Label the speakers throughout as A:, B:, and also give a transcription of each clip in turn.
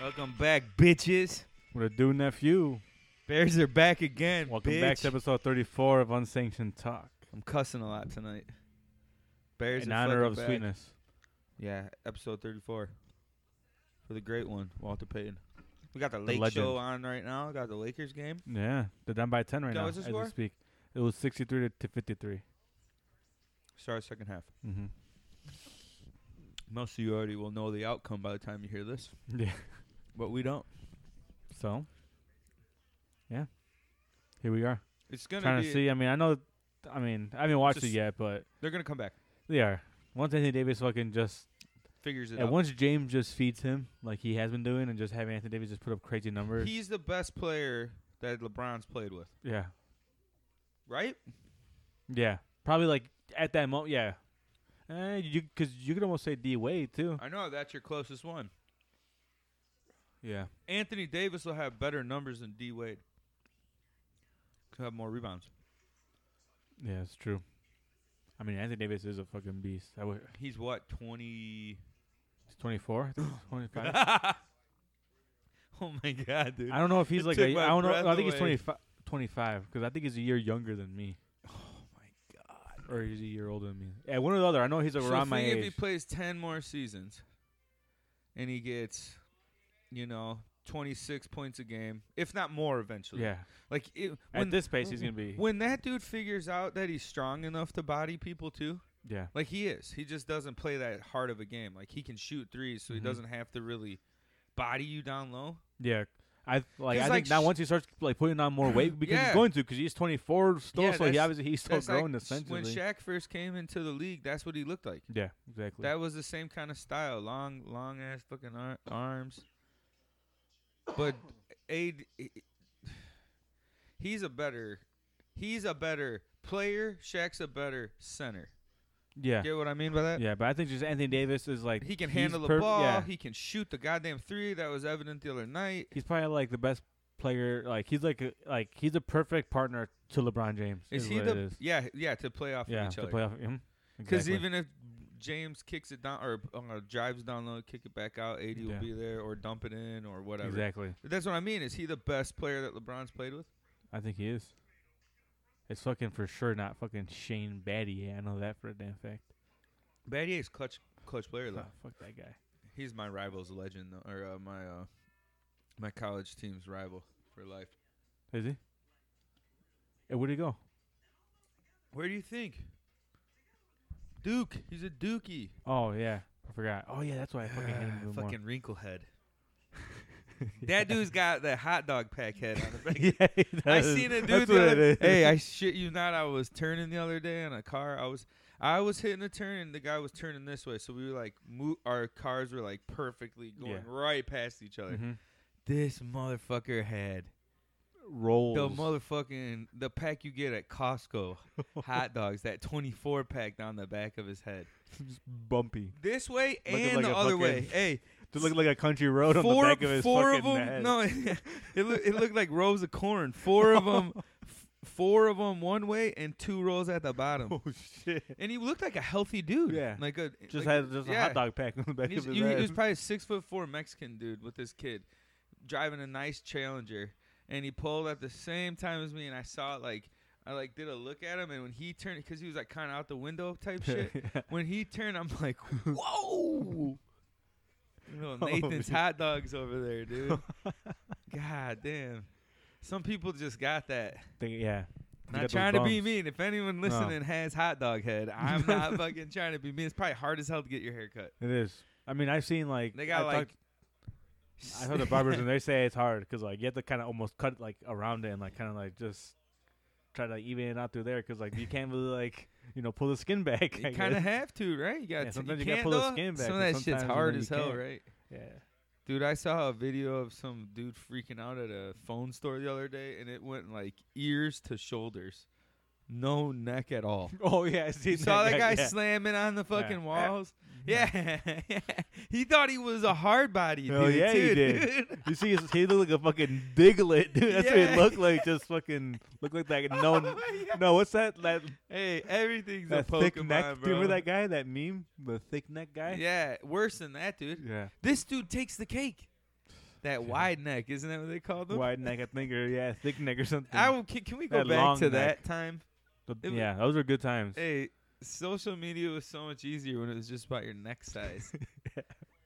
A: Welcome back, bitches.
B: What a do, nephew.
A: Bears are back again.
B: Welcome
A: bitch.
B: back to episode 34 of Unsanctioned Talk.
A: I'm cussing a lot tonight. Bears
B: in
A: are
B: honor
A: fucking
B: of
A: back.
B: sweetness.
A: Yeah, episode 34 for the great one, Walter Payton. We got the Lake
B: legend.
A: Show on right now. We got the Lakers game.
B: Yeah, they're down by 10 right
A: Now,
B: now
A: what's the
B: as
A: score?
B: we speak. It was 63 to- to 53.
A: Start second half.
B: Mm-hmm.
A: Most of you already will know the outcome by the time you hear this,
B: Yeah.
A: but we don't.
B: So, yeah, here we are.
A: It's gonna
B: Trying
A: be.
B: to see. I mean, I know. I mean, I haven't watched
A: Just-
B: it yet, but
A: They're gonna come back.
B: they are. Once Anthony Davis fucking just
A: Figures it
B: And
A: out.
B: once James just feeds him like he has been doing, and just having Anthony Davis just put up crazy numbers.
A: He's the best player that LeBron's played with,
B: yeah,
A: right?
B: yeah, probably like at that moment. Yeah, eh, you because you could almost say D Wade too.
A: I know that's your closest one.
B: Yeah,
A: Anthony Davis will have better numbers than D Wade. Could have more rebounds.
B: yeah, it's true. I mean, Anthony Davis is a fucking beast. I would.
A: He's what twenty?
B: He's twenty four, twenty five.
A: oh my god, dude!
B: I don't know if he's
A: It
B: like
A: took
B: a,
A: my
B: I don't know. I
A: breath
B: think he's
A: away.
B: 25, 25 because I think he's a year younger than me. Oh my god! Or he's a year older than me. Yeah, one or the other. I know he's
A: so
B: around
A: think
B: my
A: if he
B: age.
A: plays ten more seasons, and he gets, you know, twenty six points a game, if not more, eventually.
B: Yeah,
A: Like it,
B: at
A: when
B: this pace, he's gonna be.
A: when that dude figures out that he's strong enough to body people too,
B: Yeah,
A: like he is, he just doesn't play that hard of a game. Like he can shoot threes, so he
B: Mhm.
A: doesn't have to really body you down low.
B: Yeah. I like.
A: 'Cause,
B: I think
A: like,
B: now
A: sh-
B: once he starts like putting on more weight because
A: Yeah.
B: he's going to because he's 24 still,
A: Yeah,
B: so he
A: that's-
B: obviously he's still
A: That's like
B: growing
A: sh- when
B: essentially.
A: Shaq first came into the league, that's what he looked like.
B: yeah, exactly.
A: That was the same kind of style, long, long ass fucking ar- arms. But Aid, he's a better, he's a better player. Shaq's a better center.
B: yeah,
A: Get what I mean by that?
B: yeah. But I think just Anthony Davis is like
A: He can
B: he's
A: handle the
B: perf-
A: ball.
B: Yeah,
A: He can shoot the goddamn three. That was evident the other night.
B: he's probably like the best player. Like he's like a, like he's a perfect partner to LeBron James.
A: Is,
B: Is,
A: he
B: what
A: the?
B: it is.
A: Yeah, yeah. To play off
B: yeah
A: of each
B: to
A: other.
B: play off him?
A: Because
B: Exactly.
A: even if James kicks it down or uh, drives down low, kick it back out, AD will
B: Yeah.
A: be there or dump it in or whatever.
B: exactly,
A: That's what I mean. Is he the best player that LeBron's played with?
B: I think he is. It's fucking for sure not fucking Shane Battier. I know that for a damn fact.
A: Battier is clutch, clutch player though.
B: Fuck, fuck that guy.
A: He's my rival's legend though, or uh, my uh, my college team's rival for life.
B: Is he? Hey, where'd he go?
A: Where do you think? Duke. He's a Dookie.
B: Oh yeah, I forgot. Oh yeah, that's why I fucking hated him more.
A: fucking wrinkle head. That dude's got the hot dog pack head on the back.
B: yeah, he
A: I
B: does.
A: seen a dude
B: That's
A: the
B: what
A: other-
B: it is.
A: Hey, I shit you not. I was turning the other day in a car. I was I was hitting a turn and the guy was turning this way. So we were like mo- our cars were like perfectly going
B: Yeah.
A: right past each other.
B: Mhm.
A: This motherfucker had
B: rolls.
A: the motherfucking the pack you get at Costco hot dogs, that 24 pack down the back of his head.
B: Just bumpy.
A: This way
B: Looking
A: and
B: like
A: the
B: a
A: other
B: fucking-
A: way. Hey,
B: To look like a country road on
A: four,
B: the back of his
A: four
B: fucking
A: of them.
B: head.
A: No, it loo- it looked like rows of corn. Four of them, four of them one way, and two rows at the bottom.
B: Oh shit!
A: And he looked like a healthy dude.
B: Yeah.
A: like a
B: Just
A: like-
B: had just a
A: yeah.
B: hot dog pack on the back
A: He's-
B: of his
A: he, he
B: head.
A: was probably a six foot four Mexican dude with this kid, driving a nice Challenger, and he pulled at the same time as me, and I saw it like. I like did a look at him, and when he turned, because he was like kind of out the window type shit. when he turned, I'm like, whoa! Little
B: Oh,
A: Nathan's
B: Holy-
A: hot dogs over there, dude. God damn. Some people just got that.
B: Think- yeah. You got
A: Not
B: those
A: trying to be
B: bumps.
A: mean. If anyone listening has hot dog head, I'm not fucking trying to be mean. It's probably hard as hell to get your hair cut.
B: It is. I mean, I've seen like
A: They got
B: I
A: like.
B: talked, I heard the barbers and they say it's hard because like you have to kind of almost cut like around it and like kind of like just try to like, even it out through there because like you can't really like you know pull the skin back. I
A: you kind
B: guess.
A: of have to, right? You got to.
B: sometimes
A: you
B: you gotta
A: can't,
B: pull the
A: though.
B: skin back,
A: Some of
B: and
A: that shit's
B: sometimes, you
A: hard
B: know,
A: as
B: you
A: hell,
B: can't.
A: right?
B: yeah.
A: Dude, I saw a video of some dude freaking out at a phone store the other day, and it went like ears to shoulders, no neck at all.
B: Oh yeah, I
A: You
B: seen
A: saw that guy
B: yeah.
A: slamming on the
B: Yeah.
A: fucking walls. Yeah, he thought he was a hard body.
B: Hell
A: dude,
B: yeah, he
A: too,
B: did.
A: dude.
B: You see, his, he looked like a fucking diglet, dude. That's what
A: Yeah.
B: he looked like. Just fucking looked like that. No,
A: Yeah.
B: no, what's that? That,
A: Hey, everything's
B: that
A: a Pokemon,
B: thick neck.
A: bro.
B: Do you remember that guy? That meme, the thick neck guy.
A: Yeah, worse than that, dude.
B: Yeah.
A: This dude takes the cake. that wide neck, isn't that what they call them?
B: Wide neck, I think, or yeah, thick neck or something.
A: I will- can, can we go
B: That
A: back
B: long
A: to
B: neck.
A: that time?
B: But,
A: it was-
B: yeah, those were good times.
A: Hey, social media was so much easier when it was just about your neck size.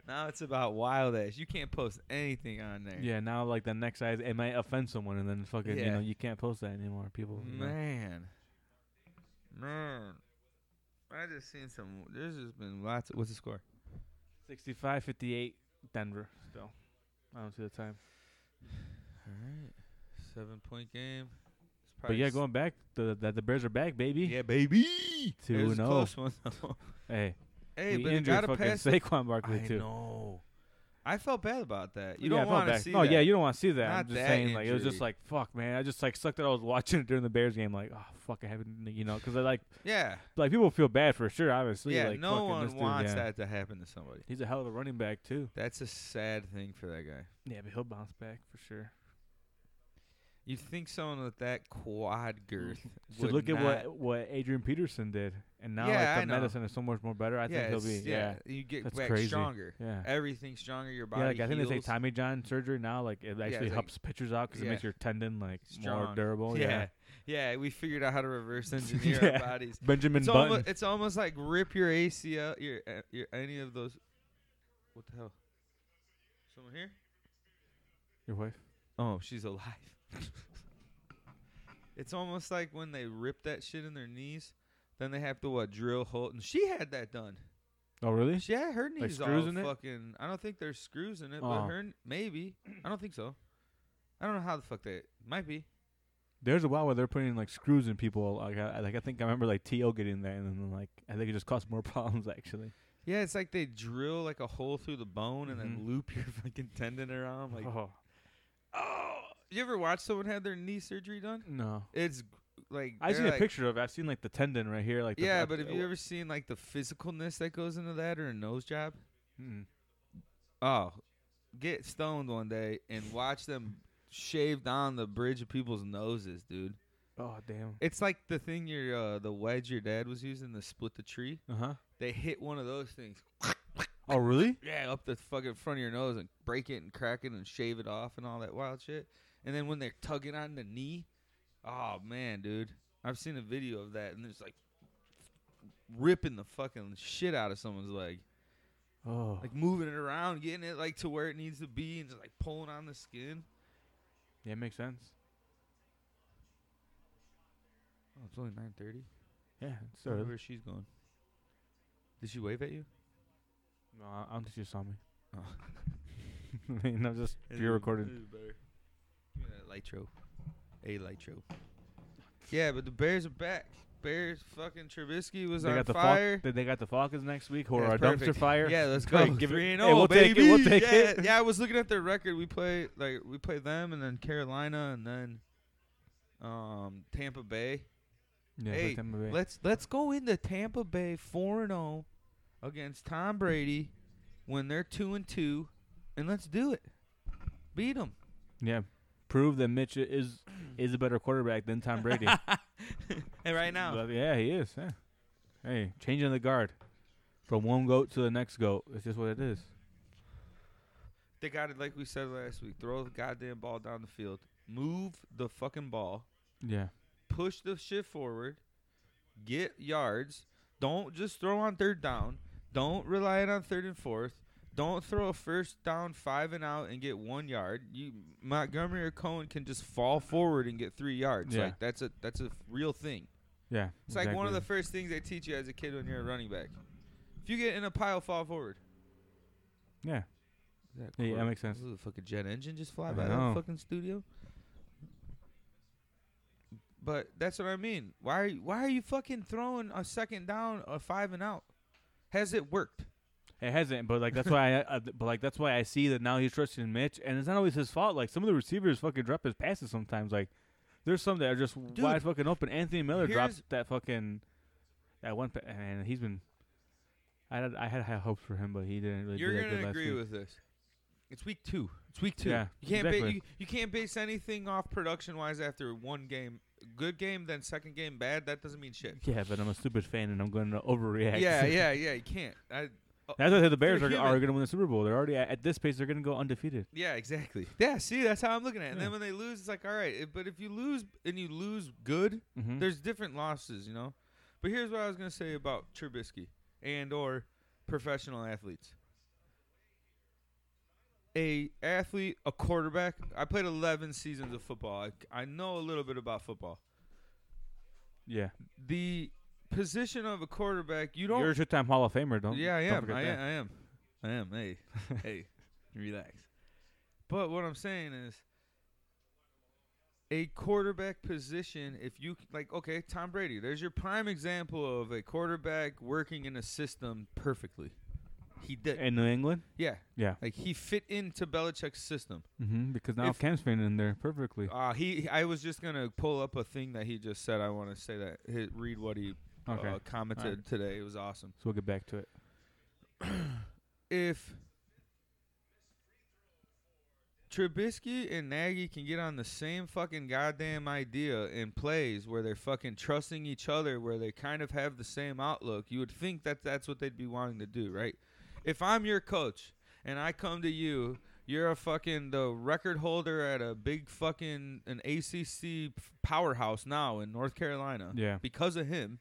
A: Now it's about wild ass. You can't post anything on there.
B: Yeah, now like the next size, it might offend someone, and then fucking you
A: Yeah.
B: know you can't post that anymore. People, you know.
A: Man. Man. I just seen some. There's just been lots. Of, what's the score?
B: 65, 58, Denver still. I don't see the time.
A: All right. Seven point game. It's
B: But yeah,
A: s-
B: going back, the the, the Bears are back, baby.
A: Yeah, baby.
B: Two
A: It was
B: and
A: a
B: oh.
A: close one, though.
B: Hey,
A: hey,
B: we
A: but you
B: injured
A: gotta
B: fucking
A: pass.
B: Saquon Barkley
A: I
B: too.
A: know. I felt bad about that. You
B: Yeah, I
A: don't
B: felt
A: want to
B: bad.
A: see.
B: No,
A: that.
B: yeah, you don't want to see that.
A: Not
B: I'm just
A: that
B: saying, like it was just
A: injury.
B: like fuck, man. I just like sucked that I was watching it during the Bears game. Like, oh fuck, I haven't, you know, because like
A: yeah,
B: like people feel bad for sure, obviously.
A: yeah.
B: like,
A: no
B: fucking
A: one
B: this dude,
A: wants
B: yeah.
A: that to happen to somebody.
B: He's a hell of a running back too.
A: That's a sad thing for that guy.
B: Yeah, but he'll bounce back for sure.
A: You'd think someone with that quad girth.
B: So
A: would
B: look at
A: not-
B: what what Adrian Peterson did, and now
A: Yeah, I
B: like the
A: know.
B: medicine is so much more better. I
A: yeah,
B: think he'll
A: it's-
B: be yeah
A: You get
B: That's
A: back
B: crazy.
A: stronger.
B: yeah.
A: Everything's stronger. Your body.
B: Yeah, like I think
A: heals.
B: they say Tommy John surgery now, like it actually
A: it's like-
B: helps pitchers out because
A: yeah.
B: it makes your tendon like
A: Strong.
B: more durable. Yeah,
A: yeah. yeah, We figured out how to reverse engineer our
B: Yeah.
A: bodies.
B: Benjamin
A: It's
B: Button.
A: almost, it's almost like rip your ACL, your, uh, your any of those. What the hell? Someone here?
B: your wife.
A: Oh, she's alive. it's almost like when they rip that shit in their knees, then they have to what drill hole. And she had that done.
B: Oh really?
A: Yeah, her knees
B: screws
A: all
B: in it?
A: fucking. I don't think there's screws in it,
B: Oh.
A: but her kn- maybe. I don't think so. I don't know how the fuck they might be.
B: There's a while where they're putting like screws in people. Like I, like I think I remember like To getting that, and then like I think it just caused more problems actually.
A: Yeah, it's like they drill like a hole through the bone and
B: Mhm.
A: then loop your fucking tendon around. Like,
B: oh
A: oh, you ever watch someone have their knee surgery done?
B: no,
A: It's g- like
B: I
A: they're
B: seen a
A: like-
B: picture of. it. I've seen like the tendon right here. Like the-
A: Yeah,
B: uh,
A: but have
B: uh,
A: you ever seen like the physicalness that goes into that or a nose job?
B: Mm.
A: Oh, get stoned one day and watch them shave down the bridge of people's noses, dude.
B: Oh damn.
A: It's like the thing your uh, the wedge your dad was using to split the tree.
B: Uh huh.
A: They hit one of those things.
B: Oh really?
A: Yeah, up the fucking front of your nose and break it and crack it and shave it off and all that wild shit. And then when they're tugging on the knee, oh man, dude, I've seen a video of that and it's like ripping the fucking shit out of someone's leg,
B: Oh.
A: like moving it around, getting it like to where it needs to be, and just like pulling on the skin.
B: yeah, makes sense.
A: Oh, it's only nine thirty.
B: Yeah. it's
A: Sorry,
B: early.
A: where she's going. Did she wave at you?
B: No, I I don't think you saw me.
A: Oh.
B: I mean, I'm just pure recorded.
A: Give me that Lytro. A Lytro. Yeah, but the Bears are back. Bears fucking Trubisky was
B: They
A: on
B: got the
A: fire.
B: Falcon. They got the Falcons next week, who are
A: That's
B: a dumpster
A: perfect.
B: fire.
A: Yeah, let's go.
B: Give it-
A: Three and
B: hey,
A: oh,
B: we'll take
A: baby.
B: it, we'll take
A: yeah,
B: it.
A: yeah, I was looking at their record. We play like we play them and then Carolina and then um Tampa Bay.
B: Yeah,
A: Hey,
B: Tampa Bay.
A: Let's let's go into Tampa Bay four and zero against Tom Brady when they're two and two, and let's do it. Beat them.
B: yeah, prove that Mitch i- is is a better quarterback than Tom Brady.
A: And right now,
B: But yeah, he is. Yeah. Hey, changing the guard from one goat to the next goat. It's just what it is.
A: They got it like we said last week. Throw the goddamn ball down the field. Move the fucking ball.
B: Yeah.
A: Push the shit forward. Get yards. Don't just throw on third down. Don't rely it on third and fourth. Don't throw a first down five and out and get one yard. You Montgomery or Cohen can just fall forward and get three yards.
B: Yeah.
A: Like that's a that's a real thing.
B: Yeah.
A: It's like one of the
B: exactly.
A: first things they teach you as a kid when you're a running back. If you get in a pile, fall forward.
B: yeah.
A: That
B: Yeah, yeah,
A: cor-
B: that makes sense.
A: Ooh, the fucking jet engine just fly
B: I
A: by that
B: know.
A: fucking studio. But that's what I mean. Why are you, why are you fucking throwing a second down, a five and out? Has it worked?
B: It hasn't, but like that's why I, uh, but like that's why I see that now he's trusting Mitch, and it's not always his fault. Like some of the receivers fucking drop his passes sometimes. Like there's some that are just
A: Dude,
B: wide fucking open. Anthony Miller drops
A: here's-
B: that fucking that one, pa- and he's been. I had I had high hopes for him, but he didn't really.
A: You're
B: do that good
A: gonna
B: last
A: agree
B: week.
A: with this. It's week two. It's week two.
B: Yeah,
A: you can't ba-
B: exactly.
A: you, you can't base anything off production wise after one game. Good game, then second game bad. That doesn't mean shit.
B: Yeah, but I'm a stupid fan, and I'm going to overreact.
A: Yeah, yeah, yeah. You can't. I
B: That's why I said the Bears
A: They're
B: are,
A: human.
B: are going to win the Super Bowl. They're already at, at this pace. They're going to go undefeated.
A: Yeah, exactly. Yeah, see, that's how I'm looking at it. And
B: Yeah.
A: then when they lose, it's like, all right. it- But if you lose and you lose good,
B: Mm-hmm.
A: there's different losses, you know. But here's what I was gonna say about Trubisky and or professional athletes. A athlete, a quarterback. I played 11 seasons of football. I, I know a little bit about football.
B: yeah,
A: The position of a quarterback, you don't.
B: you're a two-time Hall of Famer. Don't
A: yeah, I
B: Oh, don't
A: am.
B: forget
A: I,
B: that.
A: am. I am. I am. Hey, hey, relax. But what I'm saying is, a quarterback position. If you like, okay, Tom Brady. There's your prime example of a quarterback working in a system perfectly. He did.
B: in New England.
A: yeah.
B: Yeah.
A: Like he fit into Belichick's system.
B: Mm-hmm. Because now
A: If-
B: Cam's fitting in there perfectly.
A: Uh, he. I was just gonna pull up a thing that he just said. I want to say that. Hit, read what he
B: Okay,
A: uh, commented
B: Alright.
A: today. It was awesome.
B: so we'll get back to it.
A: if Trubisky and Nagy can get on the same fucking goddamn idea in plays where they're fucking trusting each other, where they kind of have the same outlook, you would think that that's what they'd be wanting to do, right? If I'm your coach and I come to you, you're a fucking the record holder at a big fucking an ACC powerhouse now in North Carolina
B: Yeah.
A: because of him.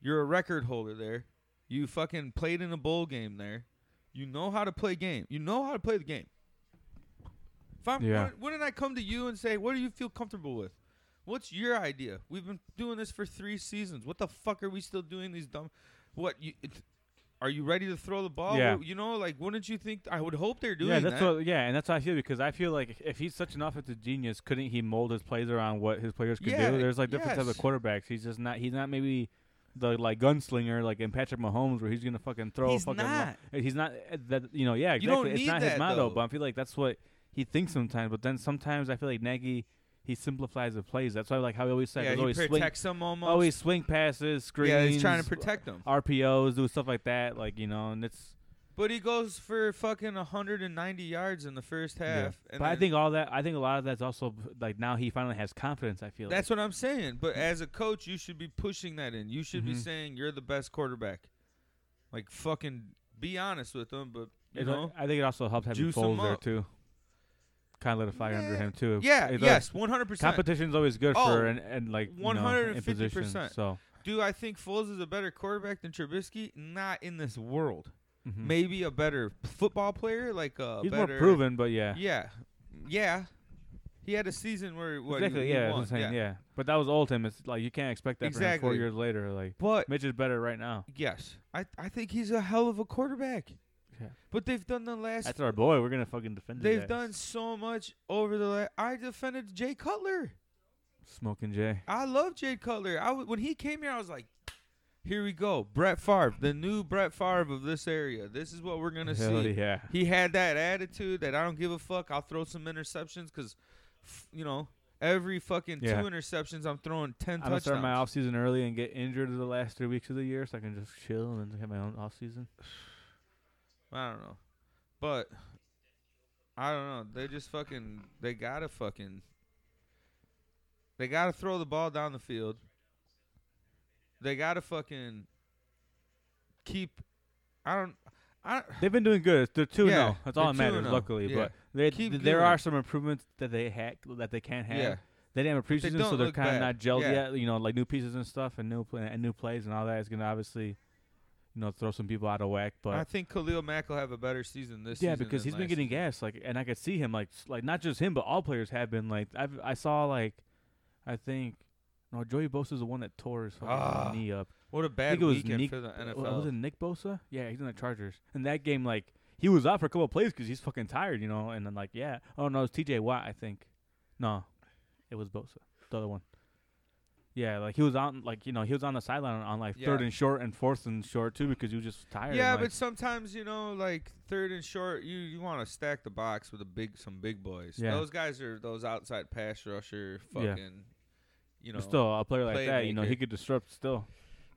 A: You're a record holder there. You fucking played in a bowl game there. You know how to play game. You know how to play the game. If I'm,
B: Yeah.
A: wouldn't- wouldn't I come to you and say, "What do you feel comfortable with? What's your idea? We've been doing this for three seasons. What the fuck are we still doing these dumb? What you? It's, are you ready to throw the ball?
B: Yeah.
A: Well, You know, like wouldn't you think? I would hope they're doing
B: yeah, that's
A: that.
B: what. Yeah, and that's what I feel because I feel like if he's such an offensive genius, couldn't he mold his plays around what his players could
A: Yeah,
B: do? There's like different types
A: yes.
B: of quarterbacks. He's just not. He's not maybe the like gunslinger like in Patrick Mahomes where he's gonna fucking throw.
A: He's
B: a fucking
A: not.
B: Lo- he's not. uh, That you know. Yeah,
A: You
B: exactly.
A: don't
B: it's
A: need
B: not
A: that,
B: his motto,
A: though.
B: but I feel like that's what he thinks sometimes. But then sometimes I feel like Nagy, he simplifies the plays. That's why like how he always said,
A: yeah,
B: there's
A: he
B: always swing,
A: protects them almost.
B: always swing passes, screens.
A: yeah, he's trying to protect them.
B: RPOs, do stuff like that. Like you know, and it's.
A: But he goes for fucking 190 yards in the first
B: Yeah.
A: half. And
B: but I
A: then-
B: think all that, I think a lot of that's also like now he finally has confidence. I feel
A: that's what I'm saying.
B: Mm-hmm.
A: But as a coach, you should be pushing that in. You should be
B: Mhm.
A: saying you're the best quarterback. Like fucking be honest with them, but
B: like.
A: you
B: It-
A: know.
B: I think it also helped having
A: juice 'em
B: Foles there
A: up.
B: too. Kind of lit a fire under
A: Yeah.
B: him too.
A: Yeah,
B: It does.
A: yes, 100%.
B: Competition's always good
A: Oh,
B: for and, and like you know, in position,
A: 150%.
B: So
A: Do I think Foles is a better quarterback than Trubisky? Not in this world.
B: mhm.
A: Maybe a better football player, like a
B: he's more
A: better
B: proven, but yeah,
A: Yeah. Yeah. He had a season where what, he-
B: exactly.
A: he
B: Yeah, that's what
A: won.
B: I'm saying, yeah, But that was old him. It's like you can't expect that for him four
A: Exactly.
B: years later. Like
A: But
B: Mitch is better right now.
A: Yes, I I think he's a hell of a quarterback.
B: Yeah.
A: But they've done the last.
B: That's our boy. We're gonna fucking defend. his
A: they've
B: ass.
A: done so much over the last. I defended Jay Cutler.
B: smoking Jay.
A: I love Jay Cutler. I w- when he came here, I was like, here we go, Brett Favre, the new Brett Favre of this area. This is what we're gonna
B: Hell
A: see.
B: yeah.
A: He had that attitude that I don't give a fuck. I'll throw some interceptions because, f- you know, every fucking
B: Yeah.
A: two interceptions, I'm throwing 10
B: I'm gonna
A: touchdowns.
B: start my off season early and get injured the last three weeks of the year, so I can just chill and have my own off season.
A: I don't know. But I don't know. They just fucking they gotta fucking they gotta throw the ball down the field. They gotta fucking keep I don't I
B: They've been doing good. They're two oh.
A: Yeah,
B: now. That's all
A: they're oh.
B: that matters.
A: 2-0.
B: Luckily,
A: Yeah.
B: but they,
A: Keep
B: th- there
A: doing
B: are
A: it.
B: some improvements that they had that they can't have.
A: yeah.
B: They didn't have a
A: they
B: preseason, so
A: don't
B: they're
A: look
B: kind of
A: bad.
B: not gelled
A: Yeah.
B: yet. You know, like new pieces and stuff, and new pla and new plays and all that is gonna obviously, you know, throw some people out of whack. But
A: I think Khalil Mack will have a better season this
B: yeah,
A: season
B: because
A: than
B: he's been
A: last
B: getting
A: season.
B: gas, like, and I could see him, like, s- like not just him, but all players have been like. I I saw like, I think, no, Joey Bosa's the one that tore his fucking
A: Ah.
B: knee up.
A: What a
B: I
A: bad
B: think it was
A: weekend
B: Nick.
A: for the
B: uh,
A: NFL.
B: Was it Nick Bosa? Yeah, he's in the Chargers. And that game, like, he was out for a couple of plays because he's fucking tired, you know. And then, like, yeah. Oh no, it was T.J. Watt, I think. No, it was Bosa, the other one. Yeah, like he was on, like you know, he was on the sideline on, on, like third
A: Yeah.
B: and short and fourth and short too because he was just tired.
A: yeah,
B: and,
A: but
B: like,
A: sometimes you know, like third and short, you you want to stack the box with a big some big boys.
B: Yeah.
A: Those guys are those outside pass rusher fucking.
B: Yeah.
A: You know,
B: still a player like that, you know, he
A: playmaker.
B: could disrupt still.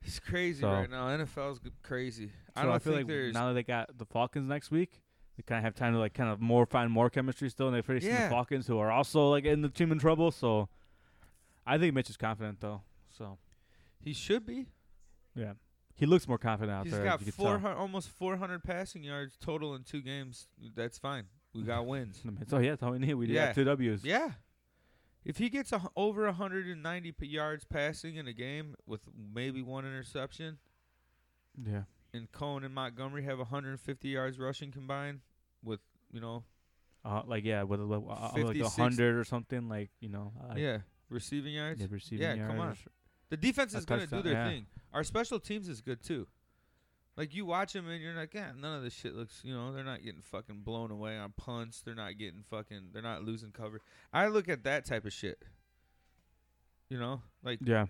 A: it's crazy
B: So-
A: right now. NFL's g- crazy.
B: So
A: I don't
B: feel
A: think
B: like
A: there's.
B: now that they got the Falcons next week, they kind of have time to like kind of more find more chemistry still, and they're facing
A: Yeah.
B: the Falcons, who are also like in the team in trouble. So, I think Mitch is confident though. So
A: he should be.
B: yeah, He looks more confident out
A: He's
B: there.
A: got
B: as you
A: four
B: Can
A: hun- almost 400 passing yards total in two games. That's fine. We got wins.
B: tell. So yeah, that's all we need. We did
A: Yeah.
B: have two Ws.
A: Yeah. If he gets a, hu- over 190 p- yards passing in a game with maybe one interception,
B: yeah.
A: and Cohen and Montgomery have 150 yards rushing combined with, you know,
B: Uh, like yeah, with a level, uh, uh, like
A: 50,
B: a
A: 60.
B: hundred or something. Like you know, like
A: yeah, receiving yards.
B: the receiving
A: yeah, come on.
B: yards.
A: The defense
B: A
A: is going to do
B: touchdown,
A: their
B: yeah.
A: thing. Our special teams is good too. Like you watch them and you're like, yeah, none of this shit looks. You know, they're not getting fucking blown away on punts. They're not getting fucking. They're not losing cover. I look at that type of shit. You know, like
B: Yeah,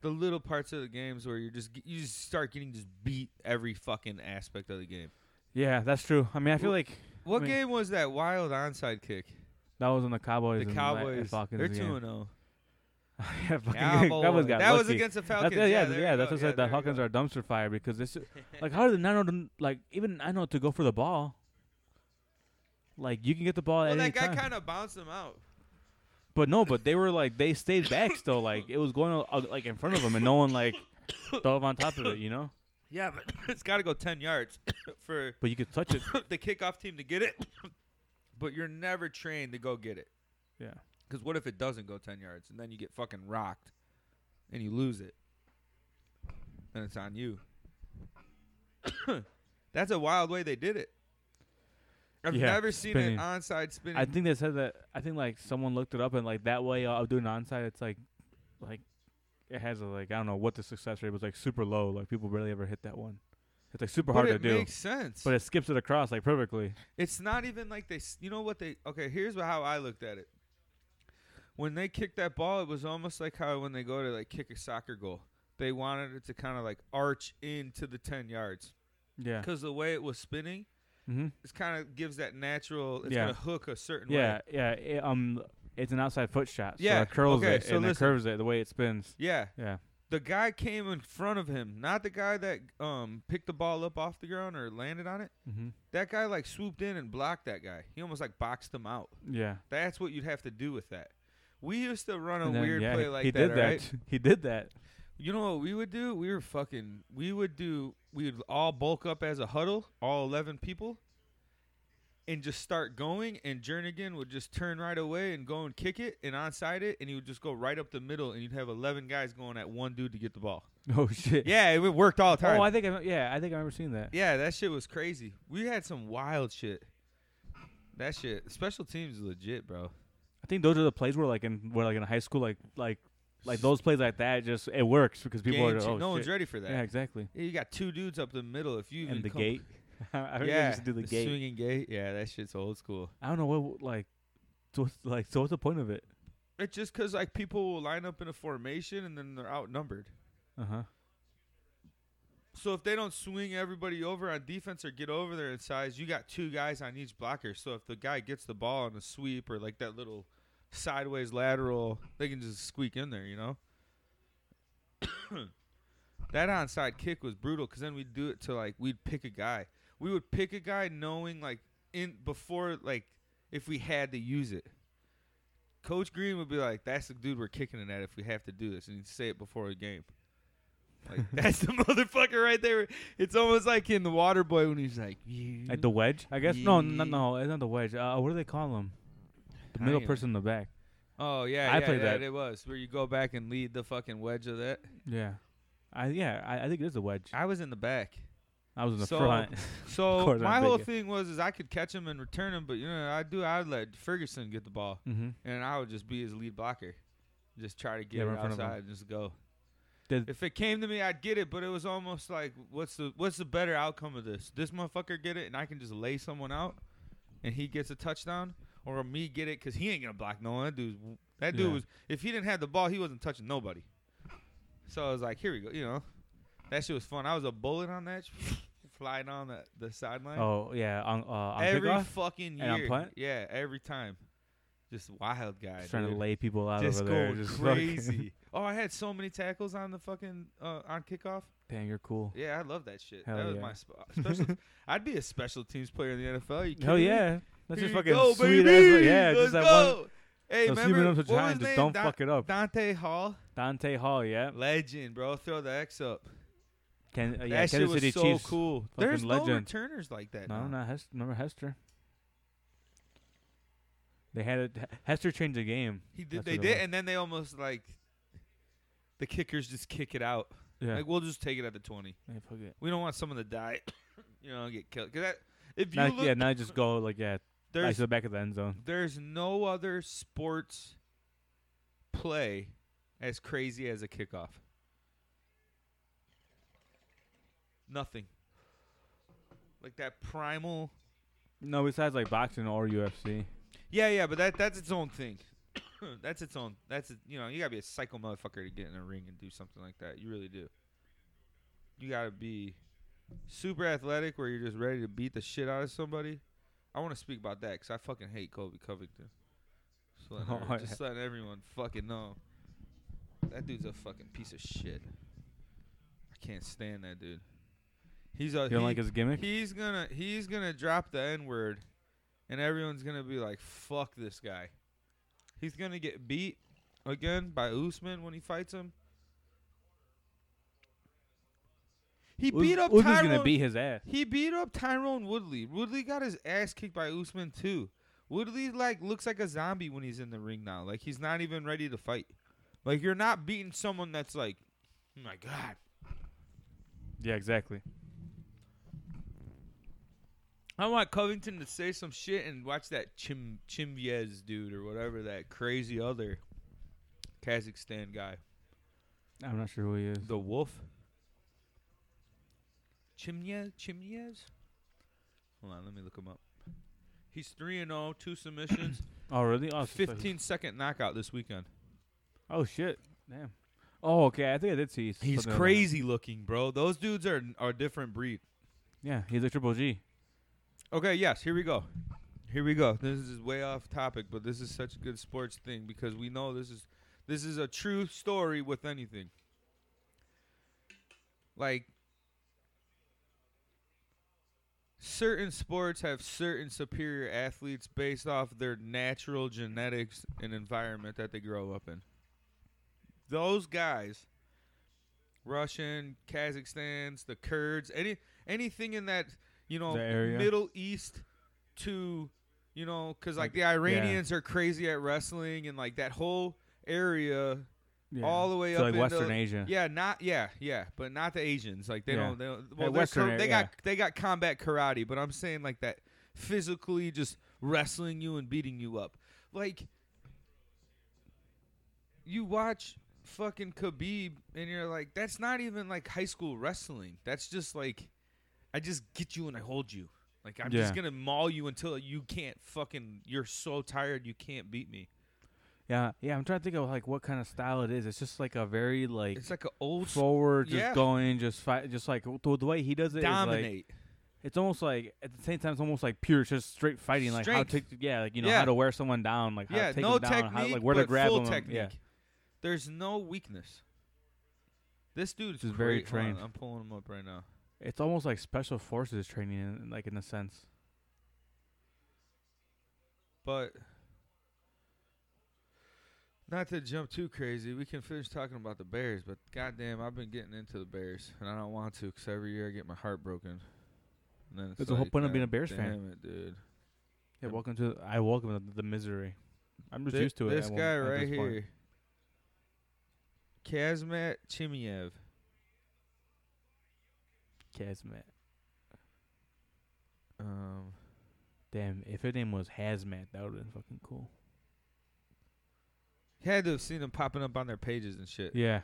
A: the little parts of the games where you're just get- you just start getting just beat every fucking aspect of the game.
B: yeah, that's true. I mean, I feel
A: Well,
B: like
A: What
B: mean-
A: game was that wild onside kick?
B: that was on the Cowboys.
A: the
B: and La- and
A: Cowboys.
B: Falcons
A: they're
B: game.
A: two and zero.
B: yeah, fucking
A: Cowboys.
B: Cowboys got
A: That was
B: lucky.
A: against the
B: That's,
A: Falcons.
B: yeah, yeah,
A: there
B: yeah,
A: you
B: that's
A: go.
B: what I
A: there
B: said. The
A: you
B: Falcons
A: go.
B: are a dumpster fire because this, like, how did they not know? To, like, even I know to go for the ball. Like, you can get the ball
A: Well,
B: at any
A: that guy
B: time.
A: kind of bounced them out.
B: But no, but they were like they stayed back still. Like it was going uh, like in front of them, and no one like dove on top of it, you know.
A: Yeah, but it's got to go 10 yards for
B: But you could touch it.
A: the kickoff team to get it. but you're never trained to go get it.
B: Yeah.
A: Because what if it doesn't go 10 yards and then you get fucking rocked and you lose it? Then it's on you. That's a wild way they did it. I've
B: Yeah,
A: never seen
B: spinning.
A: an onside spinning.
B: I think they said that. I think like someone looked it up, and like that way uh, of doing onside, it's like, like, it has a like I don't know what the success rate was like super low. Like people barely ever hit that one. It's like super
A: but
B: hard to
A: it
B: do,
A: makes sense.
B: but it skips it across like perfectly.
A: It's not even like they. s- You know what they? Okay, here's wha- how I looked at it. When they kicked that ball, it was almost like how when they go to like kick a soccer goal, they wanted it to kind of like arch into the ten yards
B: Yeah.
A: because the way it was spinning,
B: Mm-hmm.
A: it's kind of gives that natural. It's
B: Yeah.
A: gonna hook a certain
B: Yeah.
A: way.
B: Yeah. It, um, it's an outside foot shot. So
A: Yeah,
B: It curls
A: okay,
B: it
A: so
B: and
A: listen.
B: it curves it the way it spins.
A: Yeah,
B: Yeah.
A: the guy came in front of him, not the guy that um picked the ball up off the ground or landed on it.
B: Mm-hmm.
A: That guy like swooped in and blocked that guy. He almost like boxed him out.
B: Yeah.
A: That's what you'd have to do with that. We used to run a
B: And then,
A: weird
B: yeah,
A: play
B: he,
A: like
B: he
A: that,
B: did that.
A: right?
B: He did that.
A: You know what we would do? We were fucking. We would do. We would all bulk up as a huddle, all eleven people, and just start going. And Jernigan would just turn right away and go and kick it and onside it, and he would just go right up the middle, and you'd have eleven guys going at one dude to get the ball.
B: Oh shit.
A: Yeah, it worked all the time.
B: Oh, I think I yeah, I think I remember seeing that.
A: yeah, that shit was crazy. We had some wild shit. That shit. Special teams is legit, bro.
B: I think those are the plays where like in where like in high school like like like those plays like that just it works because people
A: Game
B: are
A: cha-
B: oh
A: no one's
B: shit.
A: ready for that.
B: yeah exactly
A: Yeah, you got two dudes up the middle. If you even
B: and the
A: come-
B: gate. I remember they
A: yeah,
B: used to do the, gate.
A: swinging gate. Yeah, that shit's old school.
B: I don't know what like so what's, like so what's the point of it?
A: It's just because like people will line up in a formation and then they're outnumbered.
B: Uh
A: Uh-huh.
B: huh.
A: So if they don't swing everybody over on defense or get over their size, you got two guys on each blocker. So if the guy gets the ball on a sweep or like that little sideways lateral, they can just squeak in there. You know. that onside kick was brutal because then we'd do it to like we'd pick a guy. We would pick a guy knowing like in before like if we had to use it. Coach Green would be like, "That's the dude we're kicking it at if we have to do this," and he'd say it before the game. Like that's the motherfucker right there. It's almost like in the Water Boy when he's like, you,
B: Like the wedge, I guess. No, no,
A: Ye-
B: no, it's not the wedge. Uh, what do they call them? The
A: I
B: middle
A: am-
B: person in the back.
A: "Oh yeah,
B: I
A: yeah,
B: played
A: that,
B: that.
A: It was where you go back and lead the fucking wedge of that.
B: Yeah. I yeah, I, I think it is the wedge.
A: I was in the back.
B: I was in the
A: So- uh,
B: front. Of
A: So
B: course, I'm
A: my whole
B: thinking.
A: thing was is I could catch him and return him, but you know I do. I'd let Ferguson get the ball,
B: mm-hmm.
A: and I would just be his lead blocker, just try to get
B: Yeah,
A: it
B: run in front of him.
A: outside and just go.
B: Did-
A: if it came to me, I'd get it, but it was almost like, what's the what's the better outcome of this? This motherfucker get it, and I can just lay someone out, and he gets a touchdown, or me get it because he ain't gonna block no one. That dude, that dude
B: Yeah.
A: was. If he didn't have the ball, he wasn't touching nobody. So I was like, here we go, you know. That shit was fun. I was a bullet on that, flying on the, the sideline
B: Oh yeah, on uh, on
A: every
B: kickoff,
A: fucking year.
B: and on punt?
A: Yeah, every time. Just wild guy.
B: just trying to
A: dude.
B: lay people out
A: Just
B: over
A: go
B: there. Just fucking-
A: crazy. oh, I had so many tackles on the fucking uh, on kickoff.
B: Dang, you're cool.
A: Yeah, I love that shit.
B: Hell
A: that was
B: yeah.
A: my sp- special. I'd be a special teams player in the NFL. You kidding
B: Hell
A: me?
B: yeah. That's
A: Here
B: just
A: you
B: fucking
A: go,
B: sweet ass.
A: baby.
B: Yeah,
A: Let's
B: just that
A: go.
B: one.
A: Hey,
B: those
A: remember
B: Superdomes are
A: what
B: trying,
A: was
B: Just
A: name?
B: don't
A: Don-
B: fuck it up.
A: Dante Hall,
B: Dante Hall, yeah.
A: legend, bro. Throw the X up.
B: Can, uh,
A: That
B: yeah,
A: shit
B: Kansas
A: was
B: City
A: so
B: Chiefs.
A: cool.
B: fucking
A: There's no
B: legend.
A: returners like that.
B: No,
A: now.
B: not Hester. Remember Hester? They had it. Hester changed the game.
A: He did.
B: That's
A: They
B: what it
A: did,
B: was.
A: and then they almost like the kickers just kick it out.
B: Yeah.
A: Like we'll just take it at the twenty.
B: Yeah, fuck it.
A: We don't want someone to die, you know, and get killed. 'Cause that, if you
B: Now,
A: look,
B: yeah, now just go like yeah, like
A: there's
B: to the back of the end zone.
A: there's no other sports play as crazy as a kickoff. Nothing. Like that primal.
B: No, besides like boxing or UFC.
A: Yeah, yeah, but that that's its own thing. that's its own. That's it, you know, you gotta be a psycho motherfucker to get in a ring and do something like that. You really do. You gotta be super athletic where you're just ready to beat the shit out of somebody. I want to speak about that because I fucking hate Kobe Covington. Just letting,
B: Oh,
A: every-
B: yeah.
A: just letting everyone fucking know. That dude's a fucking piece of shit. I can't stand that dude. He's a
B: You don't
A: Uh, he-
B: like his gimmick?
A: He's gonna he's gonna drop the N word, and everyone's gonna be like, "Fuck this guy." He's gonna get beat again by Usman when he fights him. He
B: Us-
A: beat up
B: Usman's
A: Tyrone.
B: gonna beat his ass.
A: He beat up Tyrone Woodley. Woodley got his ass kicked by Usman too. Woodley like looks like a zombie when he's in the ring now. Like he's not even ready to fight. Like you're not beating someone that's like, oh my god.
B: Yeah, exactly.
A: I want Covington to say some shit and watch that Chim Chimviez dude or whatever that crazy other Kazakhstan guy.
B: I'm not sure who he is.
A: The wolf. Chimyez Chimyez? Hold on, let me look him up. He's 3 and 0, two submissions,
B: Oh really? Oh, so- so he's-
A: 15 second knockout this weekend.
B: Oh shit! Damn. Oh okay, I think I did see.
A: He's
B: something about
A: crazy looking, bro. Those dudes are are a different breed.
B: that. Yeah, he's a triple G.
A: Okay, yes, here we go. Here we go. This is way off topic, but this is such a good sports thing because we know this is this is a true story with anything. Like certain sports have certain superior athletes based off their natural genetics and environment that they grow up in. Those guys Russian, Kazakhstans, the Kurds, any anything in that, you know,
B: The area.
A: Middle East to you know cuz like
B: Like,
A: the Iranians are crazy at wrestling and like that whole area
B: Yeah.
A: all the way
B: so
A: up
B: like
A: into
B: Western Asia.
A: yeah, not yeah, yeah, but not the Asians. Like they
B: Yeah.
A: don't. They don't well,
B: Hey,
A: they're
B: Western
A: kar-
B: area,
A: they got they got combat karate, but I'm saying like that physically, just wrestling you and beating you up. Like you watch fucking Khabib, and you're like, that's not even like high school wrestling. That's just like I just get you and I hold you. Like I'm just
B: Yeah.
A: gonna maul you until you can't fucking. You're so tired you can't beat me.
B: yeah, yeah. I'm trying to think of like what kind of style it is. It's just like a very like
A: It's like an old school
B: forward, just
A: yeah.
B: going, just fight, just like the, the way he does it. is, like-
A: dominate.
B: it's almost like at the same time, it's almost like pure, just straight fighting, like how to
A: Strength.
B: take, yeah, like you know
A: Yeah.
B: how to wear someone down, like how
A: yeah,
B: to take
A: no
B: them down,
A: technique,
B: how, like where to
A: but
B: grab
A: full
B: them.
A: technique.
B: Yeah,
A: There's no weakness. This dude's
B: This is very
A: great. Hold on,
B: trained.
A: I'm pulling him up right now.
B: it's almost like special forces training, in, like in a sense.
A: But not to jump too crazy, we can finish talking about the Bears. But goddamn, I've been getting into the Bears, and I don't want to because every year I get my heart broken. And then it's
B: That's the whole
A: like,
B: point of being a
A: "God
B: Bears fan."
A: Damn it, dude. Yeah.
B: Yeah, welcome to I welcome the, the misery. I'm just
A: Thi-
B: used to it.
A: This
B: at one-
A: guy
B: at
A: right
B: this point.
A: here, Kazmat Chimiev.
B: Kazmat.
A: Um,
B: Damn, if his name was Hazmat, that would have been fucking cool.
A: you had to have seen him popping up on their pages and shit.
B: Yeah,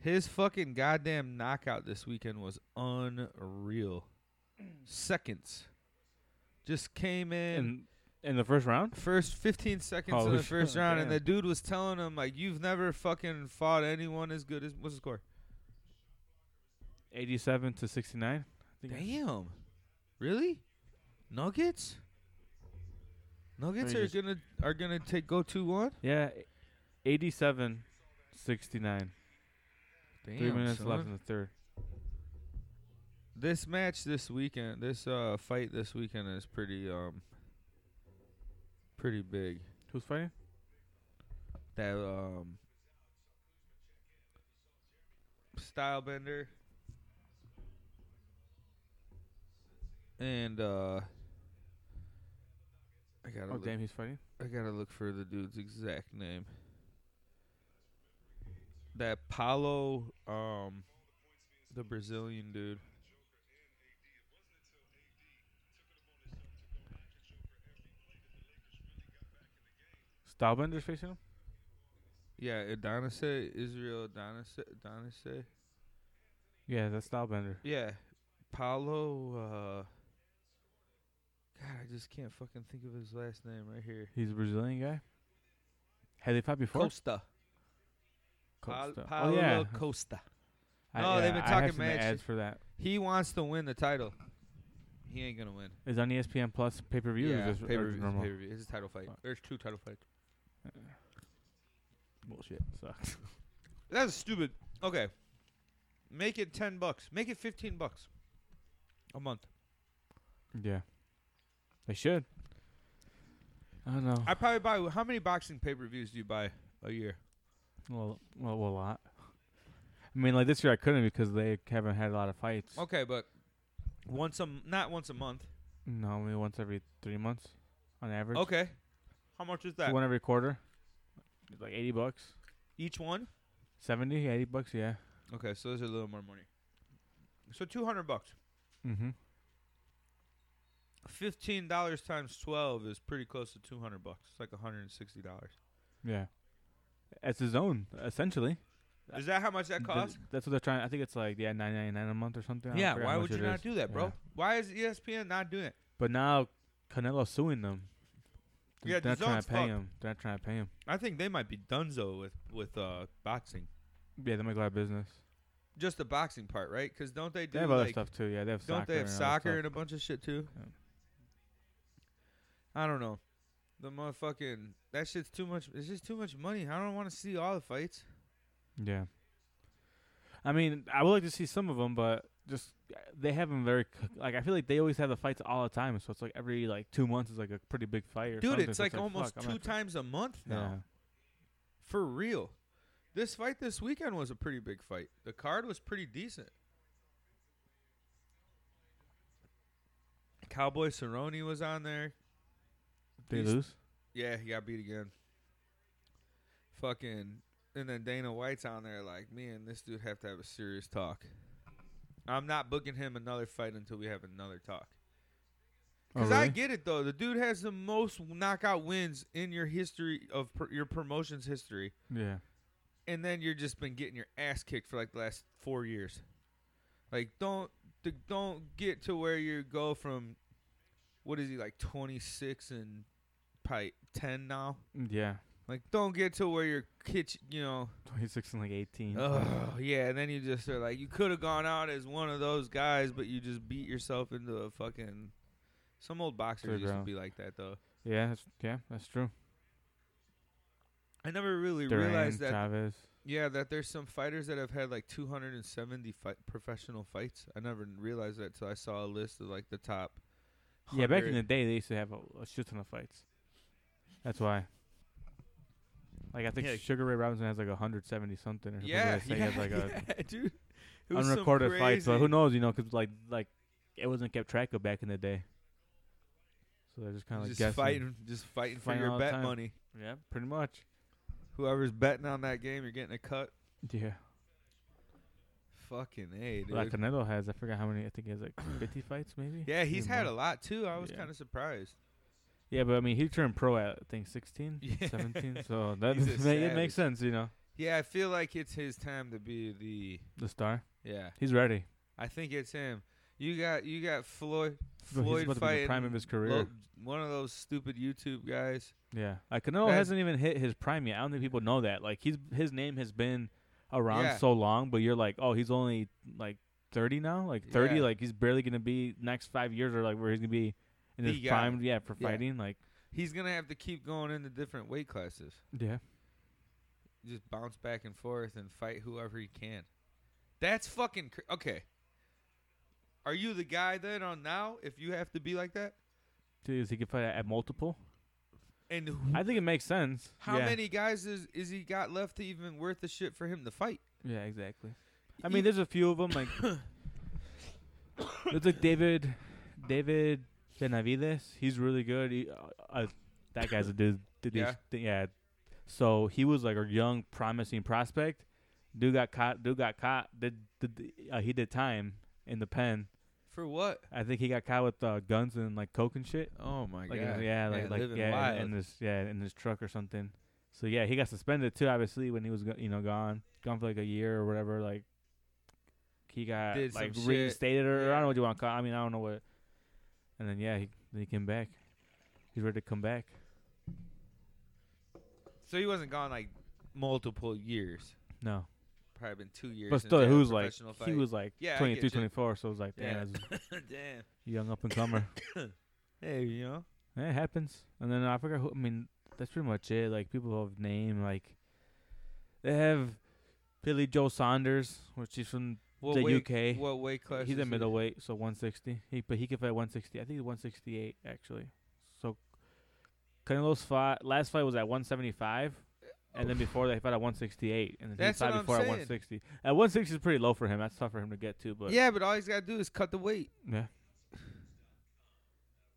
A: His fucking goddamn knockout this weekend was unreal. Seconds. Just came in
B: in in the first round.
A: first 15 seconds
B: Holy
A: of the
B: shit,
A: first round, and
B: damn.
A: the dude was telling him like, "You've never fucking fought anyone as good as what's the score?"
B: 87 to 69. I think
A: Damn, really? Nuggets? Nuggets
B: Let me
A: are
B: just-
A: gonna are gonna take go two one.
B: Yeah, 87 69.
A: Damn,
B: 3 minutes
A: son.
B: left in the third.
A: this match this weekend, this uh fight this weekend is pretty um pretty big.
B: Who's fighting?
A: that um style bender and uh, I gotta
B: Oh
A: look,
B: damn, he's fighting.
A: I gotta look for the dude's exact name. That Paulo, um, the Brazilian dude.
B: Staubinder's facing him.
A: Yeah, Adonise, Israel Adonise, Adonise.
B: Yeah, that's Staubender.
A: Yeah, Paulo. Uh, God, I just can't fucking think of his last name right here.
B: He's a Brazilian guy. Had they fought before?
A: Costa. Pal-
B: Costa.
A: Paulo
B: oh yeah.
A: Costa.
B: I-
A: No, they've
B: yeah,
A: been
B: I
A: talking
B: have some
A: mad
B: ads
A: shit.
B: for that.
A: He wants to win the title. He ain't gonna win.
B: Is on E ESPN Plus pay per view.
A: yeah,
B: or is this- or
A: pay per view.
B: normal?
A: It's a title fight.
B: Fuck.
A: There's two title fights.
B: Bullshit. Sucks.
A: That's stupid. Okay, make it ten bucks. Make it fifteen bucks a month.
B: yeah. They should. I don't know.
A: I probably buy. How many boxing pay per views do you buy a year?
B: Well, well, well, a lot. I mean, like this year I couldn't because they haven't had a lot of fights.
A: Okay, but once a m- not once a month.
B: No, only once every three months, on average.
A: Okay, how much is
B: So
A: Oh, that?
B: one every quarter. It's Like eighty bucks,
A: Each one.
B: 70, 80 bucks. Yeah.
A: Okay, so there's a little more money. So two hundred bucks.
B: Mm-hmm.
A: Fifteen dollars times twelve is pretty close to two hundred bucks. It's like hundred and sixty dollars.
B: Yeah. It's his own, essentially.
A: Is that how much that
B: Th-
A: costs?
B: That's what they're trying. I think it's like yeah, nine ninety nine a month or something. I
A: yeah.
B: forgot
A: Why
B: how
A: would
B: much
A: you
B: it
A: not
B: is.
A: do that, bro?
B: Yeah.
A: Why is E ESPN not doing it?
B: But now Canelo's suing them. They're,
A: Yeah,
B: they're not trying
A: DAZN's
B: to pay
A: fucked.
B: him. They're not trying to pay him.
A: I think they might be donezo with with uh, boxing.
B: Yeah, they make a lot of business.
A: Just the boxing part, right? Because don't they do
B: They have other
A: like
B: stuff too. Yeah, they have
A: don't
B: soccer.
A: they have
B: and other
A: soccer
B: stuff.
A: and a bunch of shit too?
B: Yeah.
A: I don't know. The motherfucking that shit's too much. It's just too much money. I don't want to see all the fights.
B: Yeah. I mean, I would like to see some of them, but just uh, they have them very c- like I feel like they always have the fights all the time, so it's like every like two months is like a pretty big fight. Or
A: Dude,
B: something,
A: it's
B: so
A: like almost
B: fuck, I'm
A: two
B: not-
A: times a month now.
B: Yeah.
A: For real. This fight this weekend was a pretty big fight. The card was pretty decent. Cowboy Cerrone was on there.
B: They
A: These-
B: lose.
A: Yeah, he got beat again. Fucking and then Dana White's on there like, me and this dude have to have a serious talk. I'm not booking him another fight until we have another talk.
B: Oh,
A: Because I
B: really?
A: get it though. The dude has the most knockout wins in your history of pr- your promotion's history
B: yeah.
A: and then you're just been getting your ass kicked for like the last four years. Like don't d- don't get to where you go from what is he like 26 and probably 10 now.
B: Mm, Yeah.
A: Like don't get to where you're kitch, you know.
B: Twenty six and like eighteen.
A: Oh yeah, and then you just are like you could have gone out as one of those guys, but you just beat yourself into a fucking. Some old
B: Third
A: boxers used to
B: round.
A: be like that though.
B: Yeah, that's yeah, that's true.
A: I never really
B: Duran,
A: realized that
B: Chavez.
A: Yeah, that there's some fighters that have had like 270 fight professional fights. I never n- realized that till I saw a list of like the top.
B: Yeah, back in
A: 100.
B: the day they used to have a, a shit ton of fights. That's why. Like I think
A: Yeah.
B: Sugar Ray Robinson has like hundred seventy something or something.
A: yeah,
B: like that,
A: yeah,
B: so he has like a
A: yeah, dude. It was some
B: unrecorded fights. But who
A: crazy-
B: knows? You know, 'cause like like it wasn't kept track of back in the day. So they're just kind of like
A: Just
B: guessing.
A: fighting, just fighting for
B: Fighting all
A: your
B: the
A: bet
B: time.
A: money.
B: Yeah, pretty much.
A: Whoever's betting on that game, you're getting a cut.
B: Yeah.
A: Fucking a, dude.
B: Well, that Canelo has. I forgot how many. I think he has like fifty fights, maybe.
A: yeah, he's
B: Even
A: had a
B: more.
A: lot too. I was
B: Yeah.
A: kind of surprised.
B: Yeah, but I mean, he turned pro at I think 16,
A: Yeah.
B: 17. So that
A: He's a
B: ma- it
A: savage.
B: makes sense, you know.
A: Yeah, I feel like it's his time to be the.
B: The star.
A: Yeah,
B: He's ready.
A: I think it's him. You got you got Floyd
B: He's
A: Floyd
B: about to be
A: fighting
B: the prime of his career.
A: Lo- one of those stupid YouTube guys.
B: Yeah, like Canelo
A: That's-
B: hasn't even hit his prime yet. I don't think people know that. Like he's his name has been around
A: Yeah.
B: so long, but you're like, oh, he's only like thirty now, like thirty,
A: Yeah.
B: like he's barely gonna be next five years or like where he's gonna be in his
A: The guy.
B: prime, yeah, for
A: Yeah.
B: fighting, like
A: He's gonna have to keep going into different weight classes,
B: yeah,
A: just bounce back and forth and fight whoever he can. That's fucking cr- okay. Are you the guy then on now? If you have to be like that,
B: Dude, he could fight at, at multiple.
A: and who,
B: I think it makes sense.
A: how
B: yeah.
A: many guys is is he got left to even worth the shit for him to fight?
B: Yeah, exactly. I
A: He-
B: mean, there's a few of them. Like, there's like David David Benavides. He's really good. He, uh, uh, that guy's a dude. Did these
A: Yeah.
B: thi- yeah. So he was like a young, promising prospect. Dude got caught. Dude got caught. Did, did uh, he did time in the pen?
A: For what?
B: I think he got caught with uh, guns and like coke and shit.
A: Oh my
B: Like
A: god.
B: in, yeah, like like
A: living
B: yeah, in,
A: wild.
B: in this yeah in his truck or something. So yeah, he got suspended too. Obviously, when he was go- you know gone gone for like a year or whatever, like he got
A: Did some
B: like
A: shit.
B: reinstated or I
A: Yeah.
B: don't know what you want to call. I mean, I don't know what. And then yeah, he then he came back. He's ready to come back.
A: so he wasn't gone like multiple years.
B: No,
A: Probably been two years.
B: but
A: since
B: still,
A: he had
B: he
A: a
B: was like
A: professional
B: he
A: fight.
B: was like
A: Yeah, I
B: twenty
A: get
B: three,
A: you.
B: twenty four. 23, 24, So it was like damn,
A: Yeah.
B: that's
A: Damn.
B: a young up and comer.
A: Hey, you know.
B: Yeah, it happens. And then I forgot who. I mean, that's pretty much it. Like people have name like they have Billy Joe Saunders, which is from
A: What
B: the
A: weight,
B: UK.
A: What weight class?
B: he's
A: is
B: a
A: he?
B: middleweight, so 160. He but he could fight 160. I think he's 168 actually. So Canelo's fought last fight was at 175. And then before that, he fought at 168, and then
A: That's
B: he
A: what
B: fought
A: I'm
B: before at
A: saying.
B: 160. At 160 is pretty low for him. That's tough for him to get to, but
A: Yeah, but all he's got to do is cut the weight,
B: yeah,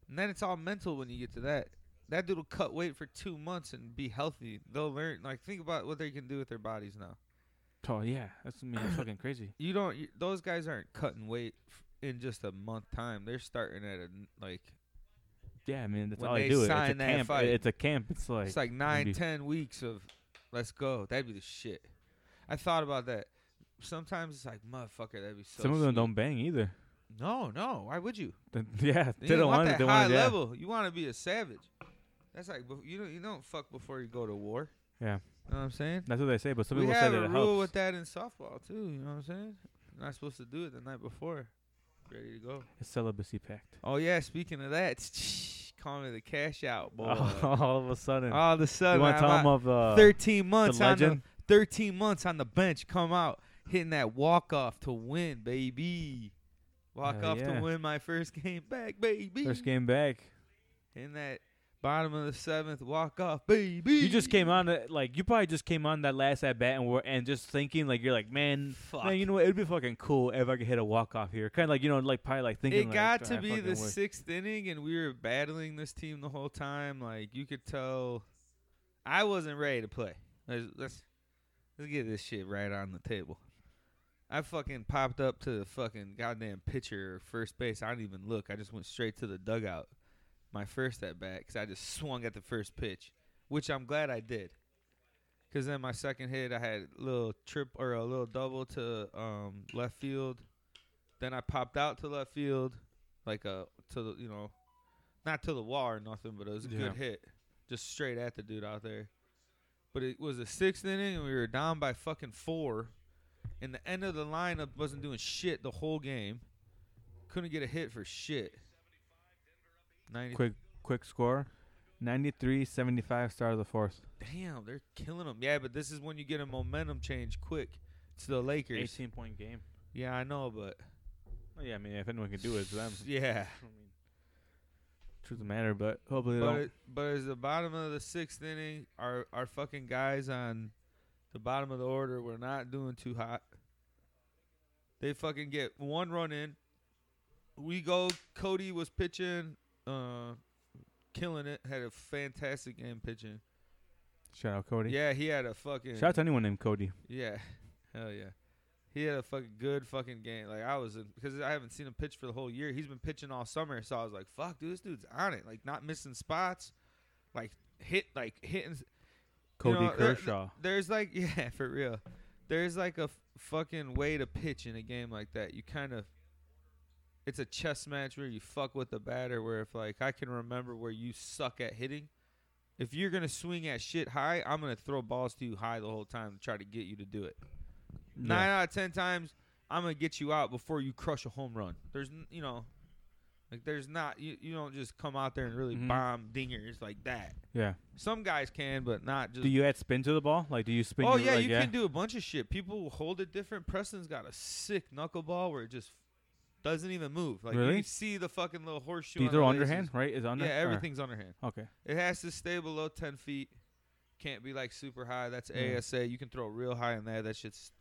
A: and then it's all mental when you get to that. That dude will cut weight for two months and be healthy. They'll learn. Like think about what they can do with their bodies now.
B: oh yeah, that's I mean, that's fucking crazy.
A: You don't. You, those guys aren't cutting weight f- in just a month time. They're starting at a n- like
B: Yeah, I mean that's
A: When
B: all
A: they
B: they do. It's a
A: sign that
B: camp.
A: fight.
B: It's a camp. It's like
A: it's like nine,
B: be-
A: ten weeks of let's go. That'd be the shit. I thought about that. Sometimes it's like motherfucker. That'd be so.
B: Some of them
A: sweet.
B: don't bang either.
A: No, no. Why would you?
B: Th- yeah,
A: You
B: they don't want, it.
A: that
B: They
A: high
B: want it. Yeah.
A: level. You want to be a savage. That's like bef- you don't you don't fuck before you go to war.
B: Yeah.
A: know what I'm saying.
B: That's what they say. But some
A: we
B: people say
A: have
B: that
A: a
B: it
A: rule
B: helps.
A: with that in softball too. You know what I'm saying? You're not supposed to do it the night before. Ready to go.
B: It's celibacy pact.
A: Oh yeah. Speaking of that, call me the cash out boy.
B: all of a sudden,
A: All of a
B: Oh, you
A: sudden,
B: want to tell
A: I'm
B: them
A: out
B: of uh,
A: 13
B: the
A: months on the
B: legend?
A: 13 months on the bench. Come out hitting that walk off to win, baby. Walk
B: Hell
A: off
B: yeah.
A: to win my first game back, baby.
B: First game back.
A: in that bottom of the seventh walk off, baby.
B: You just came on it like you probably just came on that last at bat and were and just thinking like you're like man,
A: Fuck.
B: man, you know what? It'd be fucking cool if I could hit a walk off here. Kind of like you know like probably like thinking.
A: it
B: like,
A: got
B: "I
A: to be
B: fucking
A: the
B: wish."
A: sixth inning, and we were battling this team the whole time. Like you could tell, I wasn't ready to play. Let's let's, let's get this shit right on the table. I fucking popped up to the fucking goddamn pitcher or first base. I didn't even look. I just went straight to the dugout. My first at bat, because I just swung at the first pitch, which I'm glad I did. Because then my second hit, I had a little trip or a little double to um, left field. Then I popped out to left field, like a to the you know, not to the wall or nothing, but it was a
B: Yeah.
A: good hit, just straight at the dude out there. But it was a sixth inning, and we were down by fucking four, and the end of the lineup wasn't doing shit the whole game. Couldn't get a hit for shit. Ninety.
B: quick quick score, 93-75 start of the fourth.
A: Damn, they're killing them. Yeah, but this is when you get a momentum change quick. It's the Lakers.
B: Eighteen point game.
A: Yeah, I know, but
B: Well, yeah, I mean, if anyone can do it, it's them.
A: yeah.
B: I mean, truth of the matter, but hopefully they
A: But
B: don't.
A: it, but it's the bottom of the sixth inning. Our our fucking guys on the bottom of the order were not doing too hot. They fucking get one run in. We go. Cody was pitching, uh, killing it. Had a fantastic game pitching.
B: shout out Cody.
A: Yeah, he had a fucking
B: Shout out to anyone named Cody.
A: Yeah, hell yeah. He had a fucking good fucking game. Like I was, because I haven't seen him pitch for the whole year. He's been pitching all summer, so I was like, "Fuck, dude, this dude's on it. Like not missing spots, like hit, like hitting."
B: Cody
A: know, there-
B: Kershaw.
A: There's like, yeah, for real. There's like a f- fucking way to pitch in a game like that. You kind of, it's a chess match where you fuck with the batter. Where if like I can remember where you suck at hitting, if you're gonna swing at shit high, I'm gonna throw balls to you high the whole time to try to get you to do it. Nine out of ten times, I'm gonna get you out before you crush a home run. There's, n- you know, like there's not you. You don't just come out there and really
B: Mhm.
A: bomb dingers like that.
B: yeah.
A: Some guys can, but not just.
B: Do you add spin to the ball? Like, do you spin?
A: oh
B: your,
A: yeah,
B: like,
A: you can do a bunch of shit. People will hold it different. Preston's got a sick knuckleball where it just doesn't even move. Like
B: Really?
A: you see the fucking little horseshoe.
B: Do you
A: on the
B: throw
A: laces.
B: underhand? Right? Is it under?
A: Yeah,
B: or-
A: everything's underhand.
B: okay.
A: It has to stay below ten feet. Can't be like super high. That's
B: Yeah.
A: ASA. You can throw real high in there. That shit's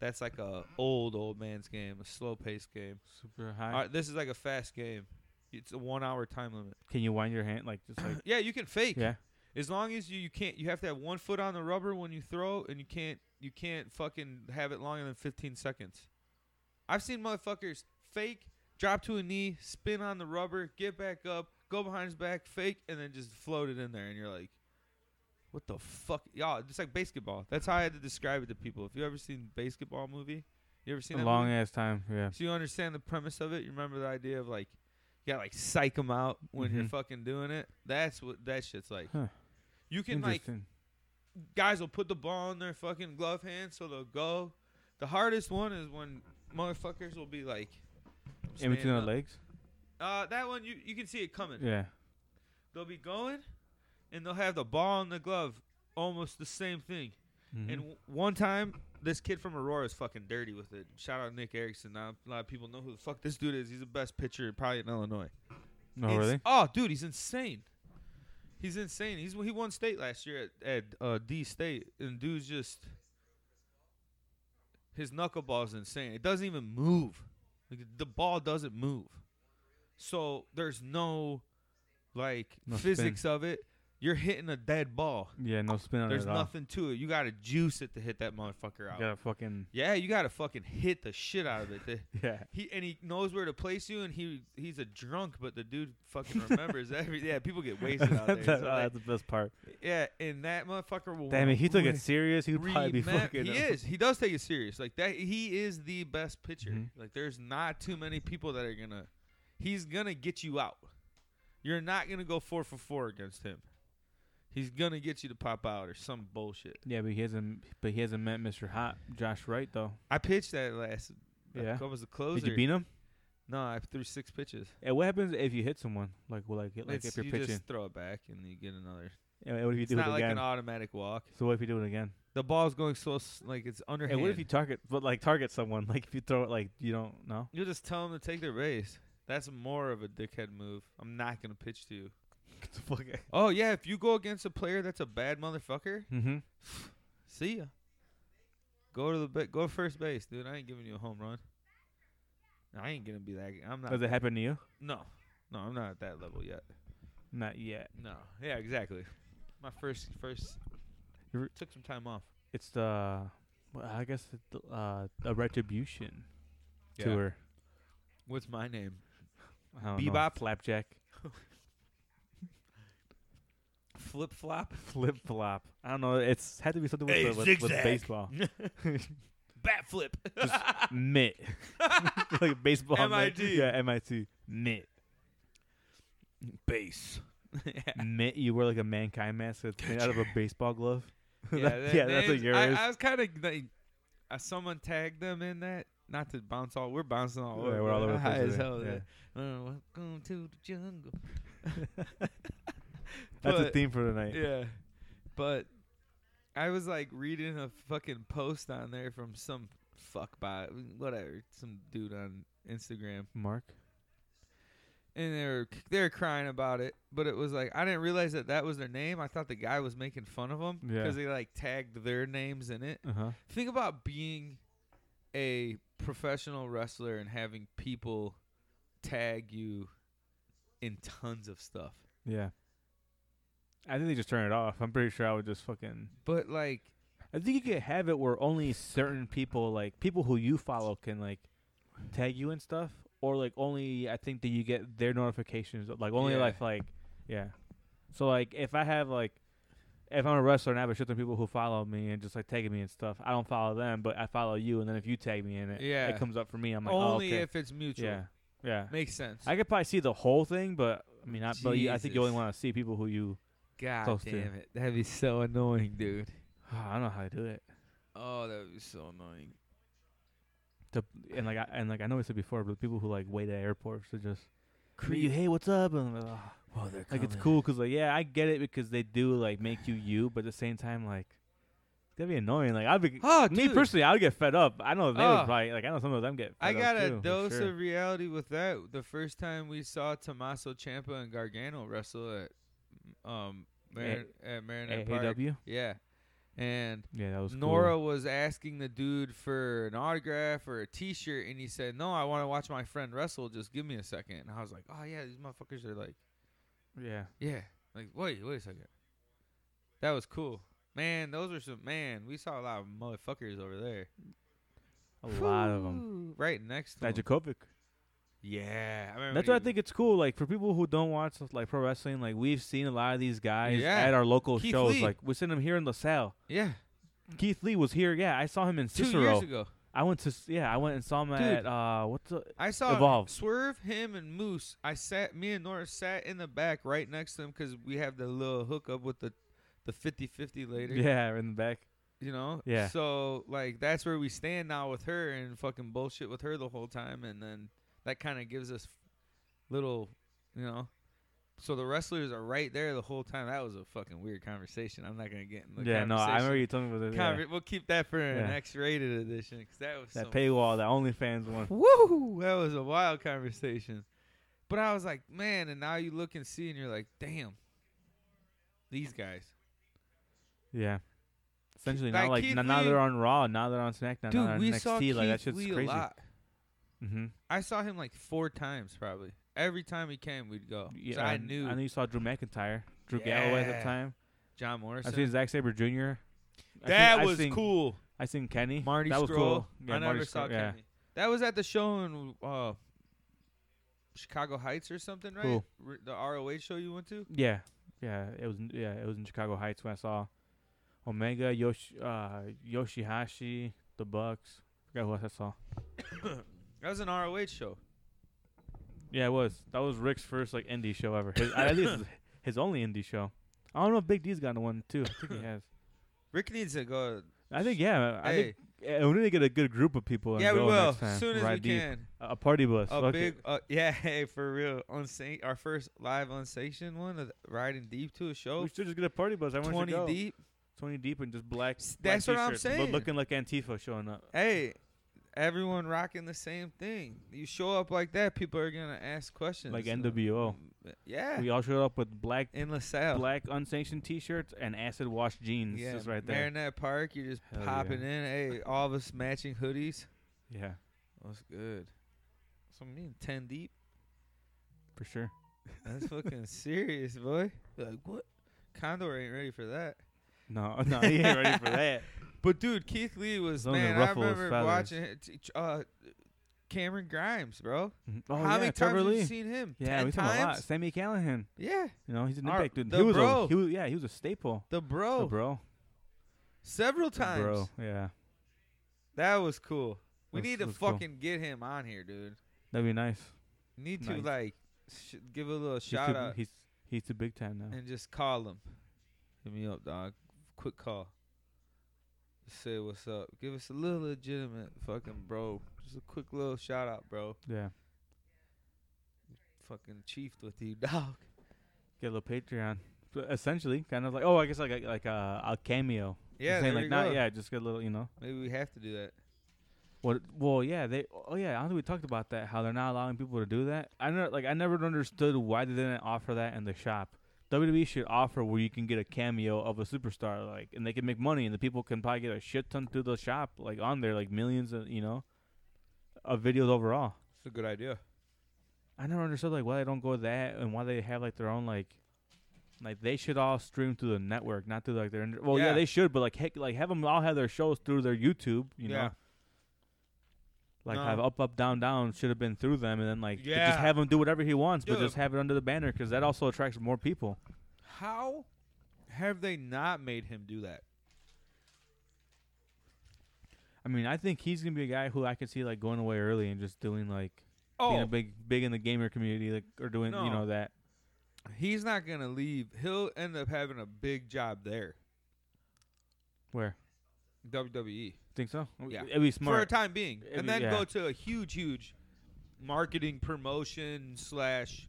A: That's like a old old man's game, a slow paced game.
B: Super high.
A: All right, this is like a fast game. It's a one hour time limit.
B: Can you wind your hand like just like
A: Yeah, you can fake.
B: yeah?
A: As long as you you can't you have to have one foot on the rubber when you throw and you can't you can't fucking have it longer than 15 seconds. I've seen motherfuckers fake, drop to a knee, spin on the rubber, get back up, go behind his back, fake and then just float it in there and you're like what the fuck? Y'all, it's like basketball. That's how I had to describe it to people. If you ever seen basketball movie, you ever seen
B: A
A: that
B: long
A: movie?
B: ass time. Yeah.
A: So you understand the premise of it. You remember the idea of like, you gotta like psych them out when you're
B: Mhm.
A: fucking doing it. That's what that shit's like.
B: Huh.
A: You can like
B: Interesting.
A: guys will put the ball in their fucking glove hand, so they'll go. The hardest one is when motherfuckers will be like,
B: in between
A: standing
B: the
A: up.
B: legs.
A: Uh, that one you you can see it coming.
B: Yeah.
A: They'll be going, and they'll have the ball and the glove, almost the same thing. And
B: Mhm.
A: w- one time, this kid from Aurora is fucking dirty with it. Shout out Nick Erickson. Not a lot of people know who the fuck this dude is. He's the best pitcher probably in Illinois.
B: oh
A: Ins-
B: really?
A: Oh, dude, he's insane. He's insane. He's he won state last year at, at uh, D State, and dude's just his knuckleball's insane. It doesn't even move. Like, the ball doesn't move. So there's no like
B: No spin.
A: physics of it. You're hitting a dead ball.
B: Yeah. No spin on
A: There's
B: it at all.
A: nothing to it. You gotta juice it to hit that motherfucker out.
B: You gotta fucking
A: Yeah, you gotta fucking hit the shit out of it. The-
B: yeah.
A: He and he knows where to place you, and he he's a drunk, but the dude fucking remembers every. Yeah, people get wasted out there.
B: that's,
A: So,
B: oh,
A: like,
B: that's the best part.
A: yeah, and that motherfucker will.
B: Damn it, he took
A: re-
B: it serious. He'd probably be
A: remem-
B: fucking.
A: He is. He does take it serious. Like that. He is the best pitcher.
B: Mhm.
A: Like there's not too many people that are gonna. He's gonna get you out. You're not gonna go four for four against him. He's gonna get you to pop out or some bullshit.
B: Yeah, but he hasn't. But he hasn't met Mr. Hot Josh Wright though.
A: I pitched that last.
B: Yeah.
A: I was the closer.
B: Did you beat him?
A: No, I threw six pitches.
B: And what happens if you hit someone? Like, well, like, like
A: It's-
B: if you're
A: you
B: pitching,
A: just throw it back and you get another.
B: and what if you
A: It's
B: do it
A: not like
B: again?
A: an automatic walk.
B: so what if you do it again?
A: The ball's going so s- like it's underhand.
B: And what if you target, but like target someone? Like if you throw it, like you don't know.
A: You'll just tell them to take their base. That's more of a dickhead move. I'm not gonna pitch to you. Oh yeah, if you go against a player that's a bad motherfucker,
B: mm-hmm.
A: see ya. Go to the ba- go to first base, dude. I ain't giving you a home run. I ain't gonna be that. I'm not.
B: Does it happen to you?
A: no, no, I'm not at that level yet.
B: Not yet.
A: No. Yeah, exactly. My first first
B: You're-
A: took some time off.
B: It's the, well, I guess, it's the, uh, the retribution tour.
A: What's my name?
B: I don't know.
A: Bebop?
B: flapjack,
A: Flip flop.
B: flip flop. I don't know. It's had to be something with,
A: Hey,
B: the- with, with
A: zigzag.
B: baseball.
A: Bat flip.
B: mitt. like baseball. mitt.
A: MIT.
B: Yeah, MIT. Mitt.
A: Base.
B: Mitt. You wear like a mankind mask that's made out of a baseball glove.
A: Yeah,
B: That-
A: that-
B: yeah, that's what
A: that-
B: yours.
A: I, I was kind of like, uh, someone tagged them in that. Not to bounce all, we're bouncing all over.
B: Yeah, we're all over the
A: High
B: place
A: as hell.
B: today.
A: Uh, welcome to the jungle.
B: That's the
A: But-
B: theme for tonight.
A: Yeah, but I was like reading a fucking post on there from some fuckbot, whatever, some dude on Instagram.
B: Mark.
A: and they were they were crying about it. But it was like I didn't realize that that was their name. I thought the guy was making fun of them
B: Yeah.
A: because they like tagged their names in it.
B: Uh huh.
A: Think about being a professional wrestler and having people tag you in tons of stuff.
B: Yeah. I think they just turn it off. I'm pretty sure I would just fucking.
A: But like,
B: I think you could have it where only certain people, like people who you follow, can like tag you and stuff, or like only I think that you get their notifications. Like only
A: Yeah.
B: like like yeah. So like if I have like if I'm a wrestler and I have a shit ton of people who follow me and just like tagging me and stuff, I don't follow them, but I follow you, and then if you tag me in it,
A: Yeah.
B: it comes up for me. I'm like,
A: only
B: oh, okay.
A: if it's mutual.
B: yeah, yeah.
A: Makes sense.
B: I could probably see the whole thing, but I mean, I, but you, I think you
A: Jesus.
B: only want to see people who you.
A: God
B: close to.
A: damn it, that'd be so annoying, dude.
B: I don't know how to do it.
A: Oh, that would be so annoying.
B: to and like I, and like I know we said before, but people who like wait at airports to just meet you, hey, what's up? And like, ah.
A: Oh, they're
B: like it's cool because like yeah, I get it because they do like make you you, but at the same time like that'd be annoying. Like I'd be
A: Oh,
B: me
A: dude.
B: personally, I would get fed up. I know they
A: Oh.
B: would probably like I know some of them get. Fed
A: I got
B: up
A: a
B: too, for
A: dose
B: sure.
A: of reality with that. The first time we saw Tommaso Ciampa and Gargano wrestle at um Marin- at Marinette Park.
B: AAW.
A: Yeah. and
B: Yeah, that was cool.
A: Nora was asking the dude for an autograph or a T-shirt, and he said, "No, I want to watch my friend wrestle. Just give me a second. And I was like, "Oh yeah, these motherfuckers are like,
B: Yeah,
A: yeah, like wait, wait a second. That was cool, man. Those were some man. We saw a lot of motherfuckers over there.
B: a lot of them.
A: right next to
B: That
A: 'em.
B: Djokovic.
A: Yeah, I remember
B: That's
A: he
B: why I
A: was-
B: think it's cool. Like for people who don't watch like pro wrestling, like we've seen a lot of these guys
A: Yeah.
B: at our local
A: Keith
B: shows.
A: Lee.
B: Like we're seeing him here in LaSalle.
A: Yeah,
B: Keith Lee was here. Yeah, I saw him in
A: two
B: Cicero.
A: years ago,
B: I went to yeah, I went and saw him
A: Dude.
B: at uh what's the
A: I saw
B: Evolve.
A: Swerve, him, and Moose. I sat, me and Nora sat in the back right next to him because we have the little hookup with the the 50-50 later.
B: yeah in the back.
A: you know.
B: Yeah.
A: So like that's where we stand now with her and fucking bullshit with her the whole time, and then that kind of gives us little, you know. So the wrestlers are right there the whole time. That was a fucking weird conversation. I'm not gonna get in the
B: yeah, no, I
A: conversation.
B: remember you told me about that. yeah.
A: Conver- We'll keep that for an
B: Yeah.
A: X-rated edition because that was
B: that
A: some
B: paywall, that OnlyFans one.
A: Woo! That was a wild conversation. But I was like, man, and now you look and see, and you're like, damn, these guys.
B: Yeah. Essentially,
A: like
B: now like
A: Keith
B: now, now they're
A: Lee-
B: on Raw, now they're on SmackDown, now they're
A: Dude,
B: on
A: we
B: NXT.
A: saw
B: like
A: Keith
B: that shit's
A: Lee
B: crazy.
A: a lot.
B: Mm-hmm.
A: I saw him like four times probably. Every time he came, we'd go.
B: Yeah,
A: so I
B: and
A: knew
B: I know you saw Drew McIntyre, Drew Galloway at
A: Yeah.
B: the time.
A: John
B: I've
A: Morrison.
B: seen Zack Saber Jr. I've
A: that
B: seen- I've
A: was
B: seen-
A: cool.
B: I seen Kenny.
A: Marty
B: that was
A: Scurll.
B: cool.
A: I never
B: Marty
A: saw
B: Scurll, yeah.
A: Kenny. That was at the show in uh, Chicago Heights or something, right?
B: Cool.
A: R- the ROH show you went to.
B: Yeah, yeah, it was in- yeah, it was in Chicago Heights when I saw Omega, Yoshi, uh, Yoshihashi, the Bucks. Forgot who else I saw.
A: That was an ROH show.
B: Yeah, it was. That was Rick's first like indie show ever. His, at least his- his only indie show. I don't know if Big D's got one too. I think he has.
A: Rick needs to go.
B: I think yeah. I
A: hey,
B: think yeah, we need to get a good group of people. And
A: yeah, we
B: go
A: will
B: next time.
A: as soon as
B: Ride
A: we
B: deep.
A: can.
B: A a party bus.
A: A
B: fuck
A: big,
B: it.
A: uh, yeah, hey, for real. On Saint, our first live unsanctioned one, of the- riding deep to a show,
B: We should just get a party bus. Everyone
A: twenty
B: should go.
A: deep.
B: Twenty deep and just black.
A: S-
B: black
A: that's what I'm
B: t-shirts, but
A: saying.
B: looking like Antifa showing up.
A: Hey, everyone rocking the same thing. You show up like that, people are gonna ask questions.
B: Like
A: So,
B: NWO.
A: Yeah.
B: We all showed up with black
A: in LaSalle.
B: black unsanctioned t-shirts and acid wash jeans
A: yeah,
B: just right there.
A: Marinette Park, you're just
B: Hell yeah.
A: popping in. Hey, all of us matching hoodies.
B: Yeah,
A: That's good. So me and ten deep.
B: for sure.
A: That's fucking serious, boy. Like what? Condor ain't ready for that.
B: No, no, he ain't ready for that.
A: But dude, Keith Lee was
B: He's only
A: man. I
B: ruffle his
A: remember
B: feathers.
A: watching it, t- t- uh, Cameron Grimes, bro.
B: Mhm. Oh
A: How
B: yeah,
A: many
B: Trevor
A: times have
B: Lee.
A: you seen him?
B: yeah,
A: Ten
B: we saw him
A: times.
B: a lot. Sammy Callahan.
A: Yeah,
B: You know, he's an
A: Our-
B: impact dude.
A: the
B: He was
A: bro.
B: a he was yeah, he was a staple.
A: the bro,
B: The bro.
A: several
B: The
A: times.
B: Bro. Yeah.
A: That was cool. We
B: That's-
A: need to
B: that's cool.
A: fucking get him on here, dude.
B: That'd be nice.
A: Need to
B: Nice.
A: like sh- give a little
B: He's
A: shout
B: too,
A: out
B: He's he's too big time now.
A: and just call him. Hit me up, dog. Quick call. Say what's up. Give us a little legitimate fucking bro. Just a quick little shout out, bro.
B: Yeah.
A: Fucking chiefed with you, dog.
B: Get a little Patreon. So essentially, kind of like oh, I guess like a, like a, a cameo.
A: Yeah,
B: Saying
A: there
B: like
A: you
B: not
A: go.
B: yeah, just get a little you know.
A: Maybe we have to do that.
B: What? Well, yeah, they. Oh, yeah. I don't think we talked about that. How they're not allowing people to do that. I know, like, I never understood why they didn't offer that in the shop. WWE should offer where you can get a cameo of a superstar, like, and they can make money, and the people can probably get a shit ton through the shop, like, on there, like millions of you know, of videos overall.
A: It's a good idea.
B: I never understood like why they don't go that and why they have like their own like, like they should all stream through the network, not through like their. Under- well, yeah.
A: Yeah.
B: they should, but like heck, like have them all have their shows through their YouTube, you
A: Yeah.
B: know. Like
A: No.
B: have up up down down should have been through them, and then like to
A: Yeah.
B: just have him do whatever he wants, but
A: Dude.
B: just have it under the banner because that also attracts more people.
A: How have they not made him do that?
B: I mean, I think he's gonna be a guy who I could see like going away early and just doing like being a
A: Oh,
B: big big in the gamer community, like or doing
A: No.
B: you know that.
A: he's not gonna leave. He'll end up having a big job there.
B: Where
A: WWE
B: think so?
A: Yeah.
B: it'd be
A: E. for a
B: smart.
A: time being,
B: It'd
A: and
B: be-
A: then
B: yeah.
A: go to a huge, huge marketing promotion slash.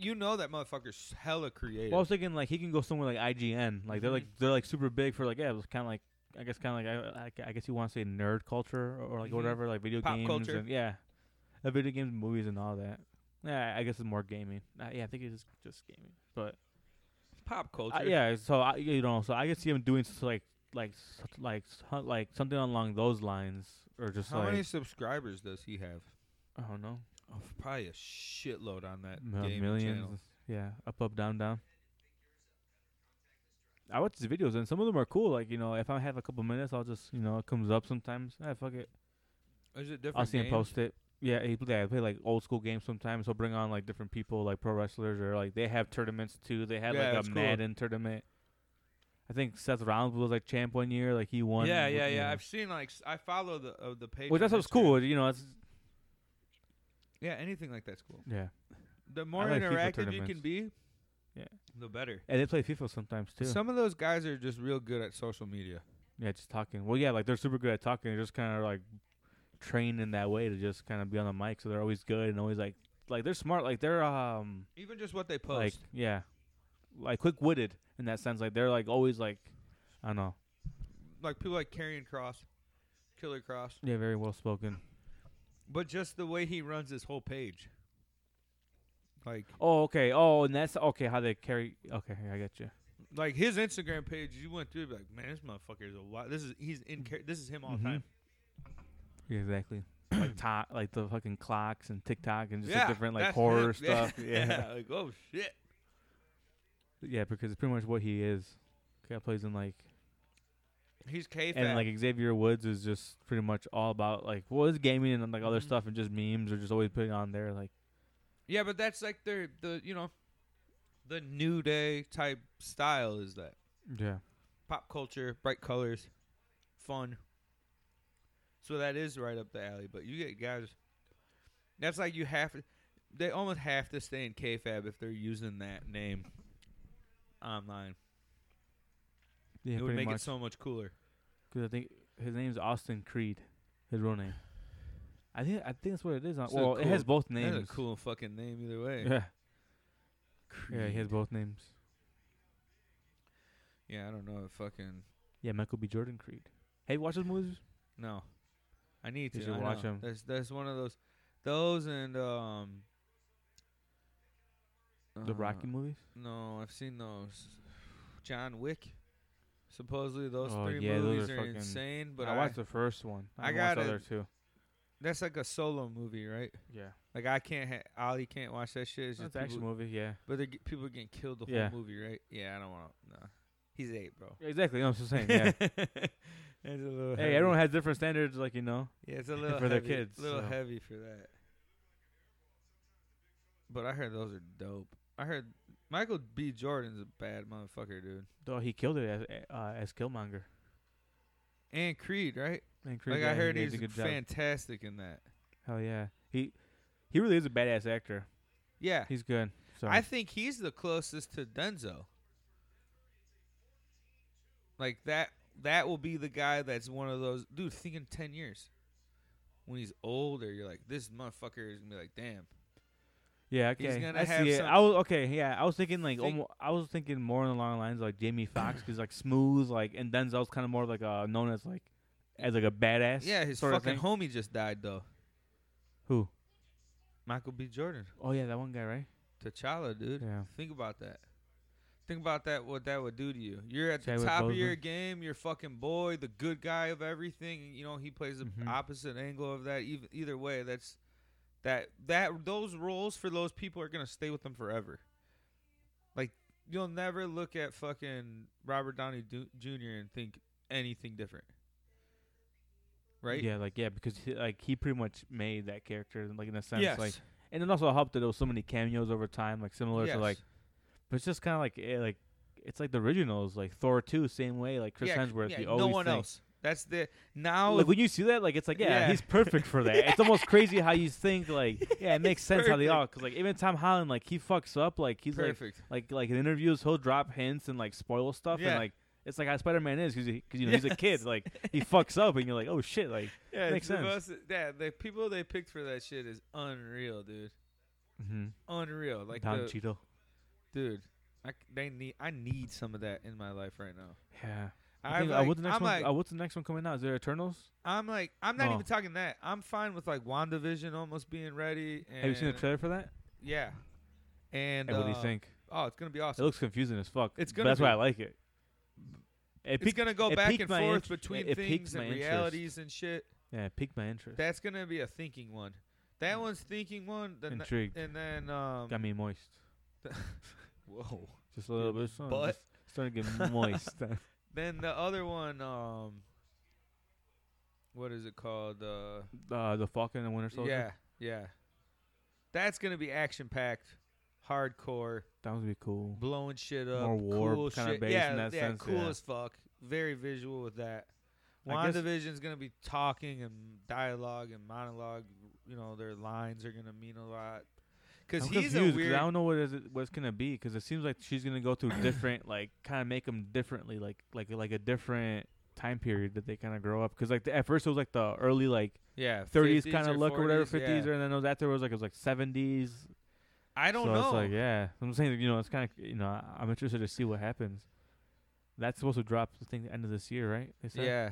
A: You know that motherfucker's hella creative.
B: Well, I was thinking like he can go somewhere like IGN, like
A: Mm-hmm.
B: they're like they're like super big for like yeah, it was kind of like I guess kind of like I, I, I guess you want to say nerd culture or, or like
A: Mhm.
B: whatever like video
A: Pop
B: games
A: culture.
B: and yeah, uh, video games, movies, and all that. Yeah, I guess it's more gaming. Uh, yeah, I think it's just gaming, but
A: pop culture.
B: I- yeah, so I, you know, so I could see him doing s- like like s- like s- like something along those lines, or just
A: How
B: like
A: many subscribers does he have?
B: I don't know,
A: Oh, probably a shitload on that
B: mil-
A: game
B: uh, millions.
A: channel.
B: Yeah, up, up, down, down. I watch his videos, and some of them are cool. Like you know, if I have a couple minutes, I'll just you know, it comes up sometimes. Ah, fuck it,
A: Is it different?
B: I'll see him
A: games?
B: post it. Yeah, he play, I play like old school games sometimes. He'll bring on like different people, like pro wrestlers, or like they have tournaments too. They had
A: Yeah,
B: like a
A: that's cool.
B: Madden tournament. I think Seth Rollins was like champ one year. Like he won.
A: Yeah,
B: with-
A: yeah, yeah.
B: know.
A: I've seen like s- I follow the uh, the page.
B: Well,
A: on
B: that's what's
A: Instagram.
B: cool. You know, it's
A: Yeah, anything like that's cool.
B: yeah.
A: The more
B: like FIFA
A: interactive you can
B: tournaments.
A: be,
B: Yeah.
A: the better.
B: And they play FIFA sometimes too.
A: Some of those guys are just real good at social media.
B: yeah, just talking. Well, yeah, like they're super good at talking. They're just kind of like trained in that way to just kind of be on the mic, so they're always good and always like like they're smart. Like they're um
A: Even just what they post.
B: like yeah, like quick witted in that sense. Like they're like always like I don't know.
A: like people like Karrion Cross, Killer Cross,
B: Yeah, very well spoken.
A: but just the way he runs his whole page. Like
B: Oh, okay. Oh, and that's okay. How they carry? Okay, I get you.
A: like his Instagram page, you went through you'd be like, man, this motherfucker is a wild. This is he's in. Char- this is him all the
B: Mhm.
A: time.
B: Yeah, exactly. like top, like the fucking clocks and TikTok and just
A: yeah,
B: the different like
A: that's
B: horror
A: him.
B: stuff. yeah.
A: yeah, like oh shit.
B: Yeah, because it's pretty much what he is. Guy plays in like,
A: He's K
B: and like Xavier Woods is just pretty much all about like, well, it's gaming and like other
A: Mhm.
B: stuff and just memes are just always putting on there. Like,
A: Yeah, but that's like their the you know, the new day type style is that
B: yeah,
A: pop culture, bright colors, fun. So that is right up the alley. But you get guys, that's like you have they almost have to stay in KFAB if they're using that name online.
B: yeah,
A: it would
B: pretty
A: make
B: much.
A: it so much cooler.
B: Because I think his name's Austin Creed, his real name. I think I think that's what it is. On,
A: So
B: well, it has
A: cool.
B: both names.
A: That's a cool fucking name either way.
B: Yeah, yeah, he has both names.
A: Yeah, I don't know if fucking
B: Yeah, Michael B. Jordan Creed. Hey, watch those movies.
A: no. I need to
B: You should
A: I
B: watch
A: know.
B: 'em.
A: That's that's one of those those and um
B: The Rocky
A: uh,
B: movies.
A: No, I've seen those. John Wick. Supposedly those
B: Oh,
A: three
B: yeah, those
A: movies
B: are
A: are,
B: fucking-
A: insane, but
B: I,
A: I,
B: watched the first one.
A: I
B: I,
A: got
B: watched the
A: it.
B: other two.
A: that's like a solo movie, right?
B: Yeah,
A: Like I can't, ha- Ollie can't watch that shit. It's
B: it's
A: just
B: an
A: people,
B: action movie. Yeah,
A: but they're, get- people are getting killed the
B: Yeah.
A: whole movie, right? Yeah, I don't want to. No, he's eight, bro.
B: exactly. I'm just saying. Yeah.
A: It's a little
B: hey, everyone has different standards, like you know.
A: yeah, it's a little
B: for their
A: heavy,
B: kids,
A: little
B: so.
A: heavy for that. But I heard those are dope. I heard Michael B. Jordan's a bad motherfucker, dude,
B: Though he killed it as uh, as Killmonger.
A: and Creed, right?
B: And Creed,
A: Like
B: yeah,
A: I
B: he
A: heard
B: did
A: he's
B: a good job.
A: fantastic in that.
B: Hell yeah, he he really is a badass actor.
A: Yeah,
B: He's good. So
A: I think he's the closest to Denzel. Like that that will be the guy that's one of those dude, think in ten years. When he's older, you're like, this motherfucker is gonna be like, damn.
B: yeah,
A: he's
B: okay,
A: gonna
B: I
A: have
B: see it.
A: some-
B: I was okay. Yeah, I was thinking like
A: Think-
B: almo- I was thinking more along the lines of, like Jamie Foxx because like smooth like and Denzel's kind of more like uh known as like as like a badass.
A: Yeah, his
B: sort of
A: fucking
B: thing.
A: homie just died though.
B: Who?
A: Michael B. Jordan.
B: Oh yeah, that one guy, right?
A: T'Challa, dude.
B: Yeah.
A: Think about that. Think about that what that would do to you. You're at the
B: Chadwick
A: top of
B: Boseman.
A: your game, you're fucking boy, the good guy of everything. You know, he plays the
B: Mhm.
A: opposite angle of that. Even either way, that's that that those roles for those people are gonna stay with them forever. Like you'll never look at fucking Robert Downey Du- Jr. and think anything different. Right?
B: Yeah, like yeah, because he, like he pretty much made that character like in a sense
A: yes.
B: like and it also helped that there was so many cameos over time like similar
A: yes.
B: to like But it's just kind of like eh, like it's like the originals, like Thor two, same way, like Chris
A: Yeah,
B: Hemsworth.
A: yeah,
B: you
A: no
B: always
A: one
B: think-
A: else. That's the now
B: Like when you see that, like it's like yeah,
A: Yeah.
B: he's perfect for that. It's almost crazy how you think like yeah, it makes
A: He's
B: sense how they
A: perfect.
B: all because like even Tom Holland like he fucks up like he's
A: perfect.
B: like like like in interviews he'll drop hints and like spoil stuff
A: Yeah.
B: and like it's like how Spider Man is because you know he's a kid
A: Yes.
B: like he fucks up and you're like oh shit like
A: Yeah, it's
B: Makes
A: the
B: sense.
A: most- yeah, the people they picked for that shit is unreal, dude.
B: mm
A: Unreal. Like
B: Don
A: the,
B: Cheadle
A: dude, I c they need I need some of that in my life right now.
B: yeah. I
A: I
B: think, uh,
A: like,
B: what's the next
A: I'm
B: one?
A: like
B: uh, what's the next one coming out? Is there Eternals?
A: I'm like I'm not
B: No.
A: even talking that. I'm fine with like WandaVision almost being ready and
B: Have you seen the trailer for that?
A: Yeah. And
B: Hey, what do you
A: uh,
B: think?
A: Oh, it's gonna be
B: It
A: awesome.
B: looks confusing as fuck.
A: It's
B: but
A: gonna
B: that's why
A: be.
B: I like it. It
A: it's
B: piqued,
A: gonna go
B: it
A: back
B: piqued
A: and
B: my
A: forth
B: interest-
A: between
B: it piqued
A: things
B: my
A: and
B: interest.
A: realities and shit.
B: yeah, it piqued my interest.
A: That's gonna be a thinking one. That one's thinking one. Then th-
B: Intrigued.
A: and then um.
B: Got me moist.
A: Whoa.
B: Just a little bit. Of sun,
A: butt.
B: just starting to get moist.
A: Then the other one um. What is it called? Uh,
B: uh, the Falcon and Winter Soldier.
A: yeah, yeah. That's gonna be action packed, hardcore,
B: that would be cool.
A: blowing shit up,
B: More war
A: cool
B: kinda
A: shit.
B: based
A: yeah,
B: in that
A: yeah,
B: sense,
A: cool
B: yeah.
A: as fuck. Very visual with that.
B: I guess-
A: WandaVision's gonna be talking and dialogue and monologue. You know, their lines are gonna mean a lot. Cause
B: I'm
A: he's
B: confused
A: a
B: 'cause
A: weird.
B: I don't know what is it, what's gonna be because it seems like she's gonna go through different, like kind of make them differently, like like like a different time period that they kind of grow up. Because like the, at first it was like the early like
A: yeah,
B: 30s
A: 50s
B: kind of look or whatever, 50s,
A: yeah.
B: or and then it was after it was like it was like 70s.
A: I don't
B: so
A: know.
B: It's like yeah, I'm saying you know it's kind of you know I- I'm interested to see what happens. That's supposed to drop the thing the end of this year, right? They said?
A: Yeah.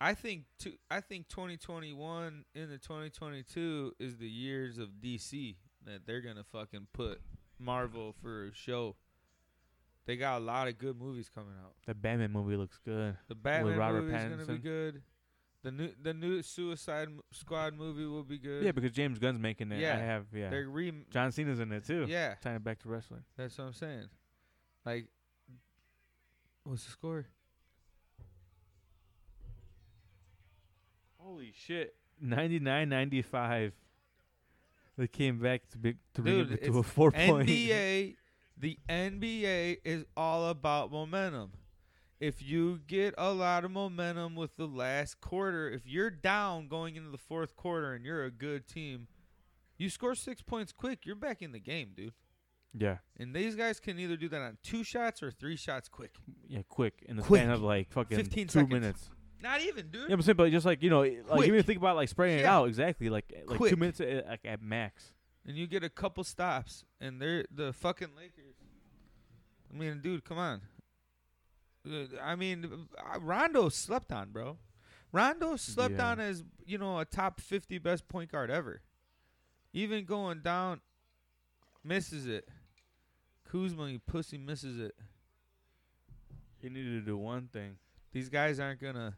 A: I think two, I think 2021 into 2022 is the years of DC that they're gonna fucking put Marvel for a show. They got a lot of good movies coming out.
B: The Batman movie looks good.
A: The Batman
B: Robert
A: movie is gonna be
B: Pattinson.
A: good. The new the new Suicide M- Squad movie will be good.
B: Yeah, because James Gunn's making it.
A: Yeah.
B: I have yeah.
A: they're re
B: John Cena's in it too.
A: yeah.
B: Tying it back to wrestling.
A: That's what I'm saying. Like, what's the score?
B: Holy shit. 99.95. They came back to big to bring
A: Dude,
B: it
A: it's
B: to a four point.
A: NBA, the NBA is all about momentum. If you get a lot of momentum with the last quarter, if you're down going into the fourth quarter and you're a good team, you score six points quick, you're back in the game, dude.
B: Yeah,
A: And these guys can either do that on two shots or three shots quick.
B: yeah, quick in the span
A: Quick.
B: of like fucking
A: 15
B: two
A: seconds.
B: minutes.
A: Not even, dude.
B: Yeah, but simply just like you know, it- like
A: Quick.
B: even think about like spraying it
A: Yeah.
B: out exactly like like two
A: Quick.
B: minutes at, like at max.
A: and you get a couple stops, and they're the fucking Lakers. I mean, dude, come on. Uh, I mean, uh, Rondo slept on, bro. Rondo slept
B: Yeah.
A: on as you know a top fifty best point guard ever. Even going down, misses it. Kuzma, you pussy, misses it.
B: He needed to do one thing.
A: These guys aren't gonna.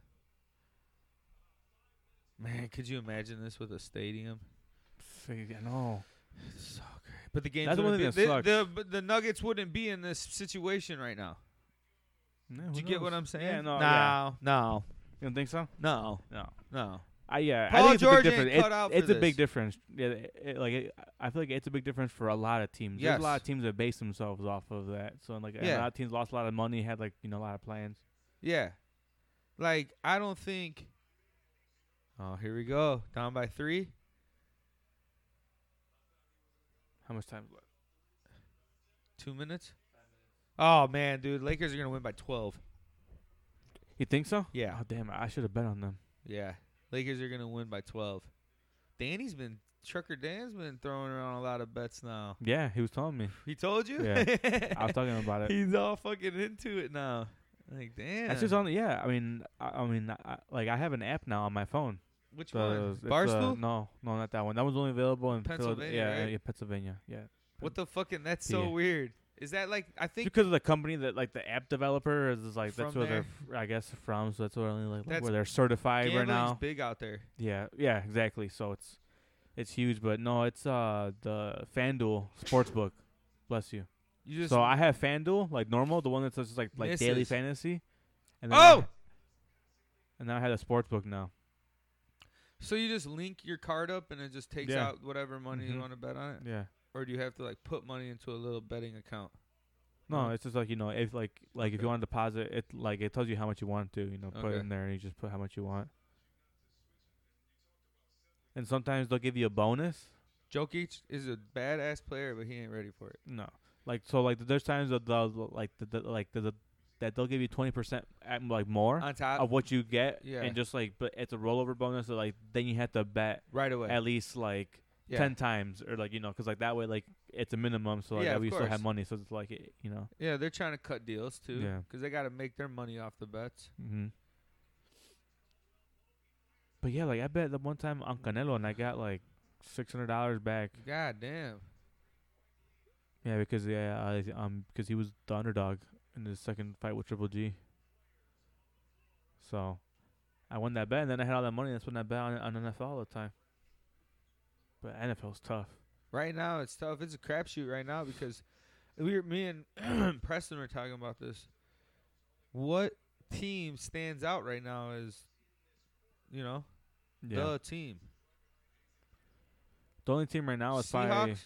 A: Man, could you imagine this with a stadium?
B: I know.
A: So great. But the games
B: That's the one
A: wouldn't
B: thing
A: be,
B: that
A: the, the the Nuggets wouldn't be in this situation right now.
B: Yeah,
A: Do
B: who
A: you get what
B: knows?
A: I'm saying?
B: Yeah, no,
A: no,
B: yeah.
A: no,
B: You don't think so?
A: no,
B: No.
A: no.
B: I yeah, I
A: Paul
B: think it's a
A: George
B: big
A: ain't
B: difference.
A: cut
B: It-
A: out for
B: it's a
A: this.
B: big difference. Yeah, it- it- like it, I feel like it's a big difference for a lot of teams. There's
A: Yes.
B: a lot of teams that base themselves off of that. So like and
A: Yeah.
B: a lot of teams lost a lot of money, had like you know a lot of plans.
A: Yeah, like I don't think. Oh, here we go. Down by three.
B: How much time? is left?
A: Two minutes. Oh man, dude, Lakers are gonna win by twelve.
B: You think so?
A: Yeah.
B: Oh damn! I should have bet on them.
A: Yeah, Lakers are gonna win by twelve. Danny's been Trucker Dan's been throwing around a lot of bets now.
B: Yeah, he was telling me.
A: He told you.
B: I was talking about it.
A: He's all fucking into it now. Like damn.
B: That's just on. Yeah, I mean, I, I mean, I, like I have an app now on my phone.
A: Which
B: So
A: one?
B: it's, uh,
A: Barstool.
B: no, no, not that one. That one's only available in Philad-
A: Pennsylvania,
B: Yeah,
A: right?
B: yeah, Pennsylvania. Yeah.
A: What the fucking? That's so
B: Yeah.
A: weird. Is that like? I think
B: because of the company that like the app developer is, is, like that's
A: From
B: where they're f- I guess from so that's where only like,
A: That's
B: where they're certified right
A: gambling's
B: now.
A: big out there.
B: Yeah, yeah, exactly. So it's it's huge, but no, it's uh the FanDuel Sportsbook. Bless you.
A: You just
B: so I have FanDuel like normal, the one that's just like like daily
A: Misses.
B: fantasy. And I
A: oh,
B: ha- and then I had a sportsbook now.
A: so you just link your card up and it just takes
B: Yeah.
A: out whatever money
B: Mhm.
A: you want to bet on it,
B: Yeah.
A: or do you have to like put money into a little betting account?
B: No,
A: Oh.
B: it's just like you know, if like like if
A: Okay.
B: you want to deposit, it like it tells you how much you want to, you know, put
A: Okay.
B: in there, and you just put how much you want. And sometimes they'll give you a bonus.
A: Jokic is a badass player, but he ain't ready for it.
B: No, like so, like there's times that they'll like the, the like the, the that they'll give you twenty percent like more
A: On top,
B: of what you get,
A: Uh, yeah.
B: and just like but it's a rollover bonus, so like then you have to bet
A: right away.
B: at least like
A: yeah.
B: ten times or like you know, because like that way like it's a minimum, so like
A: Yeah,
B: that
A: of
B: we still have
A: course.
B: money, so it's like it, you know.
A: yeah, they're trying to cut deals too, because
B: Yeah.
A: they got to make their money off the bets.
B: Mm-hmm. But yeah, like I bet the one time on Canelo and I got like six hundred dollars back.
A: God damn.
B: Yeah, because yeah, I, um, because he was the underdog in his second fight with Triple G. So, I won that bet, and then I had all that money. That's when I bet on, on NFL all the time. But NFL's tough.
A: Right now, it's tough. It's a crapshoot right now because we, were, me and Preston were talking about this. What team stands out right now is, you know, the team.
B: The only team right now is probably
A: Seahawks.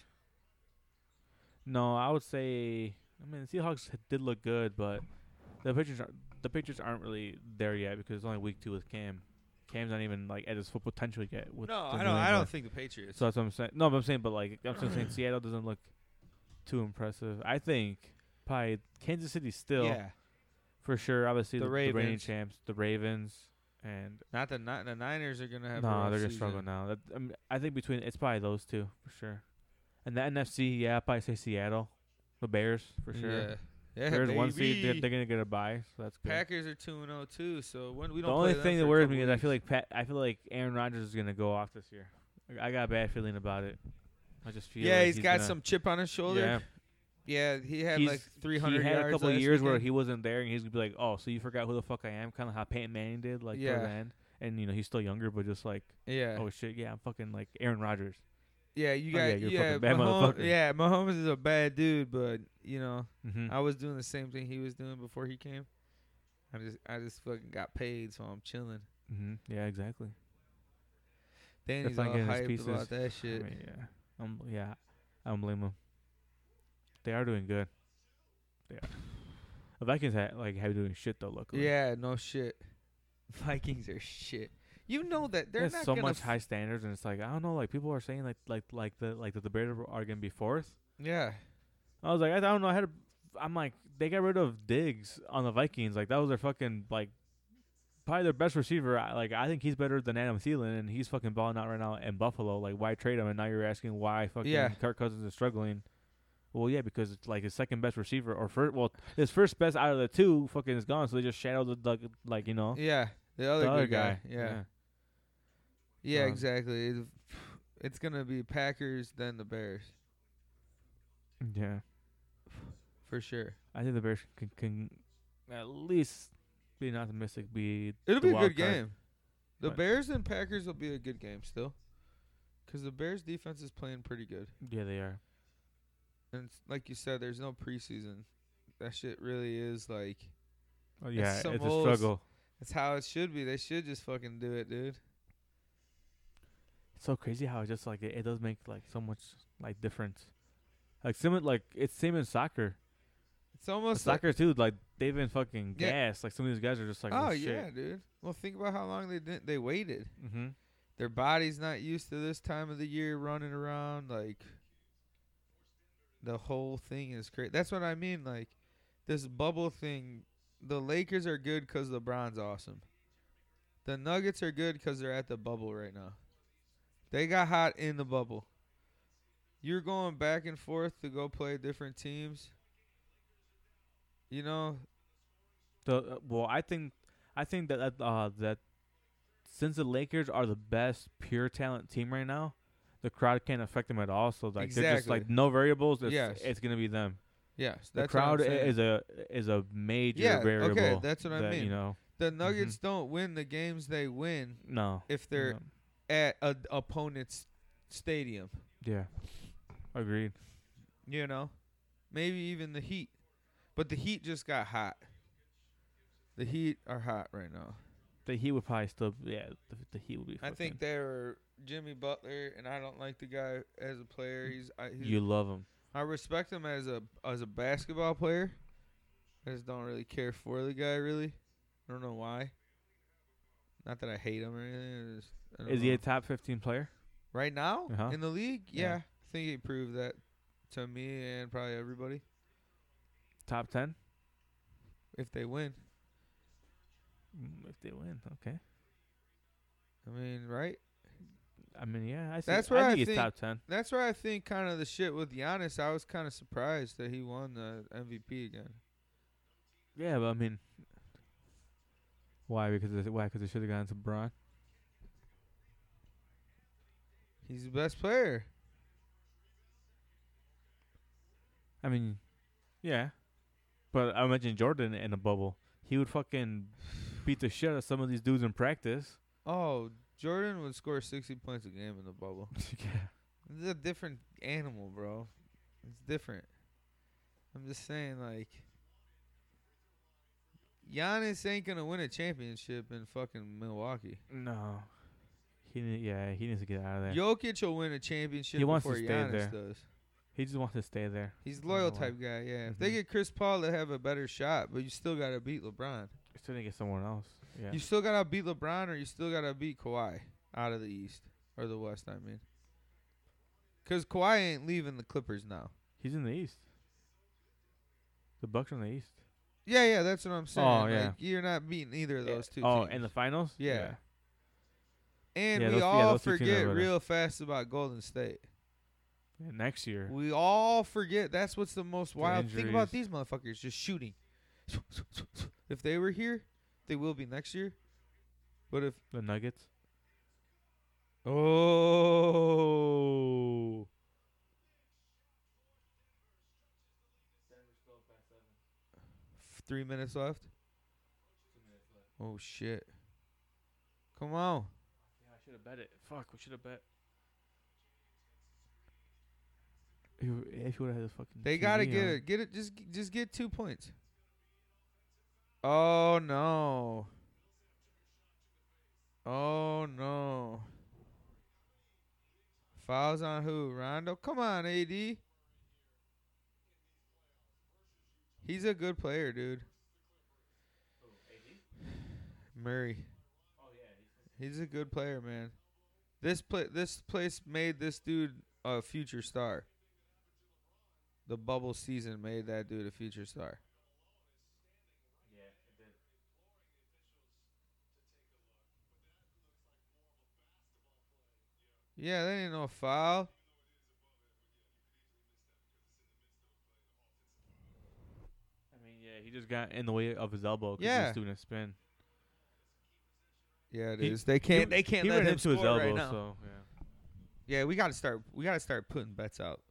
B: no. I would say I mean the Seahawks h- did look good, but the pictures are, the pictures aren't really there yet because it's only week two with Cam. Cam's not even like at his full potential yet. With
A: No,
B: the
A: I
B: New
A: don't. I
B: England.
A: don't think the Patriots.
B: So that's what I'm saying. No, but I'm saying, but like I'm still saying Seattle doesn't look too impressive. I think probably Kansas City still
A: yeah,
B: for sure. Obviously
A: The
B: the, the reigning
A: Ravens.
B: champs, the Ravens, and
A: not the Ni- the Niners are gonna
B: no,
A: have. a
B: nah,
A: rough
B: they're gonna
A: season.
B: struggle now. That, I, mean, I think between it's probably those two for sure, and the NFC. Yeah, I probably say Seattle, the Bears for sure.
A: Yeah, yeah.
B: Bears one seed, they're,
A: baby.
B: they're gonna get a bye, so that's good.
A: Packers are two and zero too. So when we
B: the
A: don't.
B: only
A: play them
B: thing that
A: for a
B: worries
A: couple
B: me is I feel
A: weeks.
B: like Pat, I feel like Aaron Rodgers is gonna go off this year. Like, I got a bad feeling about it. I just feel
A: Yeah,
B: like
A: he's got
B: gonna-
A: some chip on his shoulder.
B: Yeah.
A: Yeah, he had
B: He's-
A: like 300
B: He had
A: yards
B: a couple of
A: last
B: years where
A: weekend.
B: he wasn't there, and he's gonna be like, "Oh, so you forgot who the fuck I am?" Kind of how Peyton Manning did, like yeah.
A: Yeah.
B: the end. And you know he's still younger, but just like,
A: Yeah,
B: oh shit, yeah, I'm fucking like Aaron Rodgers.
A: yeah, you
B: Oh,
A: got
B: yeah,
A: yeah,
B: you're a fucking bad
A: Mahomes,
B: motherfucker.
A: yeah. Mahomes is a bad dude, but you know,
B: Mm-hmm.
A: I was doing the same thing he was doing before he came. I just, I just fucking got paid, so I'm chilling.
B: Mm-hmm. Yeah, exactly.
A: Danny's all
B: not getting his
A: hyped
B: pieces.
A: about that
B: I
A: shit.
B: mean, yeah, I'm yeah, I don't blame him. They are doing good. They are. The Vikings ha- like have doing shit though. Luckily,
A: yeah, no shit. Vikings are shit. You know that they're
B: There's
A: not
B: so
A: gonna
B: much
A: f-
B: high standards, and it's like I don't know, like people are saying like like like the like that the Bears are gonna be fourth.
A: Yeah,
B: I was like, I don't know. I had, a, I'm like, they got rid of Diggs on the Vikings. Like that was their fucking like, probably their best receiver. I, like I think he's better than Adam Thielen, and he's fucking balling out right now in Buffalo. Like why trade him? And now you're asking why fucking
A: Yeah.
B: Kirk Cousins is struggling. Well, yeah, because it's like his second best receiver or first, well, his first best out of the two fucking is gone. So they just shadowed the, the like you know
A: yeah. The other,
B: the other
A: good guy. Yeah, yeah,
B: yeah. Um,
A: exactly. It, it's gonna be Packers then the Bears
B: Yeah.
A: for sure.
B: I think the Bears can, can at least being optimistic be
A: It'll
B: the
A: be a
B: wild
A: good
B: card.
A: game. The
B: But-
A: Bears and Packers will be a good game still. 'Cause the Bears defense is playing pretty good,
B: Yeah, they are.
A: and it's, like you said, there's no preseason. That shit really is like
B: Oh, yeah,
A: some
B: it's a
A: holes.
B: struggle.
A: that's how it should be. They should just fucking do it, dude.
B: It's so crazy how it just like it, it does make like so much like difference. Like similar, like it's same in soccer.
A: It's almost like,
B: soccer too, like they've been fucking
A: Yeah.
B: gassed. Like some of these guys are just like,
A: oh
B: oh,
A: yeah, dude. Well, think about how long they didn't they waited.
B: hmm
A: Their body's not used to this time of the year running around like. The whole thing is crazy. That's what I mean. Like this bubble thing. The Lakers are good 'cause LeBron's awesome. The Nuggets are good 'cause they're at the bubble right now. They got hot in the bubble. You're going back and forth to go play different teams. You know,
B: The uh, well, I think, I think that that, uh, that since the Lakers are the best pure talent team right now, the crowd can't affect them at all. So like they're just like
A: Exactly.
B: no variables. It's,
A: Yes.
B: it's gonna be them.
A: yes,
B: The
A: that's what I'm
B: crowd i-
A: saying.
B: is a is a major
A: Yeah, okay,
B: variable.
A: that's what I
B: that, You
A: mean.
B: know, Mm-hmm.
A: The Nuggets don't win the games they win
B: no,
A: if they're
B: no.
A: at a d- opponent's stadium.
B: yeah, agreed.
A: You know, maybe even the Heat, but the Heat just got hot. The Heat are hot right now.
B: The Heat would probably still, yeah. The, the Heat would be.
A: I think
B: fucking-
A: they're Jimmy Butler, and I don't like the guy as a player. He's, I, he's
B: you love him.
A: I respect him as a as a basketball player. I just don't really care for the guy really. I don't know why. Not that I hate him or anything. I just, I don't
B: Is he
A: know.
B: a top fifteen player?
A: Right now
B: Uh-huh.
A: in the league,
B: Yeah.
A: yeah. I think he proved that to me and probably everybody
B: Top ten?
A: if they win.
B: Mm, If they win, okay.
A: I mean, right?
B: I mean, yeah, I see.
A: That's
B: I
A: where
B: think
A: I
B: he's
A: think-
B: top ten.
A: That's where I think kind of the shit with Giannis. I was kind of surprised that he won the MVP again.
B: Yeah, but I mean, why? Because they, why? Because they should have gone to Bron.
A: He's the best player.
B: I mean, yeah, but I imagine Jordan in a bubble, he would fucking beat the shit out of some of these dudes in practice.
A: Oh, Jordan would score 60 points a game in the bubble.
B: yeah.
A: It's a different animal, bro. It's different. I'm just saying, like, Giannis ain't gonna win a championship in fucking Milwaukee.
B: No. He need, yeah, he needs to get out of there.
A: Jokic will win a championship
B: He wants to
A: before
B: stay
A: Giannis
B: there.
A: does.
B: he just wants to stay there.
A: He's
B: don't know
A: loyal
B: why.
A: type guy, yeah. If they
B: Mhm.
A: get Chris Paul, they have a better shot, but you still gotta beat LeBron.
B: He's trying to get someone else. Yeah.
A: You still gotta beat LeBron, or you still gotta beat Kawhi out of the East or the West. I mean, because Kawhi ain't leaving the Clippers now.
B: He's in the East. The Bucks are in the East.
A: Yeah, yeah, that's what I'm saying.
B: Oh,
A: like,
B: yeah.
A: you're not beating either of those two.
B: Oh,
A: teams.
B: and the finals?
A: Yeah. And
B: yeah,
A: we
B: those- yeah,
A: all
B: those two teams are
A: forget
B: better.
A: real fast about Golden State.
B: Yeah, Next year.
A: We all forget. That's what's the most wild. Think about these
B: injuries.
A: motherfuckers just shooting. If they were here, they will be next year. But if
B: The Nuggets.
A: oh, three minutes left. Oh shit! Come on.
B: Yeah, I should have bet it. Fuck, we should have bet. If you, would have eh, had this fucking.
A: They gotta
B: TV
A: get
B: on.
A: it. Get it. Just just get two points. Oh no. Oh no. Fouls on who? Rondo. Come on, AD. He's a good player, dude. Murray. He's a good player, man. This play, this place made this dude a future star the bubble season made that dude a future star. Yeah, that ain't no foul.
B: I mean, yeah, he just got in the way of his elbow. 'cause
A: Yeah.
B: He's doing a spin.
A: Yeah, it is.
B: He-
A: They can't. they can't
B: he
A: let
B: ran
A: him
B: into his
A: score
B: elbow,
A: right now.
B: so. Yeah.
A: Yeah, we gotta start. We gotta start putting bets out.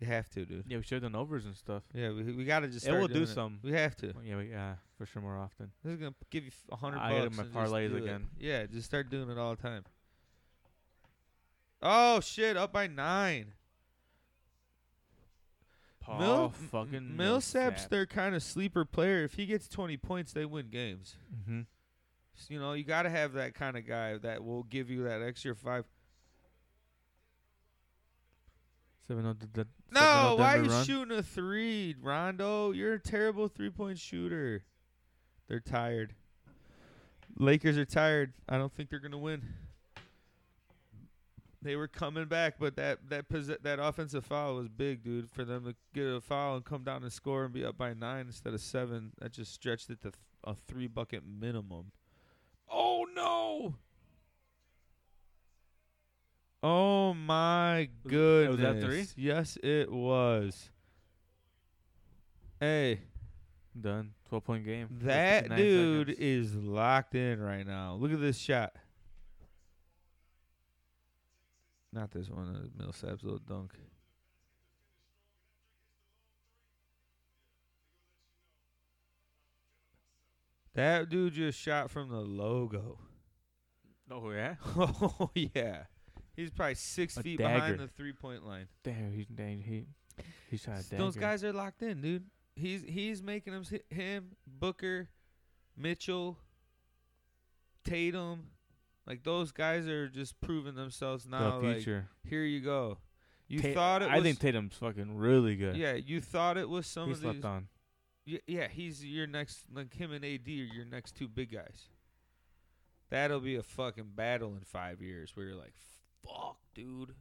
A: We have to, dude.
B: Yeah, we should have done overs and stuff.
A: Yeah, we, we gotta just.
B: Yeah,
A: Start
B: we'll
A: doing
B: do
A: it.
B: some.
A: We have to.
B: Yeah, we, yeah, for sure more often.
A: This is gonna give you f- a hundred
B: I
A: bucks.
B: gotta my
A: and just
B: parlays
A: do it.
B: again.
A: Yeah, just start doing it all the time. Oh shit! Up by nine.
B: Paul
A: Mil-
B: Oh, fucking
A: Millsap's their kind of sleeper player. If he gets twenty points, they win games.
B: hmm
A: S- You know, you got to have that kind of guy that will give you that extra five.
B: Seven oh, the,
A: No, why are you
B: run?
A: shooting a three, Rondo? You're a terrible three point shooter. They're tired. Lakers are tired. I don't think they're gonna win. They were coming back, but that that possess- that offensive foul was big, dude. For them to get a foul and come down and score and be up by nine instead of seven, that just stretched it to th- a three bucket minimum. Oh no! Oh my
B: Was it-
A: goodness!
B: was that three?
A: Yes, it was. Hey,
B: Done. Twelve point game. with
A: that
B: 59
A: dude
B: seconds.
A: is locked in right now. Look at this shot. Not this one, uh, Millsap's little dunk. That dude just shot from the logo.
B: Oh yeah.
A: oh yeah, he's probably six
B: A
A: feet behind
B: dagger.
A: the three-point line.
B: Damn, he's dang, he he shot a
A: Those
B: dagger.
A: guys are locked in, dude. He's he's making them s- him Booker, Mitchell, Tatum, like those guys are just proving themselves
B: The
A: now. like
B: future.
A: here you go. You
B: Ta-
A: thought it was
B: I think Tatum's fucking really good.
A: yeah. You thought it was some
B: he
A: of these.
B: slept on.
A: Y- yeah, he's your next like him and AD are your next two big guys. That'll be a fucking battle in five years where you're like, fuck, dude.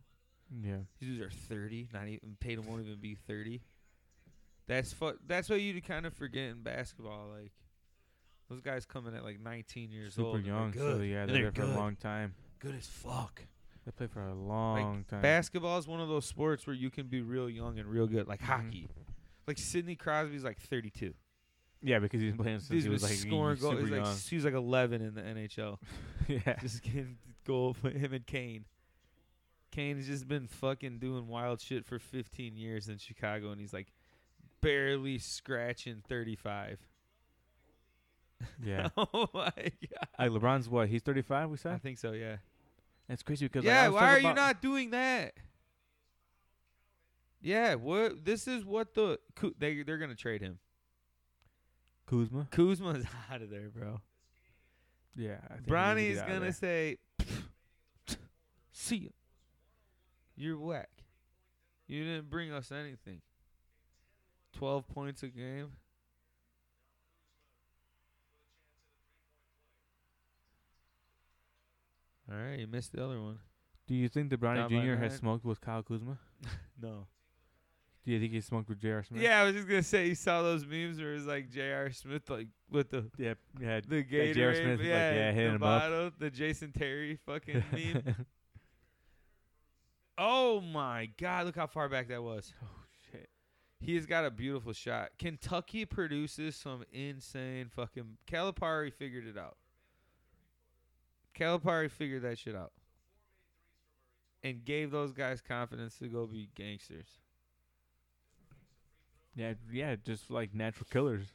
B: Yeah.
A: These dudes are thirty. Not even Tatum won't even be thirty. That's fu- That's what you kind of forget in basketball. Like those guys coming at like nineteen years
B: Super
A: old. and they're
B: young.
A: good.
B: So yeah,
A: and
B: they're,
A: they're
B: there for
A: good.
B: a long time.
A: good as fuck.
B: They played for a long time.
A: Basketball is one of those sports where you can be real young and real good, like
B: Mhm.
A: hockey. Like Sidney Crosby's like thirty-two.
B: yeah, because he's been playing since
A: Dude
B: he was like
A: scoring
B: super
A: goals. He's
B: young.
A: like, he was like eleven in the NHL.
B: yeah.
A: Just getting goal for him and Kane. Kane's just been fucking doing wild shit for 15 years in Chicago, and he's like barely scratching 35.
B: Yeah.
A: oh my god!
B: like LeBron's what? He's 35. We
A: I
B: said.
A: think so. Yeah.
B: That's crazy because like, I
A: Yeah.
B: was
A: why
B: talking
A: are you
B: about-
A: not doing that? Yeah. What? This is what the Ku- they they're gonna trade him.
B: Kuzma?
A: Kuzma's out of there, bro.
B: Yeah. I think
A: Bronny's gonna say, "See ya. You're whack. You didn't bring us anything. Twelve points a game. All right, you missed the other one.
B: Do you think that Bronny
A: Down by
B: Jr. has
A: nine.
B: smoked with Kyle Kuzma?
A: No.
B: Do you think he smoked with J.R. Smith?
A: Yeah, I was just gonna say you saw those memes where it's like J.R. Smith like with the
B: Yeah. Yeah.
A: the
B: J.R.
A: Gatorade,
B: Smith, like,
A: yeah,
B: yeah, hitting
A: the
B: him up.
A: bottle, the Jason Terry fucking meme. Oh my God! Look how far back that was.
B: Oh, shit.
A: He's got a beautiful shot. Kentucky produces some insane fucking. Calipari figured it out. Calipari figured that shit out, and gave those guys confidence to go be gangsters.
B: yeah. Yeah. Just like natural killers.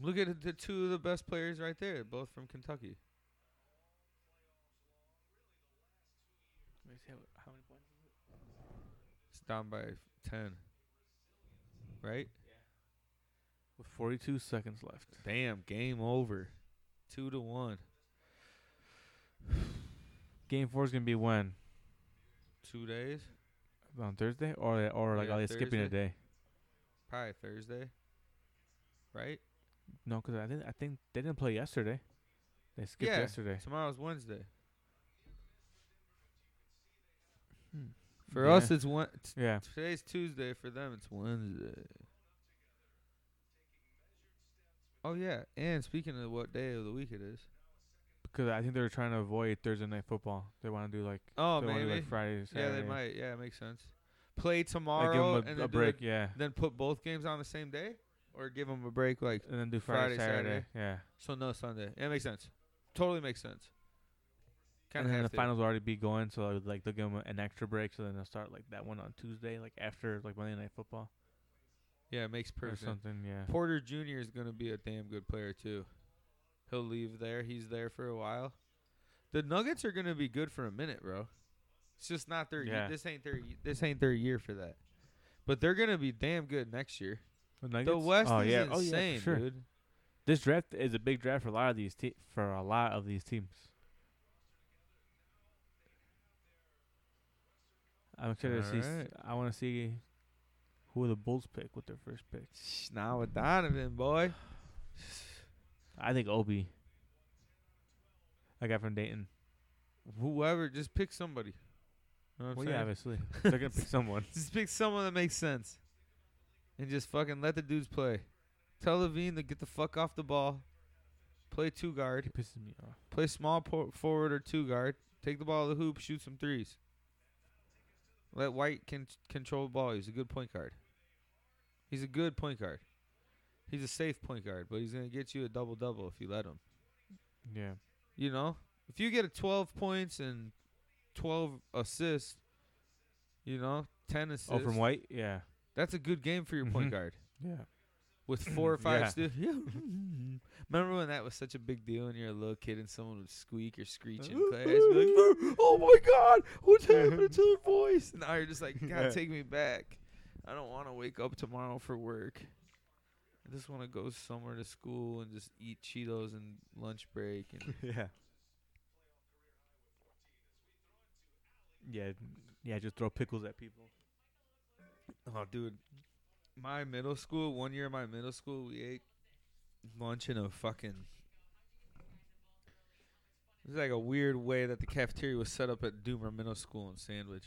A: Look at the two of the best players right there, both from Kentucky. It's down by ten, right?
B: With 42 seconds left.
A: Damn, game over, two to one.
B: Game four is gonna be when
A: Two days,
B: on Thursday or or like
A: Yeah,
B: are they skipping a
A: Thursday.
B: day?
A: probably Thursday, right?
B: No, because I think I think they didn't play yesterday. They skipped
A: Yeah.
B: yesterday.
A: Tomorrow's Wednesday. Hmm. For
B: Yeah.
A: us, it's one. T-
B: Yeah.
A: today's Tuesday. For them, it's Wednesday. Oh yeah, and speaking of what day of the week it is.
B: Because I think they were trying to avoid Thursday night football. They want to do like
A: Oh
B: they wanna do,
A: maybe.
B: like Friday.
A: yeah,
B: Saturday.
A: they might. Yeah, it makes sense. Play
B: Like,
A: tomorrow
B: give
A: and
B: them a,
A: then
B: a
A: do it-
B: break. Yeah,
A: then put both games on the same day, or give them a break like
B: and then do Friday,
A: Friday,
B: Saturday. Yeah,
A: so no Sunday. Yeah, it makes sense. Totally makes sense. Kind
B: and
A: of
B: then
A: has
B: the
A: to.
B: finals will already be going, so like they'll give them an extra break. So then they'll start like that one on Tuesday, like after like Monday night football
A: Yeah, it makes
B: or
A: perfect sense.
B: something. Yeah,
A: Porter Jr. is going to be a damn good player too. He'll leave there. He's there for a while. The Nuggets are going to be good for a minute, bro. It's just not their. ye-
B: Yeah.
A: This ain't their. ye- This ain't their year for that. But they're going to be damn good next year. The
B: Nuggets?
A: West
B: oh,
A: is
B: yeah. oh,
A: insane,
B: yeah, for sure.
A: dude.
B: This draft is a big draft for a lot of these te- for a lot of these teams. I'm excited to see. s-
A: Alright.
B: I want to see who the Bulls pick with their first pick.
A: Shh, Now with Donovan, boy.
B: I think Obi. I got from Dayton.
A: Whoever, just pick somebody. Know what I'm
B: Well,
A: saying?
B: yeah, obviously they're gonna pick someone.
A: Just pick someone that makes sense. And just fucking let the dudes play. Tell Levine to get the fuck off the ball. Play two
B: He
A: guard.
B: pisses me off.
A: Play small por- forward or two guard. Take the ball to the hoop. Shoot some threes. Let White can control the ball. He's a good point guard. He's a good point guard. He's a safe point guard, but he's gonna get you a double double if you let him.
B: Yeah,
A: You know, if you get a 12 points and 12 assists, you know, 10 assists.
B: oh, from White. Yeah,
A: That's a good game for your
B: Mhm.
A: point guard
B: yeah.
A: with four or five.
B: Yeah.
A: Stu- Remember when that was such a big deal and you're a little kid and someone would squeak or screech in class? You'd be like, oh my God, what's happening to their voice? Now you're just like, God,
B: Yeah.
A: take me back. I don't want to wake up tomorrow for work. I just want to go somewhere to school and just eat Cheetos and lunch break. And
B: yeah. Yeah, yeah. Just throw pickles at people.
A: oh, dude, my middle school, one year in my middle school, we ate lunch in a fucking. It was like a weird way that the cafeteria was set up at Doomer Middle School in Sandwich.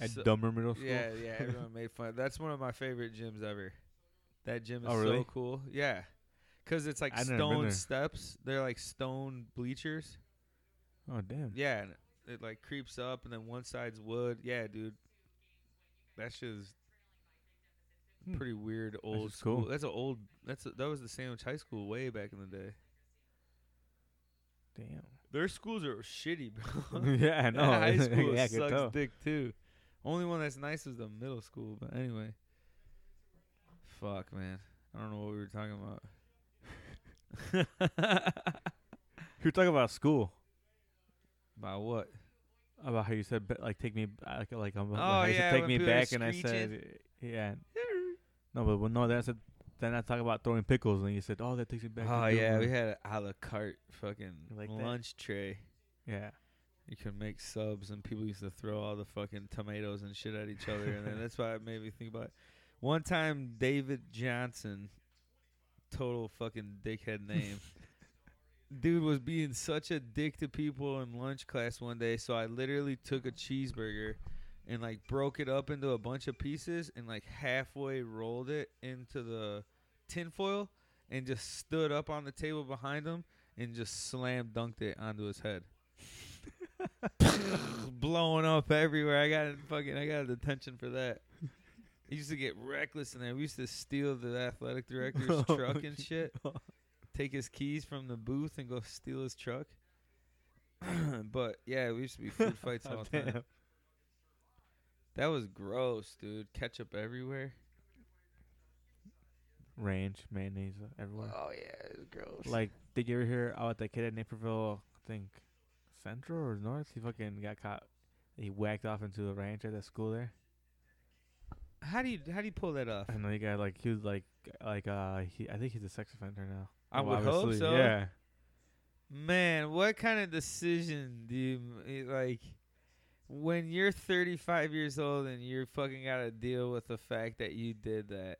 B: At
A: So-
B: Dumber Middle School.
A: yeah, yeah, everyone made fun. That's one of my favorite gyms ever. That gym is
B: Oh, really?
A: so cool. Yeah, because it's like
B: I've never been
A: stone
B: there.
A: steps. They're like stone bleachers.
B: Oh damn.
A: Yeah, and it like creeps up, and then one side's wood. Yeah, dude, that shit is
B: Hmm.
A: pretty weird. Old
B: just
A: school.
B: cool.
A: That's an old. That's a, that was the sandwich high school way back in the day.
B: Damn.
A: Their schools are shitty, bro.
B: yeah, I
A: And
B: know.
A: high school
B: yeah, I could tell.
A: sucks dick too. Only one that's nice is the middle school. But anyway, fuck, man. I don't know what we were talking about.
B: You were talking about school,
A: About what?
B: about how you said ba- like take me b- like like um, like
A: Oh,
B: how you
A: yeah,
B: said, take
A: when
B: me
A: people are
B: back, and I said yeah. No, but when- no, then I said then I talk about throwing pickles, and you said oh that takes me back. to
A: Oh
B: doing
A: yeah,
B: it."
A: we had an a la carte fucking
B: You like that?
A: lunch tray.
B: yeah.
A: You could make subs, and people used to throw all the fucking tomatoes and shit at each other, and then that's why it made me think about it. One time, David Johnson, total fucking dickhead name, dude was being such a dick to people in lunch class one day. So I literally took a cheeseburger and like broke it up into a bunch of pieces and like halfway rolled it into the tinfoil and just stood up on the table behind him and just slam dunked it onto his head. Blowing up everywhere. I got in fucking I got a detention for that. I used to get reckless in there. We used to steal the athletic director's
B: Oh,
A: truck and shit. Take his keys from the booth and go steal his truck. but yeah, we used to be food fights all the time.
B: Damn.
A: That was gross, dude. Ketchup everywhere.
B: Ranch, mayonnaise, uh, everywhere.
A: Oh, yeah, it was gross.
B: Like, did you ever hear about that kid at Naperville? I think Central or North. He fucking got caught. He whacked off into the ranch at that school there.
A: how do you how do you pull that off?
B: I know he got like he was like like uh he I think he's a sex offender now.
A: I would hope
B: Obviously,
A: so.
B: Yeah.
A: Man, what kind of decision do you m- it- like when you're 35 years old and you're fucking got to deal with the fact that you did that?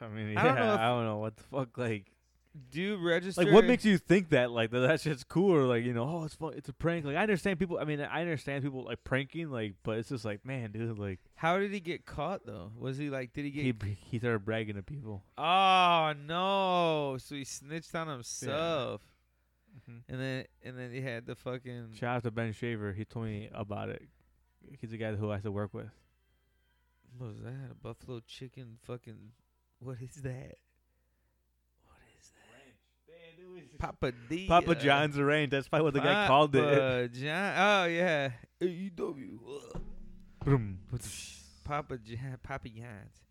B: I mean, yeah,
A: I
B: I
A: don't
B: don't
A: know
B: know,
A: if-
B: what the fuck like
A: Do you register?
B: like what makes you think that like that, that shit's cool or like you know oh it's fun it's a prank like I understand people I mean I understand people like pranking like but it's just like man dude like
A: How did he get caught though? Was he like? Did he get?
B: he he started bragging to people.
A: oh no! So he snitched on himself, and then and then he had the fucking.
B: Shout out to Ben Shaver. He told me about it. He's a guy who I used to work with.
A: What was that? A buffalo chicken fucking. What is that? What is that? Papa D.
B: Papa John's Range. That's probably what the guy called it.
A: Papa John. Oh yeah. AEW. uh,
B: Boom.
A: Papa John. Papa John's.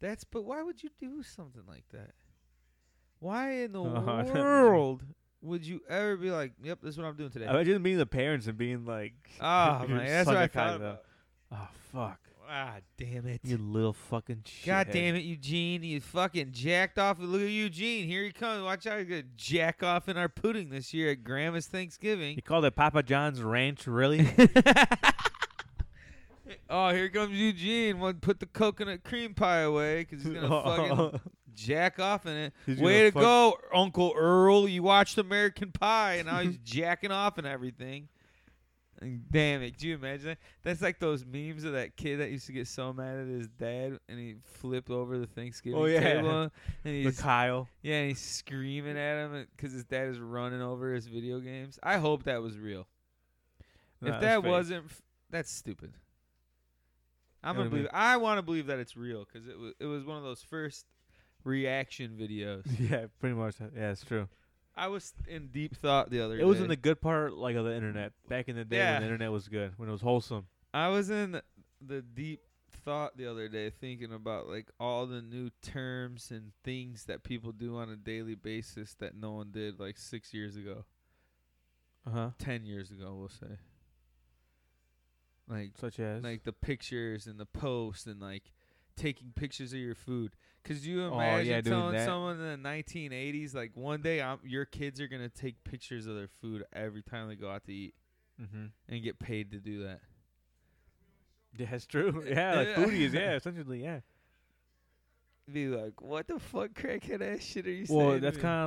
A: That's. But why would you do something like that? Why in the
B: Oh, I don't know.
A: world would you ever be like, "Yep, this is what I'm doing today"?
B: Imagine meeting the parents and being like,
A: Ah,
B: you're
A: man, that's
B: such
A: what
B: a
A: I thought
B: cock, though.
A: about.
B: "Oh fuck,
A: Ah, damn it.
B: you little fucking shit."
A: God damn it, Eugene. You fucking jacked off. Look at Eugene. Here he comes. Watch out. He's going to jack off in our pudding this year at Grandma's Thanksgiving.
B: You called it Papa John's Ranch, really?
A: oh, here comes Eugene. One, put the coconut cream pie away because he's going to fucking jack off in it.
B: He's
A: Way
B: gonna
A: to
B: fuck-
A: go, Uncle Earl. You watched American Pie and now he's jacking off and everything. And damn it. Do you imagine that? That's like those memes of that kid that used to get so mad at his dad and he flipped over the Thanksgiving
B: Oh, yeah.
A: table and
B: The
A: he's
B: Kyle.
A: yeah, and he's screaming at him because his dad is running over his video games. I hope that was real. if
B: Nah, that's
A: that
B: fake.
A: wasn't, f- that's stupid. I'm
B: What do
A: gonna
B: you
A: believe. I want to believe that it's real because it was it was one of those first reaction videos.
B: yeah, pretty much. Yeah, it's true.
A: I was in deep thought the other.
B: It was
A: day.
B: in the good part, like of the internet back in the day
A: Yeah.
B: when the internet was good, when it was wholesome.
A: I was in the deep thought the other day thinking about like all the new terms and things that people do on a daily basis that no one did like six years ago,
B: Uh huh.
A: ten years ago, we'll say. Like
B: Such as
A: like the pictures and the posts and like taking pictures of your food. Could you
B: Oh,
A: imagine
B: yeah, doing
A: telling
B: that.
A: someone in the 1980s like one day i your kids are gonna take pictures of their food every time they go out to eat
B: Mm-hmm.
A: and get paid to do that?
B: Yeah, it's true. Yeah, like
A: Yeah.
B: foodies. Yeah, essentially. Yeah.
A: Be like, what the fuck, crackhead ass shit are you saying?
B: Well, that's kind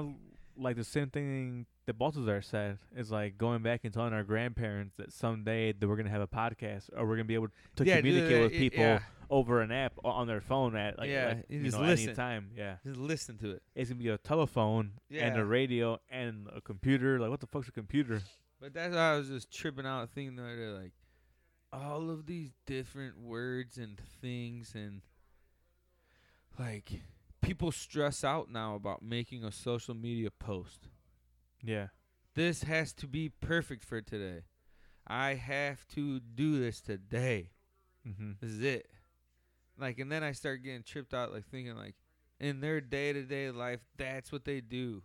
B: of like the same thing that Baltazar said. Is like going back and telling our grandparents that someday that we're gonna have a podcast or we're gonna be able to communicate with people
A: Yeah.
B: over an app o- on their phone at like,
A: Yeah,
B: like,
A: you
B: you
A: just
B: know,
A: listen.
B: any time. Yeah,
A: Just listen to it.
B: it's gonna be a telephone and
A: Yeah.
B: a radio and a computer. Like, what the fuck's a computer?
A: But that's why I was just tripping out thinking the other day, like all of these different words and things and like people stress out now about making a social media post.
B: Yeah.
A: This has to be perfect for today. I have to do this today.
B: Mm-hmm.
A: This is it. Like, and then I start getting tripped out, like thinking, like, in their day to day life, that's what they do.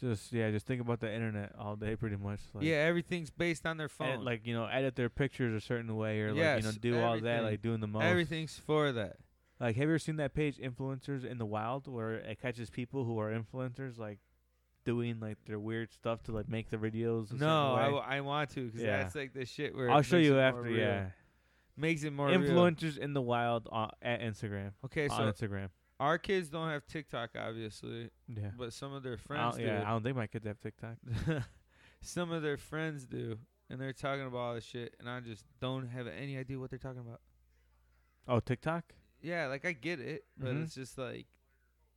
B: Just yeah, just think about the internet all day, pretty much. Like,
A: yeah, everything's based on their
B: edit-
A: phone.
B: like you know, edit their pictures a certain way, or like you know,
A: Yes,
B: do all that,
A: everything.
B: like doing the most.
A: everything's for that.
B: Like, have you ever seen that page, influencers in the wild, where it catches people who are influencers like doing like their weird stuff to like make the videos? a certain
A: No, I,
B: way?
A: w- I want to because
B: Yeah.
A: that's like the shit where it
B: I'll show
A: makes
B: you
A: it more
B: after.
A: real.
B: Yeah,
A: makes it more real.
B: influencers in the wild on, at Instagram.
A: Okay, so
B: on Instagram.
A: our kids don't have TikTok, obviously,
B: Yeah.
A: but some of their
B: I
A: friends
B: don't,
A: do.
B: yeah, I don't think my kids have TikTok.
A: some of their friends do, and they're talking about all this shit, and I just don't have any idea what they're talking about.
B: Oh, TikTok?
A: Yeah, like I get it, but
B: Mhm.
A: it's just like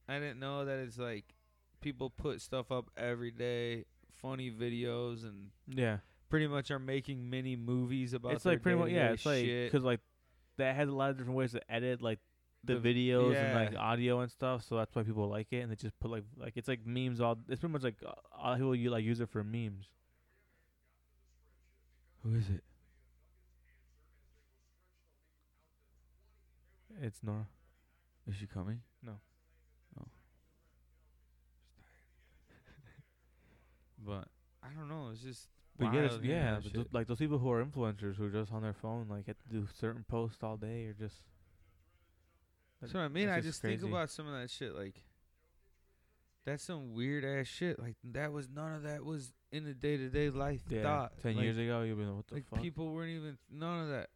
A: I didn't know that it's like people put stuff up every day, funny videos, and
B: Yeah.
A: pretty much are making mini movies about.
B: it's like
A: their
B: pretty much yeah.
A: day-to-day
B: It's like
A: shit.
B: because like that has a lot of different ways to edit like the,
A: The-
B: videos and
A: yeah.
B: like audio and stuff. So that's why people like it, and they just put like like it's like memes. All it's pretty much like uh, all people you like use it for memes.
A: who is it?
B: It's Nora.
A: Is she coming?
B: No.
A: Oh. but I don't know. It's just
B: But yeah,
A: wild
B: it's-
A: hearing
B: yeah,
A: that
B: but
A: shit.
B: th- like those people who are influencers who are just on their phone like have to do certain posts all day or just.
A: That's what I mean. I
B: That's
A: just
B: crazy.
A: think about some of that shit. Like, that's some weird ass shit. Like that was none of that was in the day to day life
B: yeah,
A: thought.
B: ten
A: like,
B: years ago. You've been what the
A: Like
B: fuck?
A: people weren't even none of that.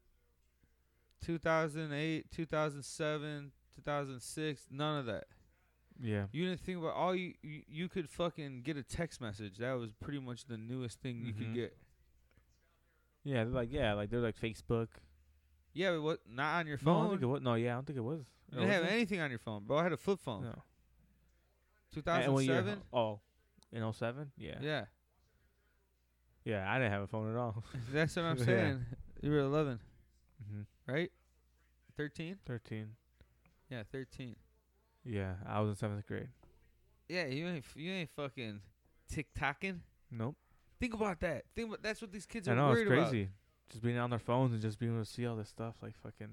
A: 2008, 2007, 2006, none of that.
B: yeah,
A: You didn't think about all you you, you could fucking get a text message. That was pretty much the newest thing you
B: Mhm.
A: could get.
B: yeah, they're like yeah, like they're like Facebook.
A: Yeah, but what? Not on your
B: No, I don't
A: phone.
B: think it was. No, yeah, I don't think it was.
A: you didn't
B: Or
A: have
B: was it?
A: anything on your phone, bro. I had a flip phone.
B: No. And when you're
A: 2007.
B: ho- Oh, in 07? Yeah. yeah.
A: yeah.
B: I didn't have a phone at all.
A: That's what I'm
B: Yeah.
A: saying. You were 11,
B: mm-hmm.
A: right? 13?
B: 13.
A: Yeah, 13.
B: Yeah, I was in seventh grade.
A: Yeah, you ain't f- you ain't fucking TikToking.
B: Nope.
A: Think about that. Think about that's what these kids
B: I
A: are
B: know,
A: worried
B: it's crazy. Just being on their phones and just being able to see all this stuff. Like, fucking.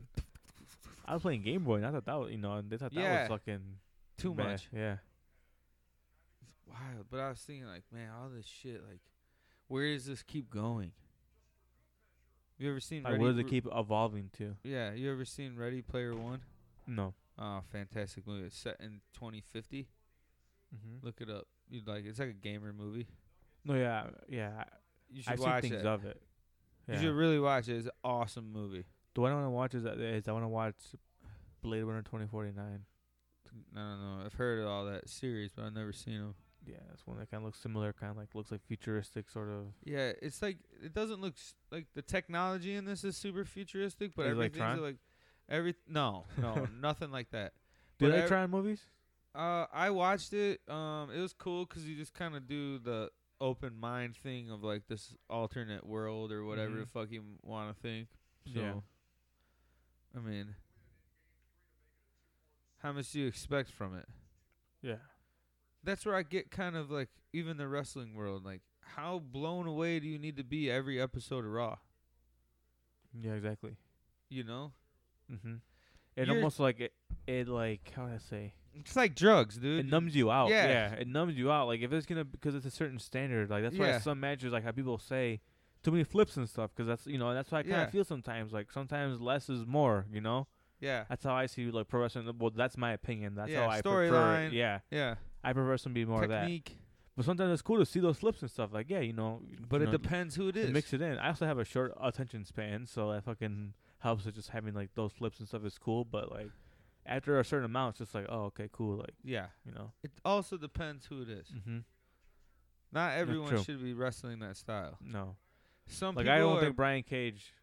B: I was playing Game Boy, and I thought that was, you know, and they thought
A: Yeah.
B: that was fucking.
A: about. Too
B: bad.
A: much.
B: Yeah.
A: Wild. But I was thinking like, man, all this shit. Like, where does this keep going? You ever seen?
B: Like,
A: Ready
B: what does it
A: Pl-
B: keep evolving to?
A: Yeah, you ever seen Ready Player One?
B: No.
A: Oh, fantastic movie. It's set in 2050.
B: Mm-hmm.
A: Look it up. You'd like. It's like a gamer movie.
B: No, yeah. Yeah.
A: You should
B: I, I've seen
A: watch
B: things
A: it.
B: of it.
A: You
B: Yeah.
A: should really watch it. It's an awesome movie.
B: the one I want to watch is, that- is I want to watch Blade Runner 2049.
A: I don't know. I've heard of all that series, but I've never seen them.
B: Yeah, that's one that kind of looks similar, kind of like looks like futuristic sort of.
A: Yeah, it's like it doesn't look s- like the technology in this is super futuristic, but
B: Is it like
A: everything's
B: Tron?
A: like every no, no, nothing like that.
B: Do
A: But
B: they
A: ev-
B: try on movies?
A: Uh, I watched it. Um, it was cool 'cause you just kind of do the open mind thing of like this alternate world or whatever
B: Mhm.
A: the fuck you want to think. So,
B: Yeah.
A: I mean, how much do you expect from it?
B: Yeah.
A: that's where I get kind of like even the wrestling world. Like, how blown away do you need to be every episode of Raw?
B: Yeah, exactly.
A: You know,
B: Mm-hmm. It
A: You're-
B: almost like it, it like how would I say?
A: it's like drugs,
B: It
A: dude.
B: numbs you out. Yeah.
A: Yeah.
B: it numbs you out. Like if it's gonna because it's a certain standard. Like that's why
A: Yeah.
B: some matches like how people say too many flips and stuff. Because that's you know that's why I kind of
A: Yeah.
B: feel sometimes. Like sometimes less is more. You know
A: yeah,
B: that's how I see like pro wrestling. Well, that's my opinion. That's
A: Yeah,
B: how I prefer. it.
A: storyline,
B: Yeah,
A: yeah.
B: I prefer some be more of that.
A: Technique,
B: But sometimes it's cool to see those flips and stuff. Like yeah, you know.
A: but
B: you
A: it
B: know,
A: depends who it
B: to
A: is.
B: mix it in. I also have a short attention span, so that fucking helps with just having like those flips and stuff is cool. But like after a certain amount, it's just like, oh, okay, cool. Like
A: Yeah,
B: you know,
A: it also depends who it is.
B: mm-hmm.
A: Not everyone
B: true.
A: should be wrestling that style.
B: no,
A: Some
B: like
A: people
B: I don't
A: are,
B: think Brian Cage,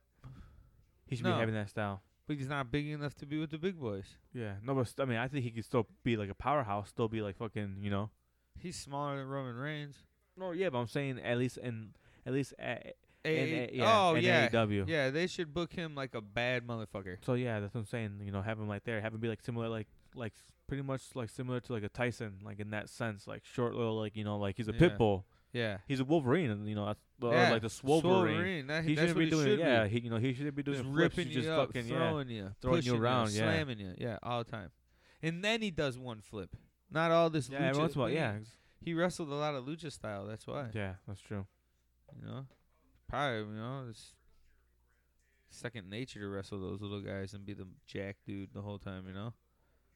B: he should be
A: No.
B: having that style.
A: but he's not big enough to be with the big boys.
B: Yeah, no, but st- I mean, I think he could still be like a powerhouse, still be like fucking, you know.
A: He's smaller than Roman Reigns.
B: No, yeah, but I'm saying at least in at least at,
A: A-
B: in A- uh, E yeah,
A: oh
B: in
A: yeah,
B: AEW.
A: yeah. They should book him like a bad motherfucker.
B: So yeah, that's what I'm saying. You know, have him like there, have him be like similar, like like s- pretty much like similar to like a Tyson, like in that sense, like short little, like you know, like he's a
A: Yeah.
B: pit bull,
A: Yeah,
B: he's a Wolverine, and you know, that's or
A: Yeah,
B: uh, like the Swolverine.
A: That,
B: He
A: that's
B: shouldn't
A: what
B: be doing,
A: should
B: yeah.
A: be.
B: He, you know, he should be doing
A: just
B: flips,
A: ripping
B: he's
A: you
B: just
A: up,
B: fucking yeah.
A: throwing you,
B: throwing you
A: pushing
B: around, yeah.
A: slamming you, yeah, all the time. And then he does one flip. Not all this.
B: Yeah, every
A: lucha-
B: once in a while,
A: he-
B: yeah, ex-
A: He wrestled a lot of lucha style. That's why.
B: yeah, that's true.
A: You know, probably you know it's second nature to wrestle those little guys and be the jack dude the whole time. You know.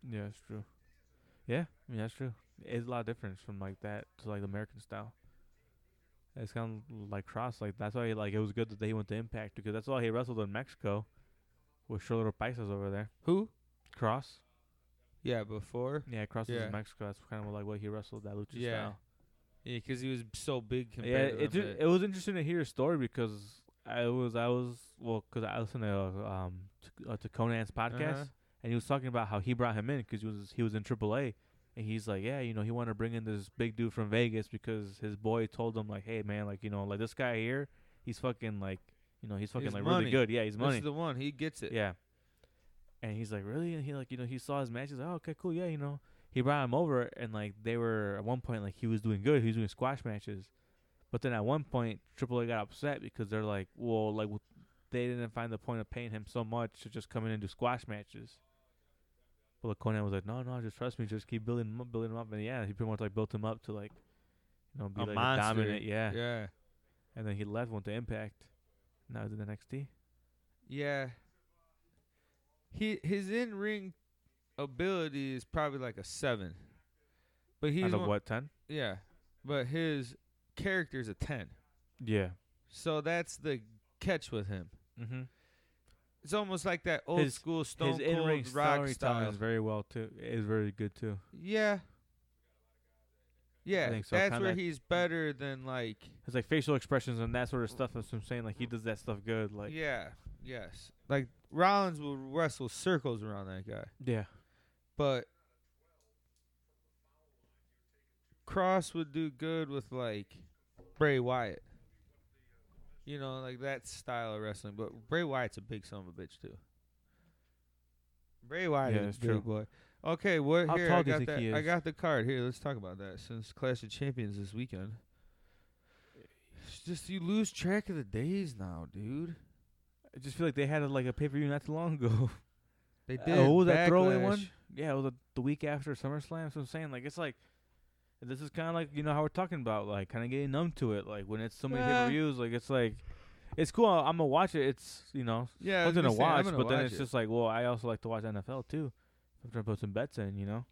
B: Yeah, that's true. Yeah, I mean that's true. It's a lot of difference from like that to like the American style. It's kind of like cross. Like that's why like it was good that they went to Impact because that's all he wrestled in Mexico with Charlotte Paisas over there.
A: Who?
B: Cross.
A: Yeah, before.
B: Yeah, Cross was
A: Yeah.
B: in Mexico. That's kind of like what he wrestled that lucha
A: Yeah,
B: style.
A: Yeah, because he was so big
B: Yeah,
A: compared
B: it
A: to
B: ju-
A: them. that-
B: it was interesting to hear his story because I was I was well because I listened to uh, um to, uh, to Conan's podcast
A: Uh-huh.
B: and he was talking about how he brought him in because he was he was in AAA and he's like yeah you know he wanted to bring in this big dude from Vegas because his boy told him like hey man like you know like this guy here he's fucking like you know he's fucking
A: He's
B: like
A: money.
B: really good yeah he's
A: This
B: money
A: is the one. He gets it.
B: yeah. And he's like, really? And he like, you know, he saw his matches. Like, oh, okay, cool. Yeah, you know, he brought him over, and like they were at one point like he was doing good. He was doing squash matches, but then at one point AAA got upset because they're like, well, like w- they didn't find the point of paying him so much to just come in and do squash matches. But like Conan was like, no, no, just trust me, just keep building him up, building him up, and yeah, he pretty much like built him up to like, you know, be
A: A
B: like
A: monster.
B: dominant, yeah.
A: Yeah.
B: And then he left, went to Impact. Now he's in NXT.
A: Yeah. He his in ring ability is probably like a seven, but he's
B: Out of
A: one-
B: what ten?
A: yeah, but his character's a ten.
B: Yeah.
A: So that's the catch with him.
B: Mm-hmm.
A: It's almost like that old
B: His-
A: school Stone
B: his in-ring
A: Cold Rock
B: storytelling
A: style.
B: is very well too. Is very good too.
A: Yeah. Yeah,
B: think so,
A: that's where
B: kinda-
A: he's better than like,
B: It's like facial expressions and that sort of stuff. That's what I'm saying. Like he does that stuff good. Like yeah,
A: yeah, yes. Like Rollins will wrestle circles around that guy. but Cross would do good with like Bray Wyatt. You know, like that style of wrestling. But Bray Wyatt's a big son of a bitch too. Bray Wyatt
B: Yeah,
A: is
B: that's
A: a big
B: true.
A: boy. Okay, what
B: How
A: here?
B: tall
A: I
B: do you
A: got
B: think
A: that.
B: he
A: I
B: is?
A: got the card here. Let's talk about that since Clash of Champions this weekend. It's just you lose track of the days now, dude.
B: I just feel like they had a, like a pay per view not too long ago.
A: They
B: Uh,
A: did.
B: what was that throwaway one?
A: Backlash.
B: yeah, it was uh the week after SummerSlam. So I'm saying like it's like this is kind of like you know how we're talking about like kind of getting numb to it. Like when it's so many
A: Yeah.
B: pay per views, like it's like it's cool. I'm gonna watch it. It's you know
A: Yeah, I was
B: something
A: gonna
B: to
A: say, I'm
B: watch,
A: gonna
B: but then
A: watch
B: it's
A: it.
B: just like well, I also like to watch NFL too. I'm trying to put some bets in, you know.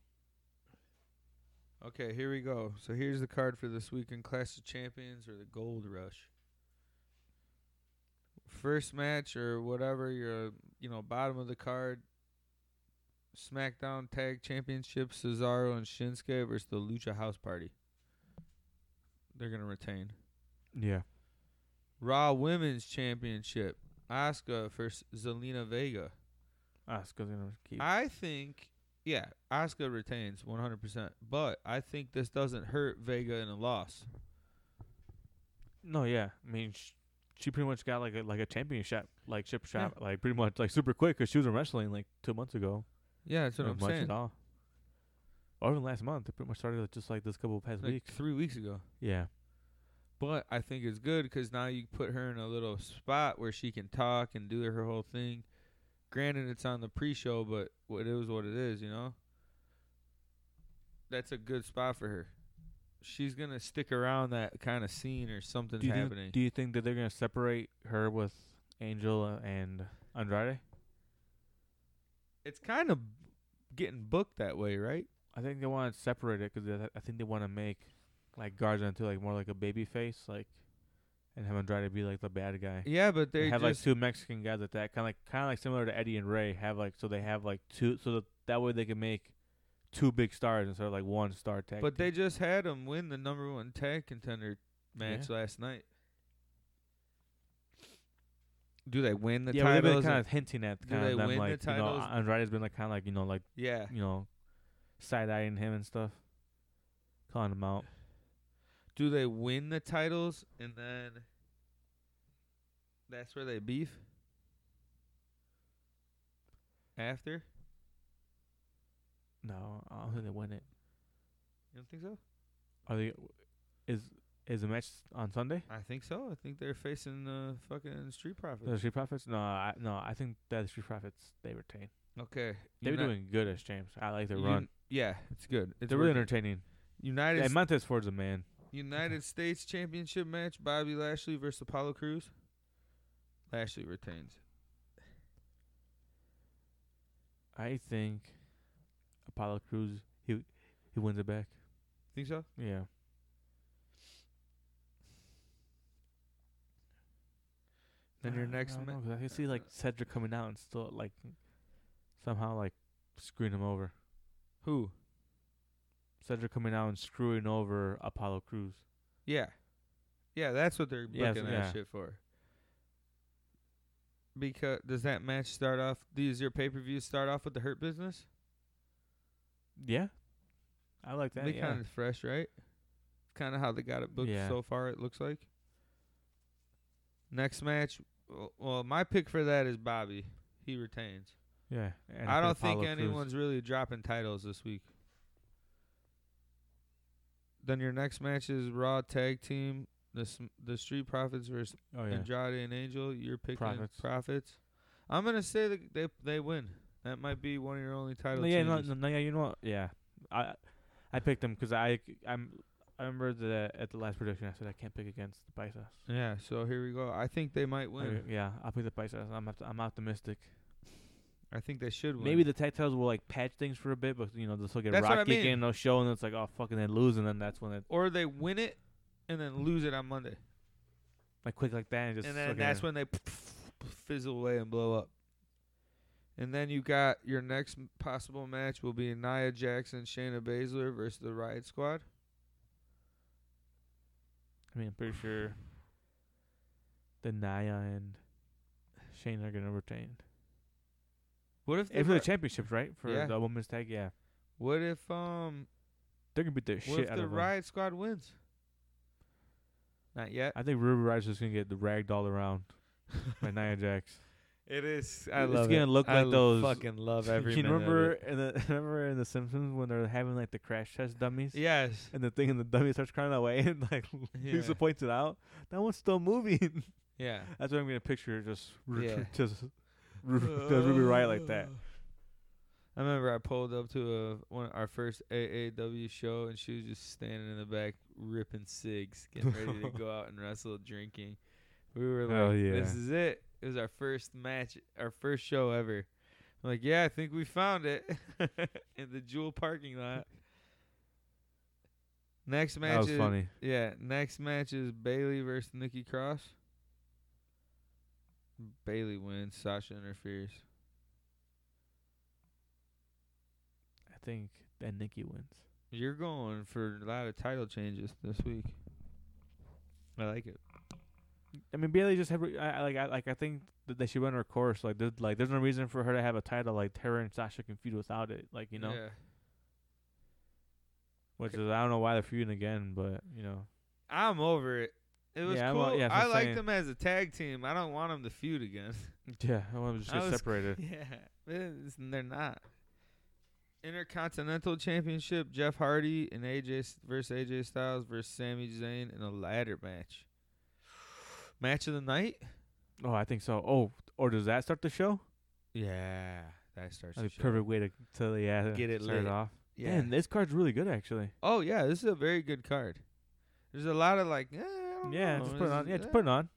A: Okay, here we go. So here's the card for this weekend: Clash of Champions or the Gold Rush. First match or whatever your you know bottom of the card. SmackDown Tag Championship: Cesaro and Shinsuke versus the Lucha House Party. They're gonna retain.
B: Yeah.
A: Raw Women's Championship: Asuka versus Zelina Vega.
B: Oscar's gonna keep.
A: I think, yeah, Asuka retains 100%. But I think this doesn't hurt Vega in a loss.
B: No, yeah. I mean, sh- she pretty much got like a like a championship like ship shot like pretty much like super quick 'cause she was in wrestling like two months ago.
A: Yeah, that's what
B: or
A: I'm
B: much
A: saying.
B: At all. Or even last month, it pretty much started like, just like this couple of past
A: Like
B: weeks.
A: three weeks ago.
B: Yeah,
A: But I think it's good because now you put her in a little spot where she can talk and do her whole thing. Granted, it's on the pre-show, but what it is what it is, you know. That's a good spot for her. She's gonna stick around that kind of scene or something's
B: do you
A: happening.
B: think, do you think that they're gonna separate her with Angel uh, and Andrade?
A: it's kind of getting booked that way, right?
B: I think they want to separate it 'cause because I think they want to make like Garza into like more like a baby face, like, and have Andrade be like the bad guy.
A: Yeah, but
B: they
A: they
B: have like
A: just
B: two Mexican guys at that kind of like kind of like similar to Eddie and Ray have like so they have like two so that that way they can make two big stars instead of like one star tag.
A: but they
B: team.
A: just had him win the number one tag contender match last night. Do they win the
B: yeah but they've been
A: titles?
B: kind of hinting at
A: do
B: kind
A: they
B: of them
A: win the
B: like you know
A: titles?
B: Andrade's been like kind of like you know like
A: yeah.
B: you know side eyeing him and stuff, calling him out.
A: Do they win the titles and then That's where they beef. After?
B: No, I don't think they win it.
A: You don't think so?
B: Are they? Is is the match on Sunday?
A: I think so. I think they're facing the fucking Street Profits.
B: The Street Profits? No, I, no. I think that the Street Profits they retain.
A: Okay.
B: They're
A: Uni-
B: doing good as champs. I like their
A: Uni-
B: run.
A: Yeah, it's good. It's
B: They're really
A: working.
B: entertaining.
A: United
B: Yeah,
A: S-
B: Montez Ford's a man.
A: United States Championship match: Bobby Lashley versus Apollo Cruz. Lashley retains.
B: I think Apollo Cruz he he wins it back.
A: Think so?
B: Yeah.
A: Then your
B: Uh,
A: next
B: I, don't
A: ma-
B: know, 'cause I can see like Cedric coming out and still like somehow like screwing him over.
A: Who?
B: Cedric coming out and screwing over Apollo Cruz.
A: Yeah, yeah. That's what they're
B: Yes,
A: looking at
B: yeah.
A: shit for. Because does that match start off? Does your pay per view start off with the Hurt Business?
B: Yeah. I like that.
A: They
B: yeah.
A: kind of fresh, right? Kind of how they got it booked
B: Yeah.
A: so far. It looks like. Next match, w- well, my pick for that is Bobby. He retains.
B: yeah. and
A: I
B: for
A: don't think
B: Apollo Crews.
A: anyone's really dropping titles this week. Then your next match is Raw Tag Team, the S- the Street Profits versus
B: Oh yeah.
A: Andrade and Angel. You're picking
B: Profits.
A: Profits. I'm gonna say that they they win. That might be one of your only title.
B: No, yeah, no,
A: changes.
B: no, no, yeah, you know what? Yeah, I I picked him because I I'm I remember that at the last prediction I said I can't pick against the Paisas.
A: Yeah. So here we go. I think they might
B: I-
A: win.
B: yeah, I'll pick the Paisas. I'm opt- I'm optimistic.
A: I think they should win.
B: Maybe the tag titles will like patch things for a bit, but you know they'll still get
A: That's what I
B: rocky
A: mean.
B: again. and They'll show and it's like oh fucking they lose and then that's when it
A: or they win it and then lose it on Monday,
B: like quick like that and just
A: and then
B: fucking-
A: that's when they fizzle away and blow up. And then you got your next m- possible match will be Nia Jackson, Shayna Baszler versus the Riot Squad.
B: I mean I'm pretty sure the Naya and Shane are gonna retain
A: What if,
B: Eh,
A: the
B: for the
A: Ri-
B: championships right for
A: Yeah.
B: the women's tag yeah
A: what if um
B: they're gonna beat the
A: what
B: shit
A: if
B: out
A: the
B: of them.
A: Riot Squad wins? Not yet.
B: I think Ruby Rice is gonna get the ragged all around by Nia Jax.
A: It is.
B: I It's love gonna it. look I like those- fucking
A: love
B: you remember in the remember in the Simpsons when they're having like the crash test dummies?
A: Yes.
B: And the thing and the dummy starts crying away and like Lisa
A: Yeah.
B: points it out. That one's still moving.
A: Yeah.
B: That's what I'm gonna picture just r-
A: Yeah. Uh,
B: just r- does Ruby Riot like that.
A: I remember I pulled up to a, one our first AAW show and she was just standing in the back ripping cigs, getting ready to go out and wrestle, drinking. We were like,
B: Hell yeah.
A: "This is it." It was our first match, our first show ever. I'm like, "Yeah, I think we found it in the Jewel parking lot." Next match
B: That was
A: is
B: funny.
A: yeah. Next match is Bailey versus Nikki Cross. Bailey wins. Sasha interferes.
B: I think that Nikki wins.
A: You're going for a lot of title changes this week. I like it.
B: I mean Bailey just have re- I, I like I like I think that they should run her course. Like there's like there's no reason for her to have a title like her and Sasha can feud without it. Like, you know?
A: Yeah.
B: Which is I don't know why they're feuding again, but you know.
A: I'm over it. It was
B: Yeah, I'm
A: cool.
B: o- yeah, that's what
A: I
B: I'm
A: like
B: saying.
A: them as a tag team. I don't want them to feud again.
B: Yeah, I want them just
A: I
B: get
A: was-
B: separated.
A: yeah, it's- they're not. Intercontinental Championship: Jeff Hardy and AJ s- versus AJ Styles versus Sami Zayn in a ladder match. Match of the night.
B: Oh, I think so. Oh, or does that start the show?
A: Yeah, that starts.
B: That's
A: the
B: a
A: show.
B: perfect way to, to yeah,
A: Get it
B: start
A: lit.
B: off.
A: Yeah.
B: Damn, this card's really good actually.
A: Oh yeah, this is a very good card. There's a lot of like, eh, I don't
B: Yeah,
A: know.
B: just put it
A: This
B: on.
A: is-
B: Yeah, just
A: eh.
B: put it on.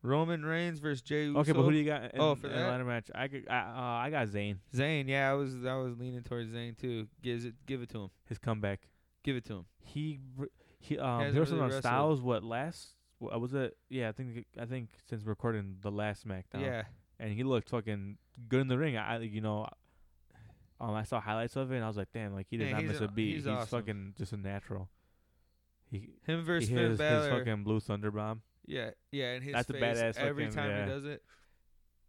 A: Roman Reigns versus Jey Uso.
B: Okay, but who do you got? In,
A: Oh, for
B: in
A: that?
B: the ladder match, I could, I, uh, I got Zayn.
A: Zayn? Yeah, I was I was leaning towards Zayn too. Gives it, give it to him.
B: His comeback.
A: Give it to him.
B: He br- he um
A: hasn't
B: he wrestled
A: really
B: on
A: wrestled.
B: Styles what last wha- was it? Yeah, I think I think since recording the last SmackDown.
A: Yeah,
B: and he looked fucking good in the ring. I I- you know. Um, I saw highlights of it, and I was like, "Damn! Like he did
A: Yeah,
B: not
A: he's
B: miss
A: a-
B: a beat.
A: he's
B: He's,
A: awesome.
B: fucking just a natural." He
A: him
B: he
A: versus
B: hit
A: Finn
B: his, his
A: Balor.
B: fucking blue thunder bomb.
A: yeah, yeah, and his
B: That's a
A: face
B: badass
A: every
B: fucking-
A: time
B: yeah.
A: he does it.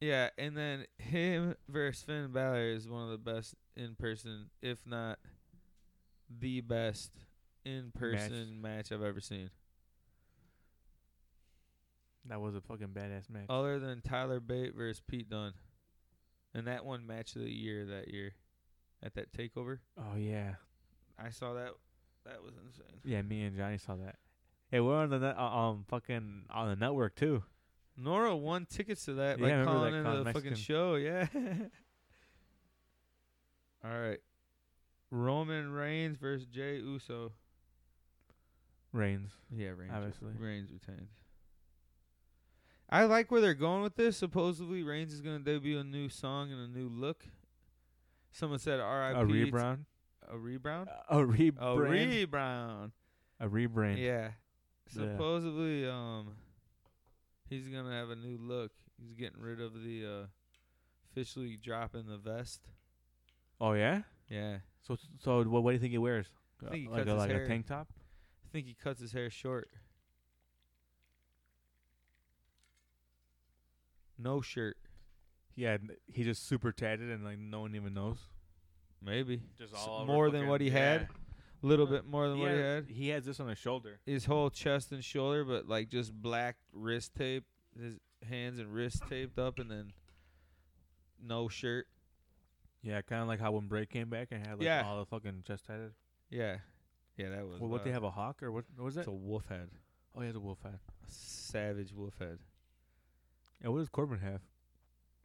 A: Yeah, and then him versus Finn Balor is one of the best in person, if not the best in person match I've ever seen.
B: That was a fucking badass match.
A: other than Tyler Bate versus Pete Dunne, and that one match of the year that year, at that takeover,
B: Oh yeah,
A: I saw that. That was insane.
B: yeah. Me and Johnny saw that. Hey, we're on the net, uh, um fucking on the network too.
A: Nora won tickets to that
B: Yeah, I
A: by
B: remember
A: calling
B: that
A: into
B: con-
A: the
B: Mexican.
A: fucking show. Yeah. All right. Roman Reigns versus Jay Uso.
B: Reigns.
A: Yeah, Reigns.
B: Obviously.
A: Reigns retains. I like where they're going with this. Supposedly, Reigns is going to debut a new song and a new look. Someone said
B: A
A: R.I.P. to-
B: rebrand.
A: A rebrand?
B: A
A: A
B: rebrand.
A: rebrand.
B: A rebrand.
A: Oh, Yeah.
B: Yeah.
A: Supposedly, um, he's gonna have a new look. He's getting rid of the uh, officially dropping the vest.
B: Oh yeah.
A: Yeah,
B: So so what, what do you think he wears?
A: I think he
B: like
A: cuts
B: a,
A: his
B: like
A: hair.
B: a tank top.
A: I think he cuts his hair short. No shirt,
B: Yeah, n- he's just super tatted and like no one even knows.
A: maybe.
B: Just
A: S- more than what he had. A little bit more than what he had.
B: He has this on his shoulder.
A: His whole chest and shoulder, but like just black wrist tape. His hands and wrists taped up, and then no shirt.
B: Yeah, kind of like how when Bray came back and had like
A: Yeah.
B: all the fucking chest tatted.
A: Yeah, yeah, that was.
B: Well, what they
A: wild.
B: have a hawk or what? What was that?
A: It's a wolf head.
B: oh, he has a wolf head.
A: A savage wolf head.
B: Yeah, what does Corbin have?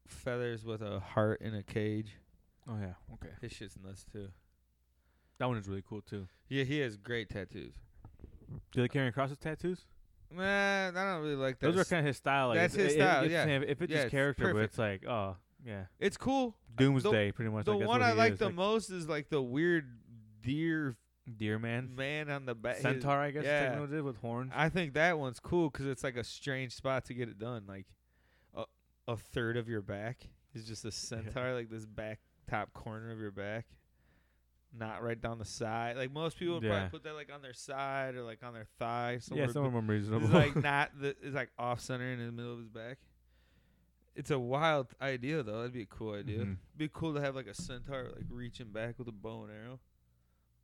A: Feathers with a heart in a cage.
B: Oh yeah, okay.
A: His shit's nuts too.
B: That one is really cool too.
A: Yeah, he has great tattoos.
B: Do they carry Cross's tattoos?
A: Man, I don't really like that.
B: Those are kind of his style. Like,
A: that's
B: it's-
A: his
B: it- it-
A: style,
B: it's
A: yeah.
B: him- if it's
A: Yeah,
B: his
A: it's
B: character, but
A: perfect.
B: it's like, oh yeah,
A: it's cool.
B: Doomsday, pretty much.
A: the
B: like, that's
A: one
B: what
A: I
B: he
A: like
B: is,
A: the most is like the weird deer
B: Deer Man,
A: man on the back. his-
B: Centaur, I guess.
A: yeah.
B: Yeah. What it is with horns.
A: I think that one's cool because it's like a strange spot to get it done. Like a, a third of your back is just a centaur, like this back top corner of your back, not right down the side. Like most people would
B: Yeah.
A: probably put that like on their side or like on their thigh. Somewhere
B: yeah, some of them are
A: but
B: reasonable.
A: It's like not the. It's like off center in the middle of his back. It's a wild idea though. That'd be a cool idea.
B: Mhm.
A: Be cool to have like a centaur like reaching back with a bow and arrow,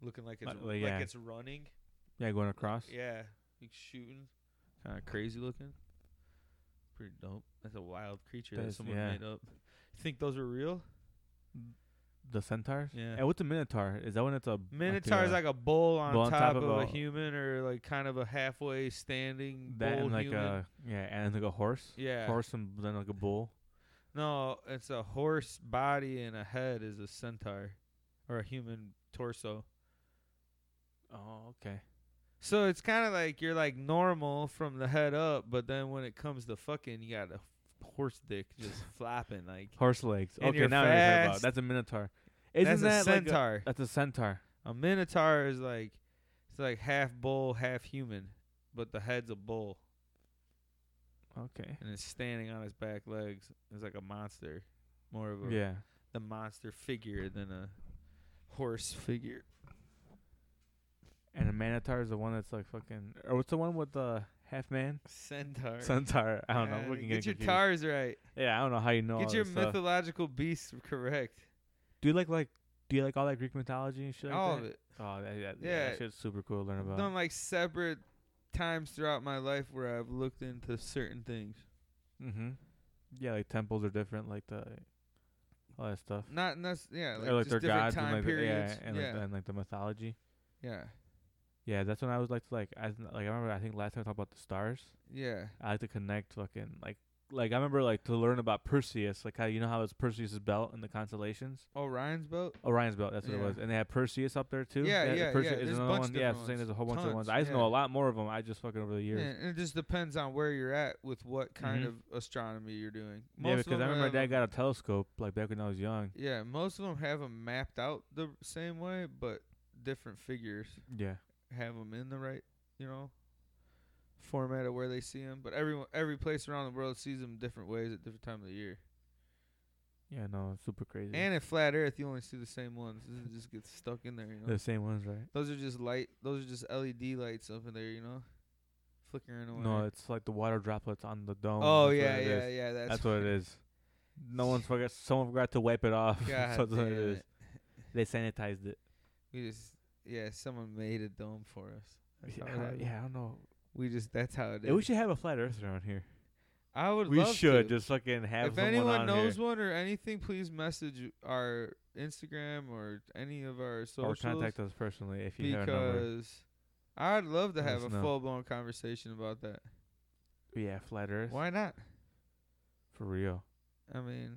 A: looking like it's
B: Like-
A: like
B: yeah.
A: it's running.
B: Yeah, going across.
A: Yeah, like shooting, kind of crazy looking. Pretty dope. That's a wild creature that,
B: That's-
A: someone
B: yeah.
A: made up. Think those are real?
B: The centaurs.
A: Yeah.
B: And what's a minotaur? Is that when it's a
A: Minotaur is
B: a-
A: like a bull on,
B: bull on
A: top,
B: top
A: of,
B: of
A: a,
B: a-
A: human, or like kind of a halfway standing
B: that
A: bull
B: and like
A: human.
B: a yeah, and like a horse.
A: yeah,
B: Horse and then like a bull.
A: no, it's a horse body and a head is a centaur, or a human torso.
B: Oh, okay.
A: So it's kind of like you're like normal from the head up, but then when it comes to fucking, you got a horse dick just flopping like.
B: Horse legs.
A: And
B: okay,
A: you're
B: now I know what you're talking about.
A: fast.
B: That's a minotaur. Isn't
A: that's
B: that
A: a
B: like a-
A: centaur?
B: that's a centaur?
A: A minotaur is like it's like half bull, half human, but the head's a bull
B: Okay.
A: and it's standing on its back legs. It's like a monster, more of a
B: Yeah.
A: the monster figure than a horse figure.
B: And a manatar is the one that's like fucking. Or what's the one with the half man?
A: Centaur.
B: Centaur. I don't know.
A: Yeah,
B: I'm looking
A: get your
B: confused.
A: tars right.
B: Yeah, I don't know how you know. all
A: get your
B: this stuff.
A: mythological beasts correct.
B: Do you like like? Do you like all that Greek mythology and shit like
A: All
B: that?
A: of it.
B: Oh, that, yeah, yeah.
A: Yeah.
B: That shit's super cool to learn
A: I've
B: about.
A: done like separate times throughout my life where I've looked into certain things.
B: Mm-hmm. Yeah, like temples are different, like the all that stuff.
A: Not nec- Mm, yeah, like,
B: or like
A: just
B: their
A: different
B: gods
A: time
B: and like the,
A: periods.
B: yeah, and,
A: yeah,
B: Like, the- and like the mythology.
A: yeah,
B: Yeah, that's when I was like to like I like I remember I think last time I talked about the stars.
A: yeah.
B: I like to connect fucking like like I remember like to learn about Perseus, like how you know how it's Perseus's belt in the constellations.
A: Orion's Oh, boat.
B: Orion's belt, that's what
A: Yeah.
B: it was, and they had Perseus up there too.
A: Yeah,
B: They had-
A: yeah,
B: Perseus
A: yeah,
B: is
A: there's a
B: another
A: bunch
B: one.
A: of
B: Yeah,
A: different
B: so I'm
A: ones.
B: saying there's a whole bunch
A: Tons,
B: of ones. I just
A: yeah.
B: know a lot more of them. I just fucking over the years.
A: Yeah, and it just depends on where you're at with what kind
B: Mhm.
A: of astronomy you're doing. Most of
B: Yeah,
A: um,
B: because
A: them
B: I remember my
A: have
B: dad
A: them-
B: got a telescope like back when I was young.
A: Yeah, most of them have them mapped out the r- same way, but different figures
B: Yeah.
A: have them in the right, you know, format of where they see them. But everyone, every place around the world sees them different ways at different time of the year.
B: Yeah, no, it's super crazy.
A: And at flat Earth, you only see the same ones. It just gets stuck in there. You know?
B: the same ones, right?
A: Those are just light. Those are just LED lights up in there. You know, flickering away.
B: No, it's like the water droplets on the dome.
A: oh
B: That's what
A: yeah,
B: it
A: yeah,
B: is.
A: yeah. That's,
B: That's what it is. No one's forgot. Someone forgot to wipe it off.
A: God
B: That's what
A: damn
B: it is.
A: it.
B: They sanitized it.
A: We just yeah, someone made a dome for us. That's how it
B: Yeah,
A: happened.
B: yeah, I don't know.
A: We just that's how it is.
B: Yeah, we should have a flat Earth around here.
A: I would.
B: We
A: love
B: should
A: to.
B: just fucking have
A: if
B: someone
A: anyone
B: on
A: knows
B: here
A: one or anything, please message our Instagram or any of our
C: or
A: socials.
C: contact us personally if you have a number.
A: because I'd love to
C: Let
A: have
C: us
A: a
C: know.
A: full blown conversation about that.
C: Yeah, flat Earth
A: Why not?
C: for real.
A: I mean,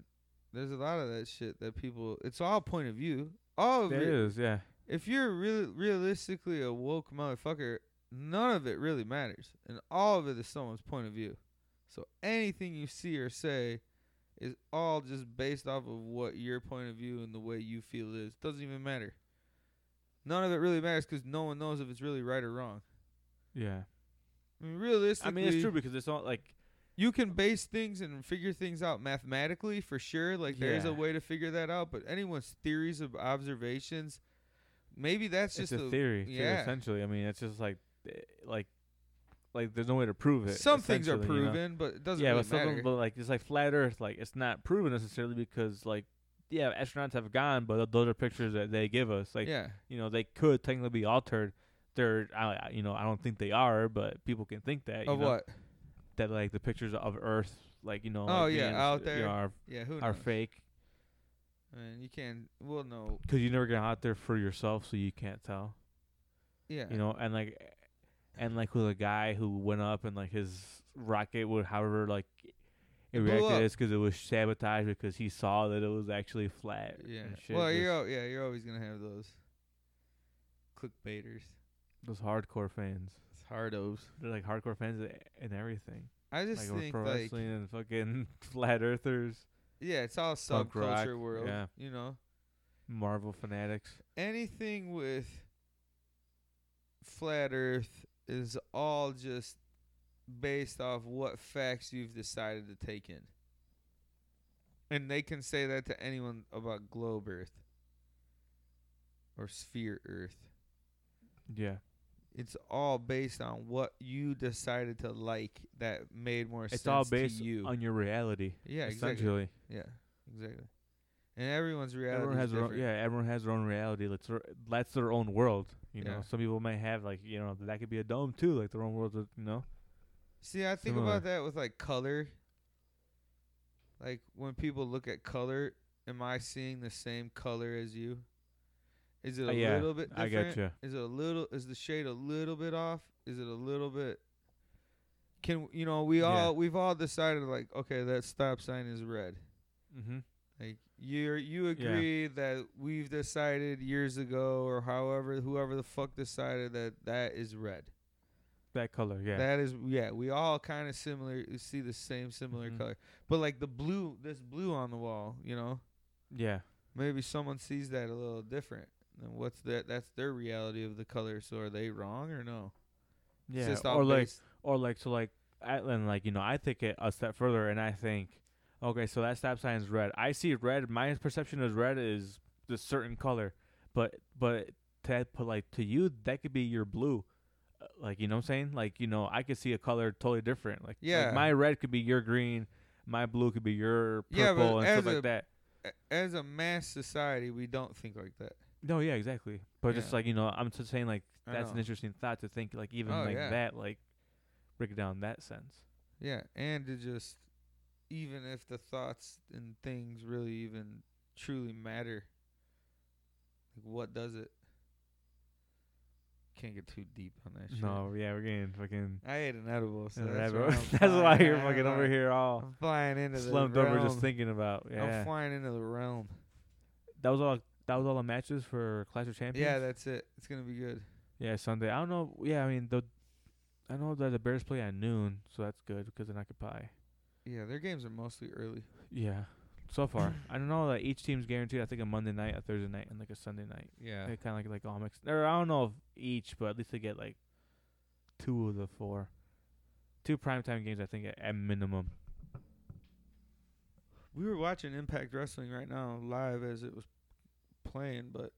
A: there's a lot of that shit that people. It's all point of view. All of
C: There
A: it.
C: is, yeah.
A: If you're real, realistically a woke motherfucker, none of it really matters, and all of it is someone's point of view. So anything you see or say is all just based off of what your point of view and the way you feel is. Doesn't even matter. None of it really matters because no one knows if it's really right or wrong.
C: Yeah.
A: I mean, realistically,
B: I mean, it's true because it's not like
A: you can base things and figure things out mathematically for sure. Like there's a
C: Yeah.
A: way to figure that out, but anyone's theories of observations, maybe that's
C: It's,
A: just
C: a, theory, too,
A: yeah.
C: essentially. I mean, it's just like, eh, like, like there's no way to prove it.
A: Some things are
C: essentially, you know?
A: proven, but it doesn't
B: yeah,
A: really
B: but some of
A: matter.
B: them, but like it's like flat Earth, like it's not proven necessarily because like yeah, astronauts have gone, but th- those are pictures that they give us. Like
A: yeah,
B: you know, they could technically be altered. They're I, I- you know I don't think they are, but people can think that. you
A: of
B: know,
A: what?
B: That like the pictures of Earth, like you know,
A: Oh,
B: like,
A: yeah,
B: being,
A: out
B: you
A: there.
B: know, are,
A: Yeah, who knows?
B: are fake
A: I mean, you can. We'll know.
B: because you never get out there for yourself, so you can't tell.
A: Yeah,
B: you know, and like, and like with a guy who went up and like his rocket would, however, like it
A: blew
B: reacted,
A: up.
B: is because it was sabotaged because he saw that it was actually flat.
A: yeah.
B: and shit,
A: Well,
B: just
A: you're al- yeah, you're always gonna have those clickbaiters,
B: those hardcore fans.
A: It's hardos.
B: They're like hardcore fans and- and everything,
A: I just
B: like with
A: think
B: pro
A: like
B: wrestling and fucking flat earthers,
A: yeah, it's all
B: punk rock,
A: subculture world.
B: yeah.
A: You know,
B: Marvel fanatics.
A: anything with flat Earth is all just based off what facts you've decided to take in. And they can say that to anyone about globe Earth or sphere Earth.
B: Yeah,
A: It's all based on what you decided to like that made more sense
B: it's all based
A: to you.
B: on your reality.
A: yeah, exactly.
B: essentially,
A: Yeah, exactly. And everyone's reality
B: everyone has
A: is
B: their
A: different.
B: own, yeah, everyone has their own reality. That's their, that's their own world. You
A: Yeah.
B: know, some people may have like you know that could be a dome too, like their own world. that, You know,
A: See, I think
B: Similar.
A: about that with like color. Like when people look at color, am I seeing the same color as you? Is it a
B: Uh, yeah,
A: little bit
B: I
A: different?
B: get you.
A: Is it a little? Is the shade a little bit off? Is it a little bit? Can you know we
B: Yeah.
A: all we've all decided like okay that stop sign is red.
B: Mm-hmm.
A: Like you you
B: Yeah.
A: agree that we've decided years ago or however whoever the fuck decided that that is red.
B: That color, yeah.
A: That is yeah, we all kind of similar uh, see the same similar
B: Mhm.
A: color. But like the blue, this blue on the wall, you know,
B: yeah.
A: maybe someone sees that a little different. And what's that that's their reality of the color, so are they wrong or no? It's
B: Yeah.
A: just all
B: or like
A: based-
B: or like so like I and like, you know, I take it a step further and I think, okay, so that stop sign is red. I see red my perception of red is this certain color. But but to put like to you, that could be your blue. Uh, Like you know what I'm saying? Like, you know, I could see a color totally different. Like, like
A: Yeah.
B: my red could be your green, my blue could be your purple
A: Yeah, but
B: and
A: as
B: stuff
A: a-
B: like that.
A: a- as a mass society, we don't think like that.
B: No, yeah, exactly. But just
A: Yeah.
B: like you know, I'm just saying like
A: I
B: that's an
A: know.
B: interesting thought to think like even
A: Oh,
B: like
A: yeah.
B: that like break it down in that sense.
A: Yeah, and to just even if the thoughts and things really even truly matter, like what does it? Can't get too deep on that shit.
B: No, yeah, we're getting fucking.
A: I ate an edible. So
B: that's,
A: that's, where I'm
B: why
A: flying-
B: you're
A: I'm
B: fucking over
A: like-
B: here all
A: I'm flying into the
B: slumped
A: realm.
B: over just thinking about. Yeah,
A: I'm flying into the realm.
B: that was all. That was all the matches for Clash of Champions.
A: Yeah, that's it. It's gonna be good.
B: yeah, Sunday. I don't know. Yeah, I mean the. I know that the Bears play at noon, so that's good because then I could buy.
A: Yeah, their games are mostly early.
B: Yeah, so far I don't know that each team's guaranteed. I think a Monday night, a Thursday night, and like a Sunday night.
A: Yeah.
B: They kind of like like all mixed. Or I don't know if each, but at least they get like two of the four, two primetime games. I think at, at minimum.
A: We were watching Impact Wrestling right now live as it was playing, but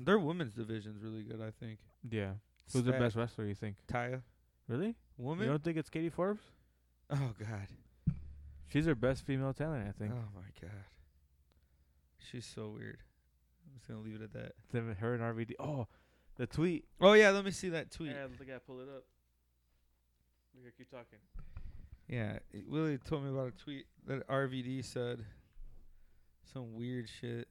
A: their women's division's really good. I think.
B: Yeah. Who's the best wrestler you think?
A: Taya
B: Really?
A: woman?
B: You don't think it's Katie Forbes?
A: Oh God.
B: She's our best female talent, I think.
A: Oh my God. She's so weird. I'm just gonna leave it at that.
B: Then her and RVD. Oh, the tweet.
A: Oh yeah, let me see that tweet.
B: I think I pull it up. Here, keep talking.
A: Yeah, it- Willie told me about a tweet that RVD said. Some weird shit.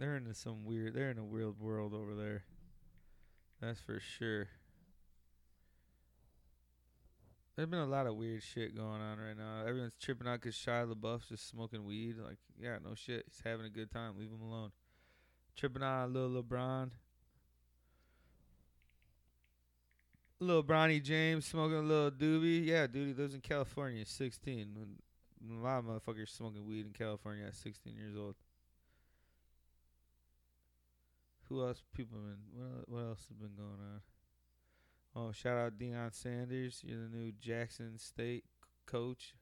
A: They're into some weird. They're in a weird world over there. That's for sure. There's been a lot of weird shit going on right now. Everyone's tripping out 'cause Shia LaBeouf's just smoking weed. Like, yeah, no shit. He's having a good time. Leave him alone. Tripping out on little LeBron. Little Bronny James smoking a little doobie. Yeah, dude, he lives in California. He's 16. When- A lot of motherfuckers smoking weed in California at 16 years old. Who else? People been. What, el- what else has been going on? Oh, shout out Deion Sanders. You're the new Jackson State c- coach.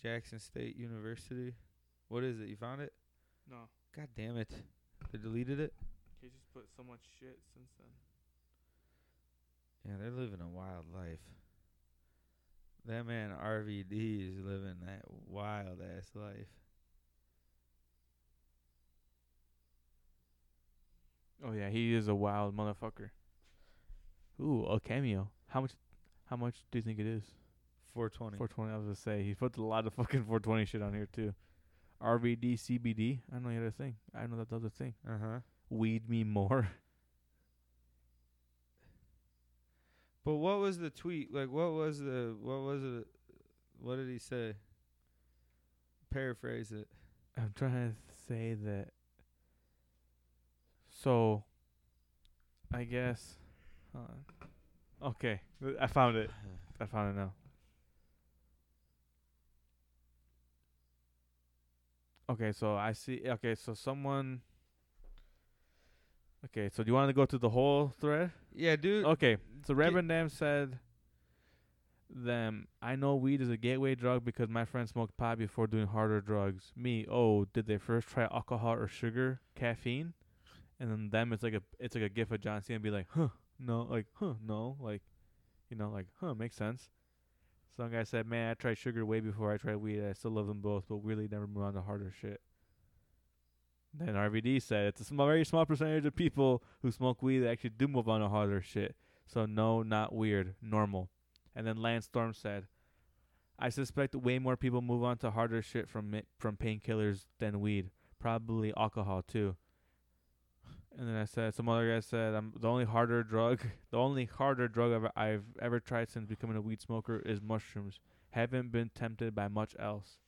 A: Jackson State University. What is it? You found it?
D: No,
A: God damn it! They deleted it.
D: he just put so much shit since then.
A: Yeah, they're living a wild life. That man RVD is living that wild ass life.
B: Oh yeah, he is a wild motherfucker. Ooh, a cameo. How much? How much do you think it is?
A: 420.
B: 420. I was gonna say he puts a lot of fucking 420 shit on here too. RVD CBD. I know the other thing. I know that the other thing.
A: Uh huh.
B: Weed me more.
A: But what was the tweet? Like, what was the what was it? What did he say? Paraphrase it.
B: I'm trying to say that. So, I guess. Hold on. Okay, th- I found it. I found it now. Okay, so I see. Okay, so someone. Okay, so do you want to go through the whole thread?
A: Yeah, dude.
B: Okay, so
A: Get-
B: Reverend Nam said, "Them, I know weed is a gateway drug because my friend smoked pot before doing harder drugs. Me, oh, did they first try alcohol or sugar, caffeine, and then them? It's like a, it's like a gift of John Cena. Be like, huh, no, like, huh, no, like, you know, like, huh, makes sense." Some guy said, "Man, I tried sugar way before I tried weed. I still love them both, but really never move on to harder shit." Then RVD said, "It's a small, very small percentage of people who smoke weed that actually do move on to harder shit. So no, not weird, normal." And then Lance Storm said, "I suspect way more people move on to harder shit from mi- from painkillers than weed, probably alcohol too." And then I said, some other guy said, "I'm the only harder drug, the only harder drug I've, I've ever tried since becoming a weed smoker is mushrooms. Haven't been tempted by much else."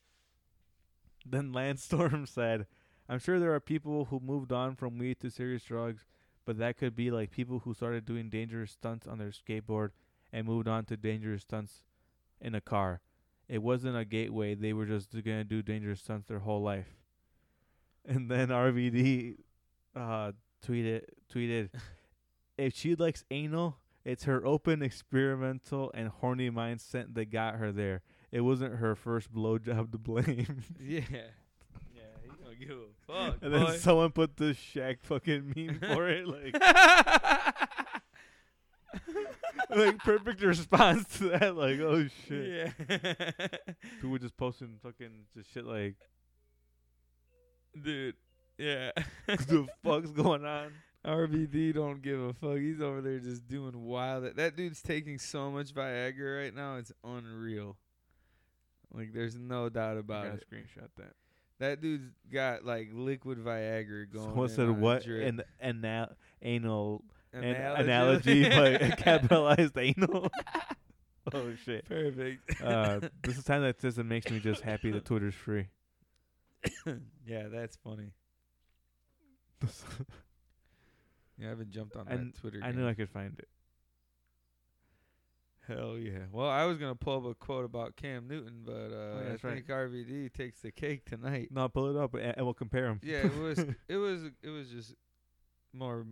B: Then Lance Storm said, "I'm sure there are people who moved on from weed to serious drugs, but that could be like people who started doing dangerous stunts on their skateboard and moved on to dangerous stunts in a car. It wasn't a gateway; they were just gonna do dangerous stunts their whole life." And then RVD uh, tweeted tweeted, "If she likes anal, it's her open, experimental, and horny mindset that got her there. It wasn't her first blowjob to blame."
A: Yeah. Yeah, he don't give a fuck,
B: and then
A: boy.
B: someone put the Shaq fucking meme for it, like like perfect response to that. Like, oh shit,
A: Yeah.
B: people were just posting fucking just shit like,
A: Dude. Yeah.
B: the fuck's going on?
A: RVD don't give a fuck. He's over there just doing wild. That dude's taking so much Viagra right now. It's unreal. Like there's no doubt about it.
B: screenshot that.
A: That dude's got like liquid Viagra going.
B: Someone
A: in
B: said
A: on a
B: what
A: drip.
B: an anal anal an
A: Analogy?
B: analogy, but capitalized anal. oh shit.
A: Perfect.
B: Uh, this is time that this it makes me just happy that Twitter's free.
A: yeah, that's funny. Yeah, I haven't jumped on
B: And
A: that Twitter.
B: I
A: game.
B: knew I could find it.
A: Hell yeah. Well, I was gonna pull up a quote about Cam Newton, but uh,
B: Oh, yeah,
A: I
B: that's right.
A: think RVD takes the cake tonight.
B: No, pull it up and, and we'll compare them.
A: yeah, it was it was it was just more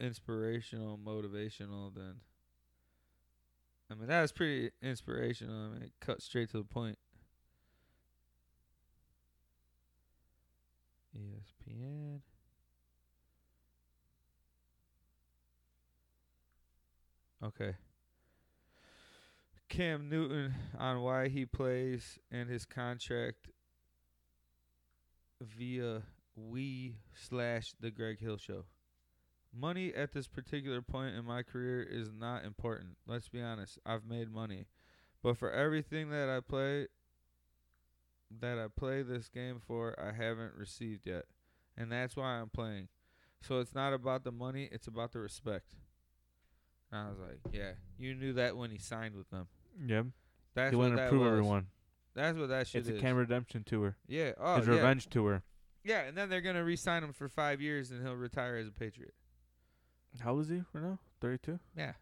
A: inspirational, motivational than. I mean, that was pretty inspirational. I mean, it cut straight to the point. E ESPN. Okay. Cam Newton on why he plays and his contract via we slash the Greg Hill show. Money at this particular point in my career is not important. Let's be honest. I've made money. But for everything that I play, that I play this game for, I haven't received yet, and that's why I'm playing. So it's not about the money; it's about the respect. And I was like, "Yeah, you knew that when he signed with them.
B: Yeah,
A: That's
B: they
A: what
B: want to
A: that
B: prove
A: was.
B: everyone.
A: That's what that shit
B: It's
A: is.
B: a Cam redemption tour.
A: Yeah. Oh,
B: it's
A: yeah.
B: revenge tour.
A: Yeah, and then they're gonna re-sign him for five years, and he'll retire as a Patriot.
B: How old is he right now? Thirty-two.
A: Yeah.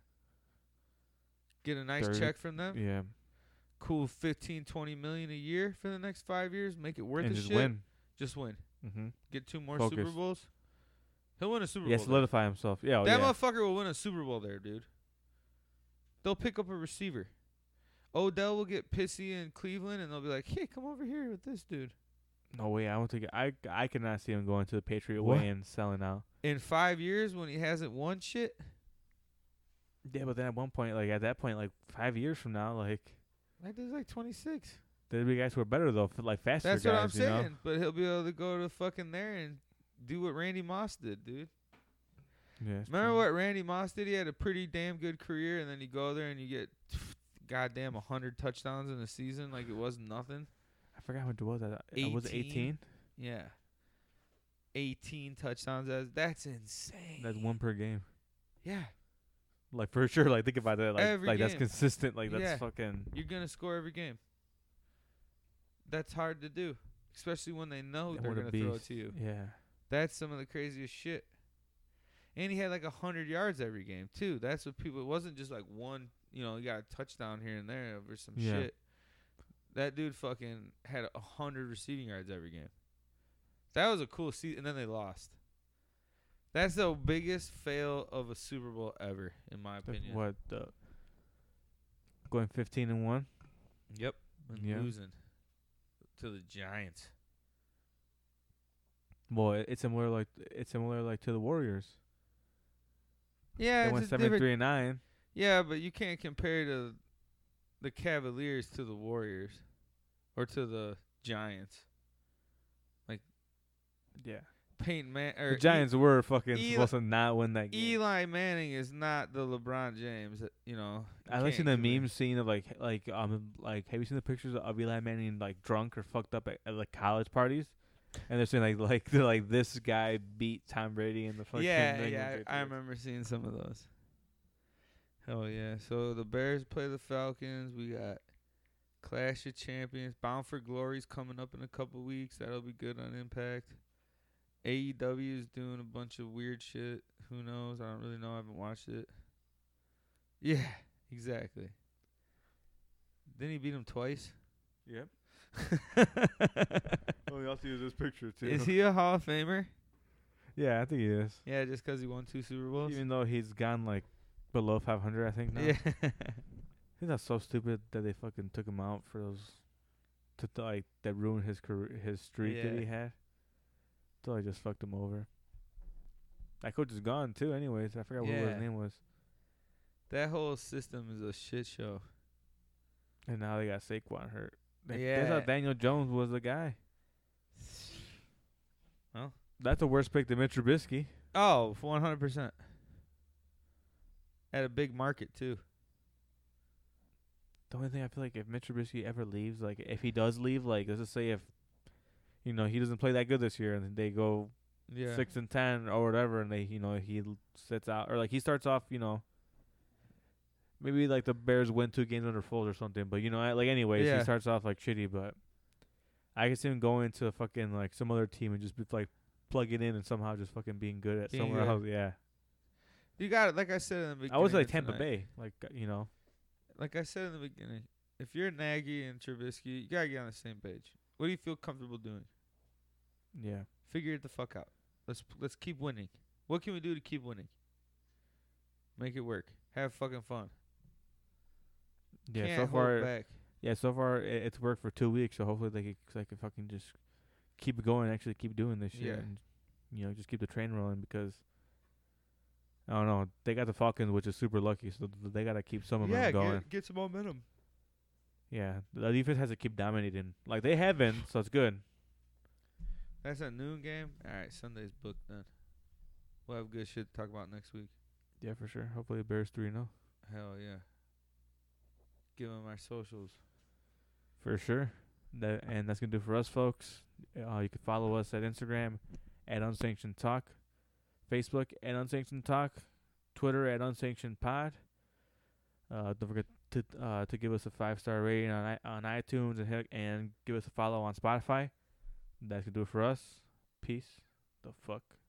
A: Get a nice
B: Thirty-
A: check from them.
B: Yeah,
A: Cool, 15, 20 million a year for the next five years. Make it worth
B: and
A: the
B: just
A: shit.
B: win.
A: Just win.
B: Mm-hmm.
A: Get two more Super
B: Focus.
A: Bowls. He'll win a Super
B: Yeah,
A: Bowl. there.
B: solidify himself. Yeah, oh,
A: that
B: yeah.
A: motherfucker will win a Super Bowl there, dude. They'll pick up a receiver. Odell will get pissy in Cleveland, and they'll be like, "Hey, come over here with this dude."
B: No way. I don't think I. I cannot see him going to the Patriot
E: What?
B: way and selling out.
A: In five years, when he hasn't won shit,
B: Yeah, but then at one point, like at that point, like five years from now, like
A: that dude's like twenty six.
B: there'll be guys who are better though, f- like faster
A: That's
B: guys.
A: what I'm
B: you
A: saying.
B: know?
A: But he'll be able to go to fucking there and do what Randy Moss did, dude.
B: Yeah, it's
A: Remember
B: true.
A: what Randy Moss did? He had a pretty damn good career, and then you go there and you get goddamn 100 touchdowns in a season like it was nothing.
B: I forgot what it was. I, I was
A: 18?
B: eighteen.
A: Yeah. 18 touchdowns. As, that's insane.
B: That's one per game.
A: Yeah.
B: Like for sure. Like think about that. Like
A: Every
B: like that's
A: game.
B: consistent. Like that's
A: Yeah.
B: fucking.
A: You're going to score every game. That's hard to do, especially when they know
B: And
A: they're
B: what a
A: going to throw it
B: beast.
A: to you.
B: Yeah.
A: That's some of the craziest shit. And he had like a hundred yards every game too. That's what people. It wasn't just like one. You know, he got a touchdown here and there or some
B: Yeah.
A: shit. That dude fucking had a hundred receiving yards every game. That was a cool season. And then they lost. That's the biggest fail of a Super Bowl ever, in my
B: Like,
A: opinion.
B: what the? Going fifteen and one.
A: Yep. And
B: Yeah.
A: losing to the Giants.
B: Well, it- it's similar like it's similar like to the Warriors.
A: Yeah,
B: they went
A: it's a
B: seven
A: different
B: three and nine.
A: Yeah, but you can't compare to the Cavaliers to the Warriors or to the Giants.
B: Yeah.
A: Peyton Man or E
B: The Giants were fucking
A: Eli-
B: supposed to not win that
A: E-
B: game.
A: Eli Manning is not the LeBron James. that- You know, you
B: I like
A: can't
B: seen the
A: compare.
B: meme scene of like like um like have you seen the pictures of Eli Manning like drunk or fucked up at, at like college parties? And they're saying like like they're like this guy beat Tom Brady in the fucking
A: Yeah,
B: England
A: yeah, I, I
B: victory."
A: remember seeing some of those. Hell yeah! So the Bears play the Falcons. We got Clash of Champions. Bound for Glory's coming up in a couple weeks. That'll be good on Impact. AEW is doing a bunch of weird shit. Who knows? I don't really know. I haven't watched it. Yeah, exactly. Didn't he beat him twice?
B: Yep. well, we also use this picture too.
A: Is he a Hall of Famer?
B: Yeah, I think he is.
A: Yeah, just 'cause he won two Super Bowls.
B: Even though he's gone like below 500, I think now.
A: Yeah.
B: I think that's so stupid that they fucking took him out for those, to, to like that ruined his career, his streak that
A: Yeah.
B: he had. So I just fucked him over. That coach is gone too. Anyways, I forgot what
A: Yeah.
B: his name was,
A: that whole system is a shit show.
B: and now they got Saquon hurt. Like, That's how
A: Yeah.
B: Daniel Jones was the guy.
A: Well.
B: that's a worse pick than Mitch Trubisky.
A: Oh, 100%. At a big market, too.
B: The only thing I feel like if Mitch Trubisky ever leaves, like if he does leave, like let's just say if, you know, he doesn't play that good this year, and they go
A: Yeah.
B: six and ten or whatever, and they you know he l- sits out or like he starts off you know. Maybe like the Bears win two games under Foles or something, but you know I- like anyways
A: Yeah.
B: he starts off like shitty, but I can see him going to fucking like some other team and just be, like plugging in and somehow just fucking being good at
A: Being
B: somewhere
A: good.
B: else. Yeah,
A: You got it. Like I said in the beginning.
B: I was like
A: of
B: Tampa
A: tonight-
B: Bay, like uh, you know
A: Like I said in the beginning, if you're Nagy and Trubisky, you got to get on the same page. What do you feel comfortable doing?
B: yeah.
A: Figure it the fuck out. Let's let's keep winning. What can we do to keep winning? Make it work. Have fucking fun.
B: Yeah,
A: Can't
B: so
A: hold
B: far,
A: back.
B: yeah, so far i it's worked for two weeks. So hopefully they could, they could fucking just keep it going. Actually, keep doing this shit,
A: Yeah.
B: and you know, just keep the train rolling because I don't know. They got the Falcons, which is super lucky. So th- they gotta keep some of
A: yeah,
B: them going.
A: Get, get some momentum.
B: Yeah, the defense has to keep dominating. Like they have been, so it's good.
A: That's a noon game. All right, Sunday's booked then. We'll have good shit to talk about next week. oh.
B: Yeah, for sure. Hopefully the Bears three 0
A: Hell yeah. give them our socials.
B: For sure. That, and that's going to do for us, folks. Uh, you can follow us at Instagram at Unsanctioned Talk, Facebook at Unsanctioned Talk, Twitter at Unsanctioned Pod. Uh, don't forget to uh, to give us a five star rating on i- on iTunes and hit, and give us a follow on Spotify. That's gonna do it for us. Peace. The fuck.